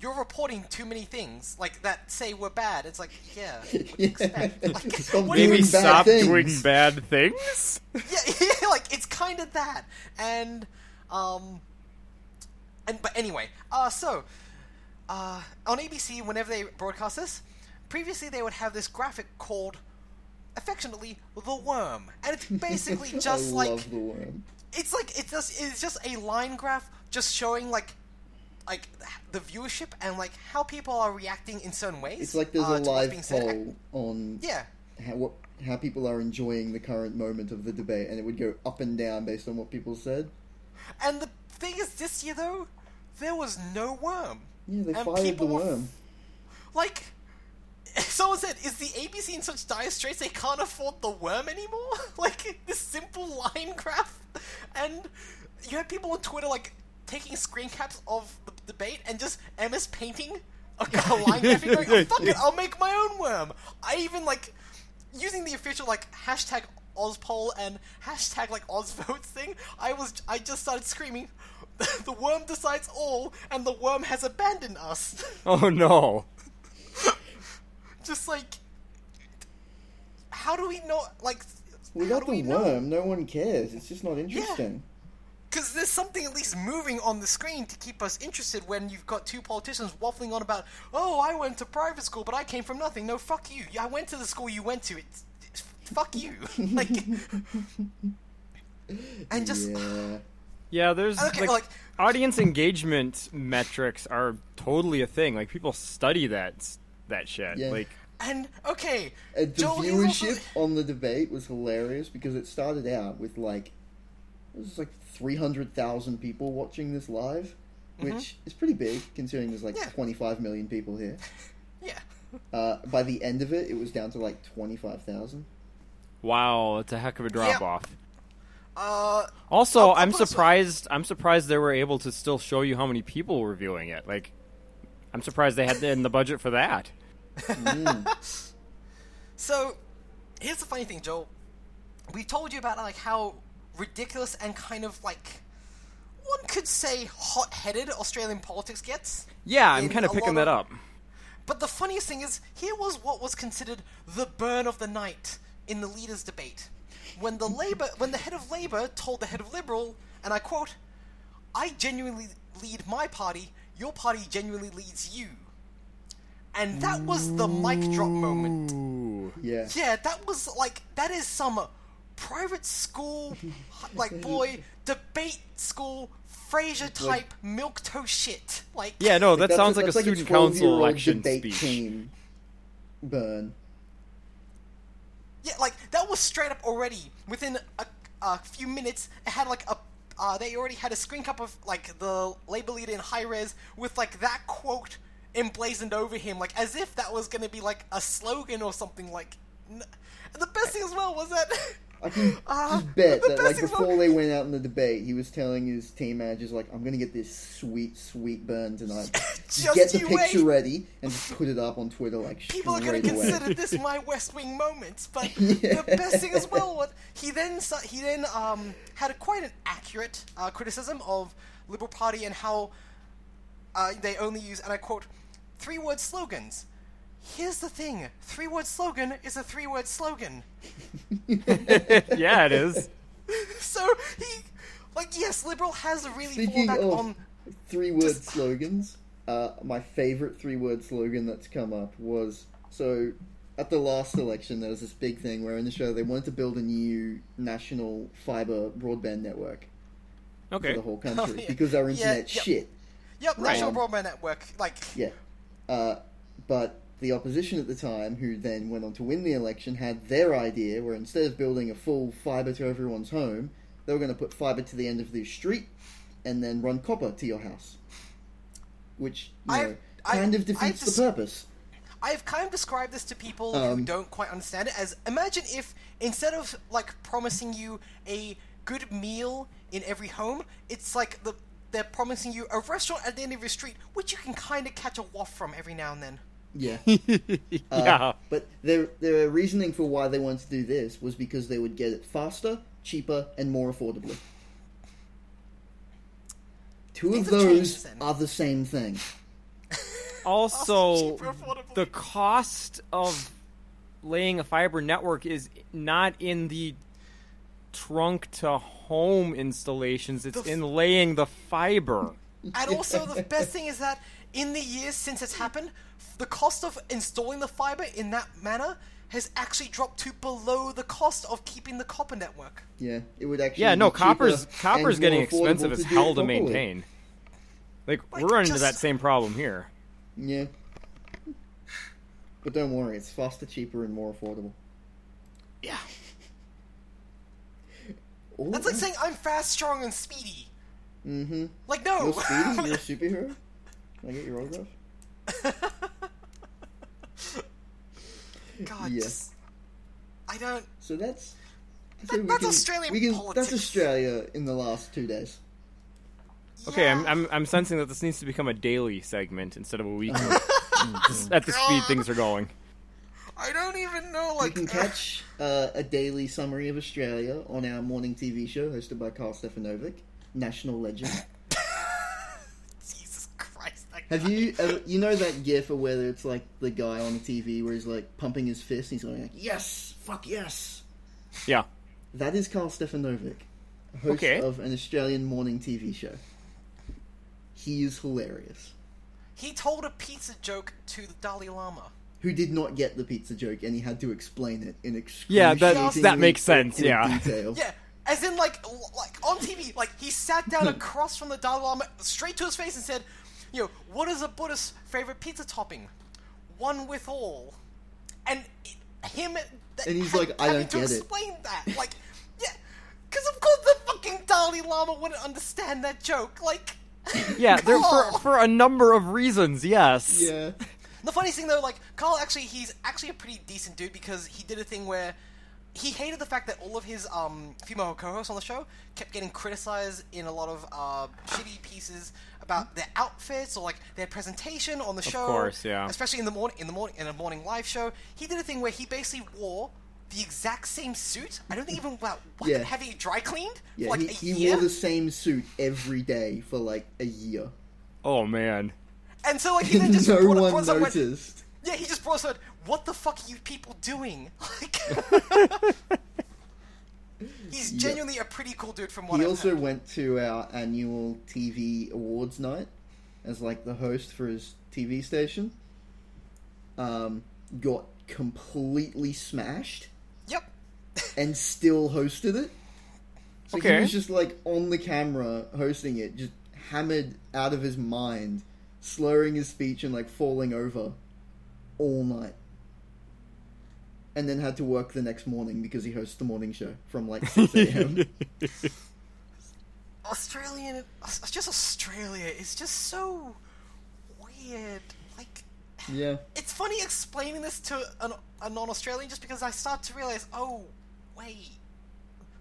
you're reporting too many things like that say we're bad it's like yeah what do you <laughs> expect Like, Stop what do you doing Maybe expect? bad stop things. <laughs> doing bad things. yeah, <laughs> yeah, like it's kind of that. And um and but anyway, uh so uh on ABC whenever they broadcast this, previously they would have this graphic called affectionately the worm. And <laughs> it's <laughs> basically just I like love the worm. it's like it's just it's just a line graph just showing like like the viewership and like how people are reacting in certain ways. It's like there's uh, a to what's live being said. poll on Yeah. how, what, how people are enjoying the current moment of the debate, and it would go up and down based on what people said. And the thing is, this year though, there was no worm. Yeah, they And fired the people were- worm. Like, <laughs> someone said, is the ABC in such dire straits they can't afford the worm anymore? <laughs> like, this simple line graph? And you had people on Twitter, like, taking screen caps of the debate and just Emma's painting a <laughs> a line graph and going, oh, fuck it, I'll make my own worm. I even, like, using the official, like, hashtag OzPoll and hashtag, like, OzVotes thing, I was, I just started screaming, <laughs> the worm decides all, and the worm has abandoned us. <laughs> <laughs> Oh no. just like how do we know like Without do the we know? worm, no one cares. It's just not interesting. because there's something at least moving on the screen to keep us interested when you've got two politicians waffling on about oh i went to private school but i came from nothing no fuck you i went to the school you went to it's, it's fuck <laughs> you <laughs> like and just <sighs> Yeah. Uh, Yeah, there's Okay, like, like- audience engagement metrics are totally a thing. Like people study that s- that shit. Yeah. Like and okay Uh, the Joel, he's also- viewership on the debate was hilarious because it started out with like it was like three hundred thousand people watching this live, which is pretty big considering there's like Mm-hmm. Yeah. twenty five million people here. yeah Uh, by the end of it, it was down to like twenty five thousand. wow, it's a heck of a drop off. uh Also, I'll- I'll I'm put a- surprised. I'm surprised they were able to still show you how many people were viewing it. Like, I'm surprised they had the, in the budget for that. So, here's the funny thing, Joel. We told you about like how ridiculous and kind of like one could say hot-headed Australian politics gets. Yeah, I'm in kind a of picking lot that up. But the funniest thing is, here was what was considered the burn of the night in the leaders' debate, when the labor, when the head of labor told the head of liberal, and I quote, "I genuinely lead my party. Your party genuinely leads you." And that was the mic drop moment. Yeah. Yeah, that was like that is some private <laughs> school, like boy debate school, Frasier type milk toe shit. Like Yeah, no, that That's sounds like a that's student council 12-year-old election debate speech. team burn. Yeah, like that was straight up already. Within a, a few minutes, it had like a. Uh, they already had a screen cap of like the labor leader in high res with like that quote emblazoned over him, like as if that was going to be like a slogan or something. Like, n- and the best thing as well was that. I <laughs> can Ah, just bet the that best like thing about- before they went out in the debate, he was telling his team managers like, "I'm gonna get this sweet, sweet burn tonight. <laughs> Just get the you wait. picture ready and just put it up on Twitter like <laughs> people are going straight to away." consider this my West Wing moments. <laughs> But the best thing as well, what he then sa- he then um, had a quite an accurate uh, criticism of Liberal Party and how uh, they only use and I quote three word slogans. Here's the thing: three word slogan is a three word slogan. <laughs> <laughs> yeah, it is. So he, like, yes, Liberal has really Speaking fallen back of on. three-word oh, slogans, uh, my favorite three-word slogan that's come up was so at the last election there was this big thing where in the show they wanted to build a new national fiber broadband network for Okay. the <laughs> whole country Oh, yeah. because our Yeah, internet's yep. shit. Yep, National Um, Broadband Network. Like, Yeah. Uh, but the opposition at the time, who then went on to win the election, had their idea where instead of building a full fibre to everyone's home, they were going to put fibre to the end of the street and then run copper to your house. Which, you I- know, I- kind of I defeats just- the purpose. I've kind of described this to people who Um, don't quite understand it as imagine if instead of like promising you a good meal in every home, it's like the they're promising you a restaurant at the end of your street, which you can kind of catch a waft from every now and then. Yeah. Uh, yeah. But their, their reasoning for why they wanted to do this was because they would get it faster, cheaper, and more affordably. Two of Things have changed those since. are the same thing. <laughs> Also, Cheaper, affordable. the cost of laying a fiber network is not in the trunk to home installations. It's The- in laying the fiber. And also, the <laughs> best thing is that in the years since it's happened, the cost of installing the fiber in that manner has actually dropped to below the cost of keeping the copper network. Yeah, it would actually. Yeah, no, be copper's cheaper copper's and more getting affordable expensive to as do hell it to properly. maintain. Like Like, we're running into that just- same problem here. Yeah, but don't worry, it's faster, cheaper, and more affordable. Yeah. Ooh, That's like saying I'm fast, strong, and speedy. mm-hmm. Like no. You're speedy. You're a superhero. Can I get your autograph? God, Yeah. just- I don't. So that's. I That- think we that's can- Australian we can- politics. That's Australia in the last two days. Okay, I'm, Yeah. I'm I'm sensing that this needs to become a daily segment instead of a weekly. Mm-hmm. <laughs> Just at the speed things are going. I don't even know. You Like, <laughs> can uh, catch uh, a daily summary of Australia on our morning TV show hosted by Carl Stefanovic, national legend. Jesus Christ! That Have guy. you ever, you know that gif of whether it's like the guy on the TV where he's like pumping his fist and he's going like, "Yes, fuck yes." Yeah. That is Carl Stefanovic, host Okay. of an Australian morning TV show. He is hilarious. He told a pizza joke to the Dalai Lama. Who did not get the pizza joke and he had to explain it in Yeah, that- excruciatingly that makes sense, intimate yeah. <laughs> detail. Yeah, as in like, l- like on TV, like he sat down Hmm. across from the Dalai Lama, straight to his face, and said, "You know, what is a Buddhist's favorite pizza topping? One with all." And it, him, th- And he's ha- like, "I having don't to get it." explain that, like, yeah, because of course the fucking Dalai Lama wouldn't understand that joke, like. Yeah, there, Oh. for for a number of reasons, yes. Yeah. The funniest thing though, like Carl, actually, he's actually a pretty decent dude because he did a thing where he hated the fact that all of his um, female co-hosts on the show kept getting criticized in a lot of uh, shitty pieces about their outfits or like their presentation on the show. course, yeah. Especially in the morning, in the morning, in a morning live show, he did a thing where he basically wore the exact same suit. I don't think even wow, what, Yeah. have you dry cleaned Yeah, for like a he, he year? wore the same suit every day for like a year. Oh man. And so like he <laughs> then just no brought, one brought us up with- noticed. yeah, he just brought us up, What the fuck are you people doing? <laughs> <laughs> Like, he's genuinely a pretty cool dude from what He I've also heard. went to our annual TV awards night as like the host for his TV station. Um, got completely smashed Yep. and still hosted it. So Okay. he was just like on the camera hosting it, just hammered out of his mind, slurring his speech and like falling over all night. And then had to work the next morning because he hosts the morning show from like 6 a.m. Australian, Aus- just Australia is just so weird. Like, yeah. it's funny explaining this to an, a non-Australian just because I start to realize, oh, wait,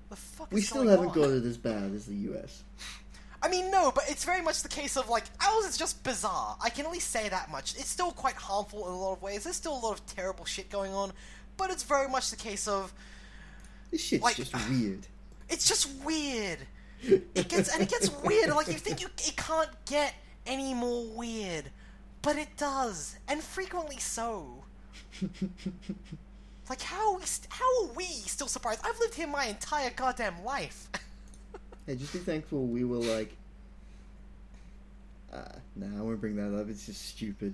the fuck. We is still going haven't on? got it as bad as the US. I mean, no, but it's very much the case of like ours is just bizarre. I can at least say that much. It's still quite harmful in a lot of ways. There's still a lot of terrible shit going on, but it's very much the case of This shit's Like- just weird. <laughs> it's just weird. It gets and it gets weird. Like you think you it can't get any more weird, but it does, and frequently so. like how are we st- how are we still surprised? I've lived here my entire goddamn life. <laughs> Hey, just be thankful we were like. Uh, nah, I won't bring that up. It's just stupid.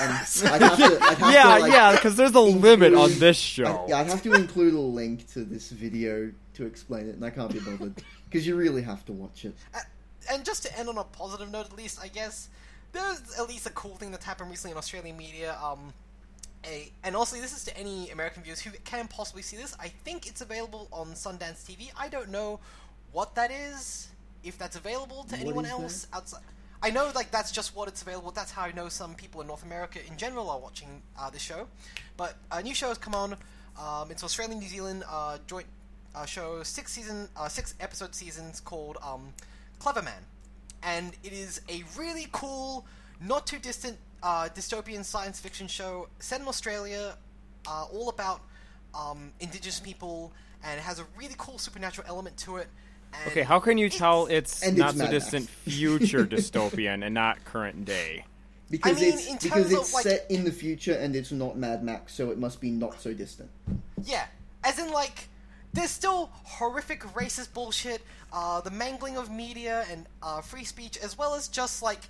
And I'd <laughs> have to, I'd have Yeah, to, like, yeah, because there's a limit on include- this I, show. yeah, I'd have to include a link to this video to explain it, and I can't be bothered because you really have to watch it. and just to end on a positive note, at least I guess there's at least a cool thing that's happened recently in Australian media. Um, a and also this is to any American viewers who can possibly see this. I think it's available on Sundance TV. I don't know what that is, if that's available to What anyone is else outside. I know like that's just what it's available. That's how I know some people in North America in general are watching uh, this show. But a new show has come on. Um, it's Australian New Zealand uh, joint uh, show, six season, uh, six episode seasons called um, Clever Man and it is a really cool, not too distant uh, dystopian science fiction show set in Australia, uh, all about um, indigenous people, and it has a really cool supernatural element to it. And Okay, how can you tell it's And it's not so Mad Max. distant future dystopian and not current day? Because I mean, in it's because terms of, it's like- set in the future and it's not Mad Max, so it must be not so distant. Yeah, as in like, there's still horrific racist bullshit, uh, the mangling of media and uh, free speech, as well as just like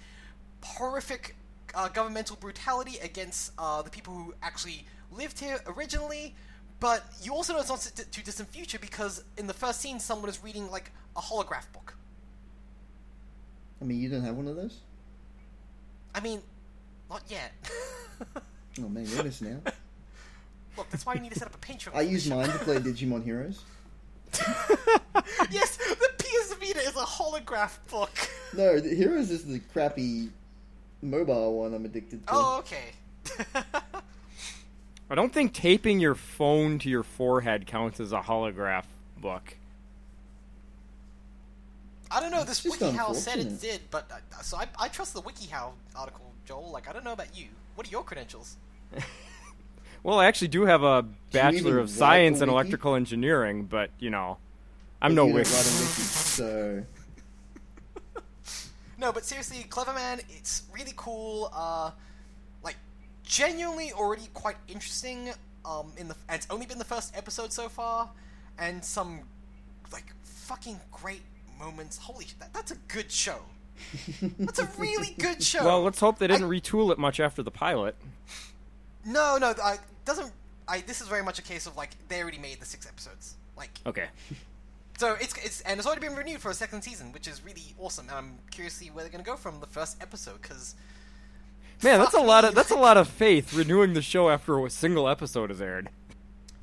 horrific uh, governmental brutality against uh, the people who actually lived here originally. But you also know it's not s- too distant future because in the first scene, someone is reading like a holograph book. I mean, you don't have one of those? I mean, not yet. <laughs> Oh man, you're missing out. Look, that's why you need to set up a Patreon. I use mine to play Digimon Heroes. yes, <laughs> the PS Vita is a holograph book. No, the Heroes is the crappy mobile one I'm addicted to. Oh, okay. <laughs> I don't think taping your phone to your forehead counts as a holograph book. I don't know. This just WikiHow said it unfortunate. did, but uh, so I, I trust the WikiHow article, Joel. Like I don't know about you. What are your credentials? Well, I actually do have a Bachelor even of Science write a in wiki? Electrical Engineering, but you know, I'm You no don't wiki. write a wiki, so No, but seriously, Clever Man, it's really cool. Uh, like genuinely already quite interesting. Um, in the and it's only been the first episode so far, and some like fucking great moments. Holy, that, that's a good show. that's a <laughs> really good show. Well, let's hope they didn't I- retool it much after the pilot. No, no, I doesn't. I this is very much a case of like they already made the six episodes. Like Okay. So it's it's and it's already been renewed for a second season, which is really awesome. And I'm curious to see where they're going to go from the first episode because Man, that's a lot of me. that's a lot of faith renewing the show after a single episode is aired.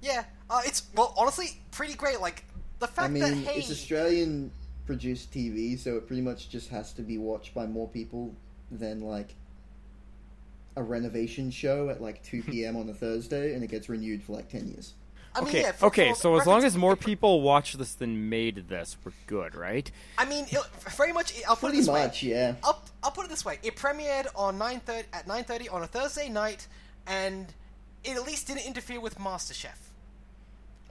yeah, uh, it's well honestly pretty great. Like the fact I mean, that hey, it's Australian produced TV, so it pretty much just has to be watched by more people than like a renovation show at like 2 p.m. on a Thursday, and it gets renewed for like 10 years. I mean, Okay. yeah, for- okay. for So as long reference- as more people watch this than made this, we're good, right? I mean, it, very much. I'll put it Pretty this way. Oh, much, yeah. I'll, I'll put it this way: it premiered on nine thirty at nine thirty on a Thursday night, and it at least didn't interfere with MasterChef.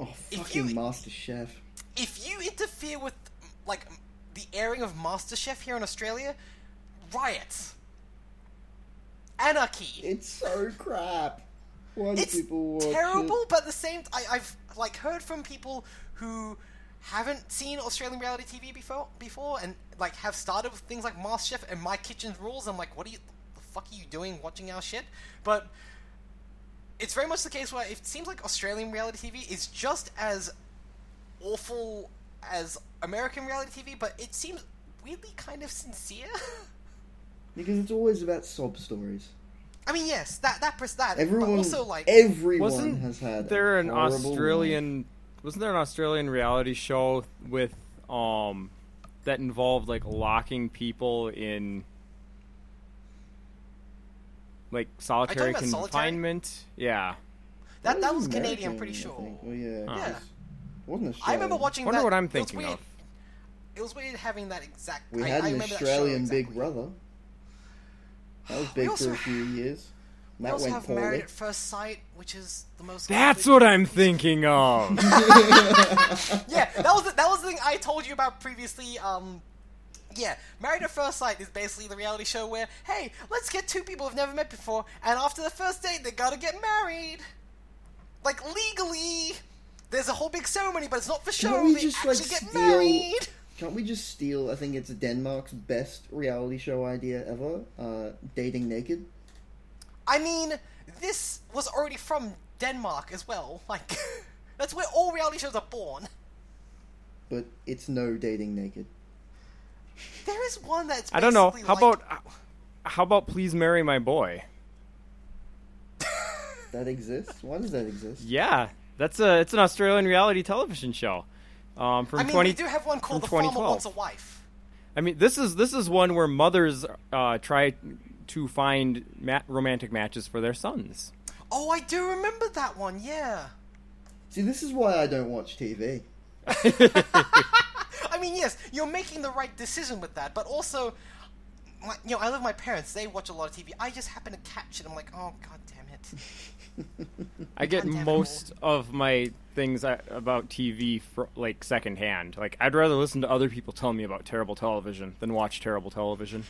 Oh, If fucking you- Master Chef. if you interfere with like the airing of MasterChef here in Australia, riots, anarchy. It's so crap. Why do It's people watch it? terrible, but at the same I, I've like heard from people who haven't seen Australian reality TV before, before, and like have started with things like MasterChef and My Kitchen Rules. I'm like, what are you? The fuck are you doing watching our shit? But it's very much the case where it seems like Australian reality TV is just as awful as American reality TV, but it seems weirdly kind of sincere. <laughs> Because it's always about sob stories. I mean, yes, that that pers- that. Everyone, but also like everyone wasn't has had. there a an horrible Australian? Wasn't there an Australian reality show with um that involved like locking people in like solitary about solitary? confinement? Yeah, that that It was American, Canadian, I'm pretty I sure. think. Oh, yeah. Huh. it Yeah. was- Wasn't Australian. I remember watching. Wonder that. what I'm It was thinking weird- of. It was weird having that exact. We I, had I an remember that show Australian exactly. Big Brother. That was big also for a few years. And We that also went have Married poorly. at First Sight, which is the most. that's what I'm <laughs> thinking of. yeah, that was the, that was the thing I told you about previously. Um, yeah, Married at First Sight is basically the reality show where, hey, let's get two people who've never met before, and after the first date, they gotta get married. Like legally, there's a whole big ceremony, but it's not for show. we They just, actually like, get steal- married. Can't we just steal? I think it's Denmark's best reality show idea ever. Uh, dating naked. I mean, this was already from Denmark as well. Like, <laughs> that's where all reality shows are born. but it's no dating naked. There is one that's. I don't know. basically How like- about uh, how about please marry my boy? That exists. Why does that exist? Yeah, that's a it's an Australian reality television show. Um, from I mean, 20, we do have one called from The Farmer 2012. Wants a Wife. I mean, this is this is one where mothers uh, try to find ma- romantic matches for their sons. Oh, I do remember that one. Yeah. See, this is why I don't watch TV. I mean, yes, you're making the right decision with that, but also, my, you know, I live with my parents. They watch a lot of TV. I just happen to catch it. I'm like, oh god damn it. I get Goddamn most of my things I, about TV fr like secondhand. Like, I'd rather listen to other people tell me about terrible television than watch terrible television.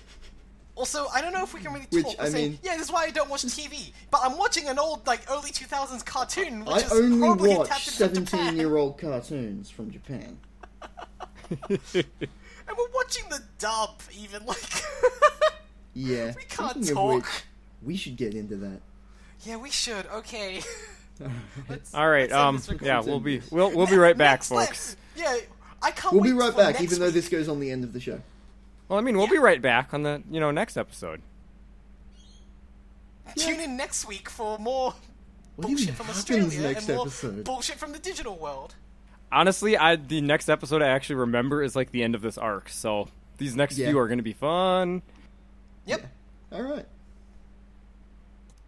Also, I don't know if we can really Which, talk the I same. mean- yeah, this is why I don't watch TV. But I'm watching an old, like, early 2000s cartoon, which I is horribly only adapted watch from Japan. seventeen-year-old cartoons from Japan. And we're watching the dub, even, like. <laughs> Yeah. We can't speaking of talk. which, we should get into that. yeah, we should, okay. Let's- All right, let's end um, this recording. yeah, we'll be we'll we'll be right <laughs> back, Next time. folks. Yeah, I can't We'll wait be right for back, next even though week. this goes on the end of the show. Well, I mean, we'll be right back on the you know next episode. Tune in next week for more What bullshit even from happens Australia next and more episode? bullshit from the digital world. Honestly, I the next episode I actually remember is like the end of this arc, so these next Yeah. few are going to be fun. Yep. All right.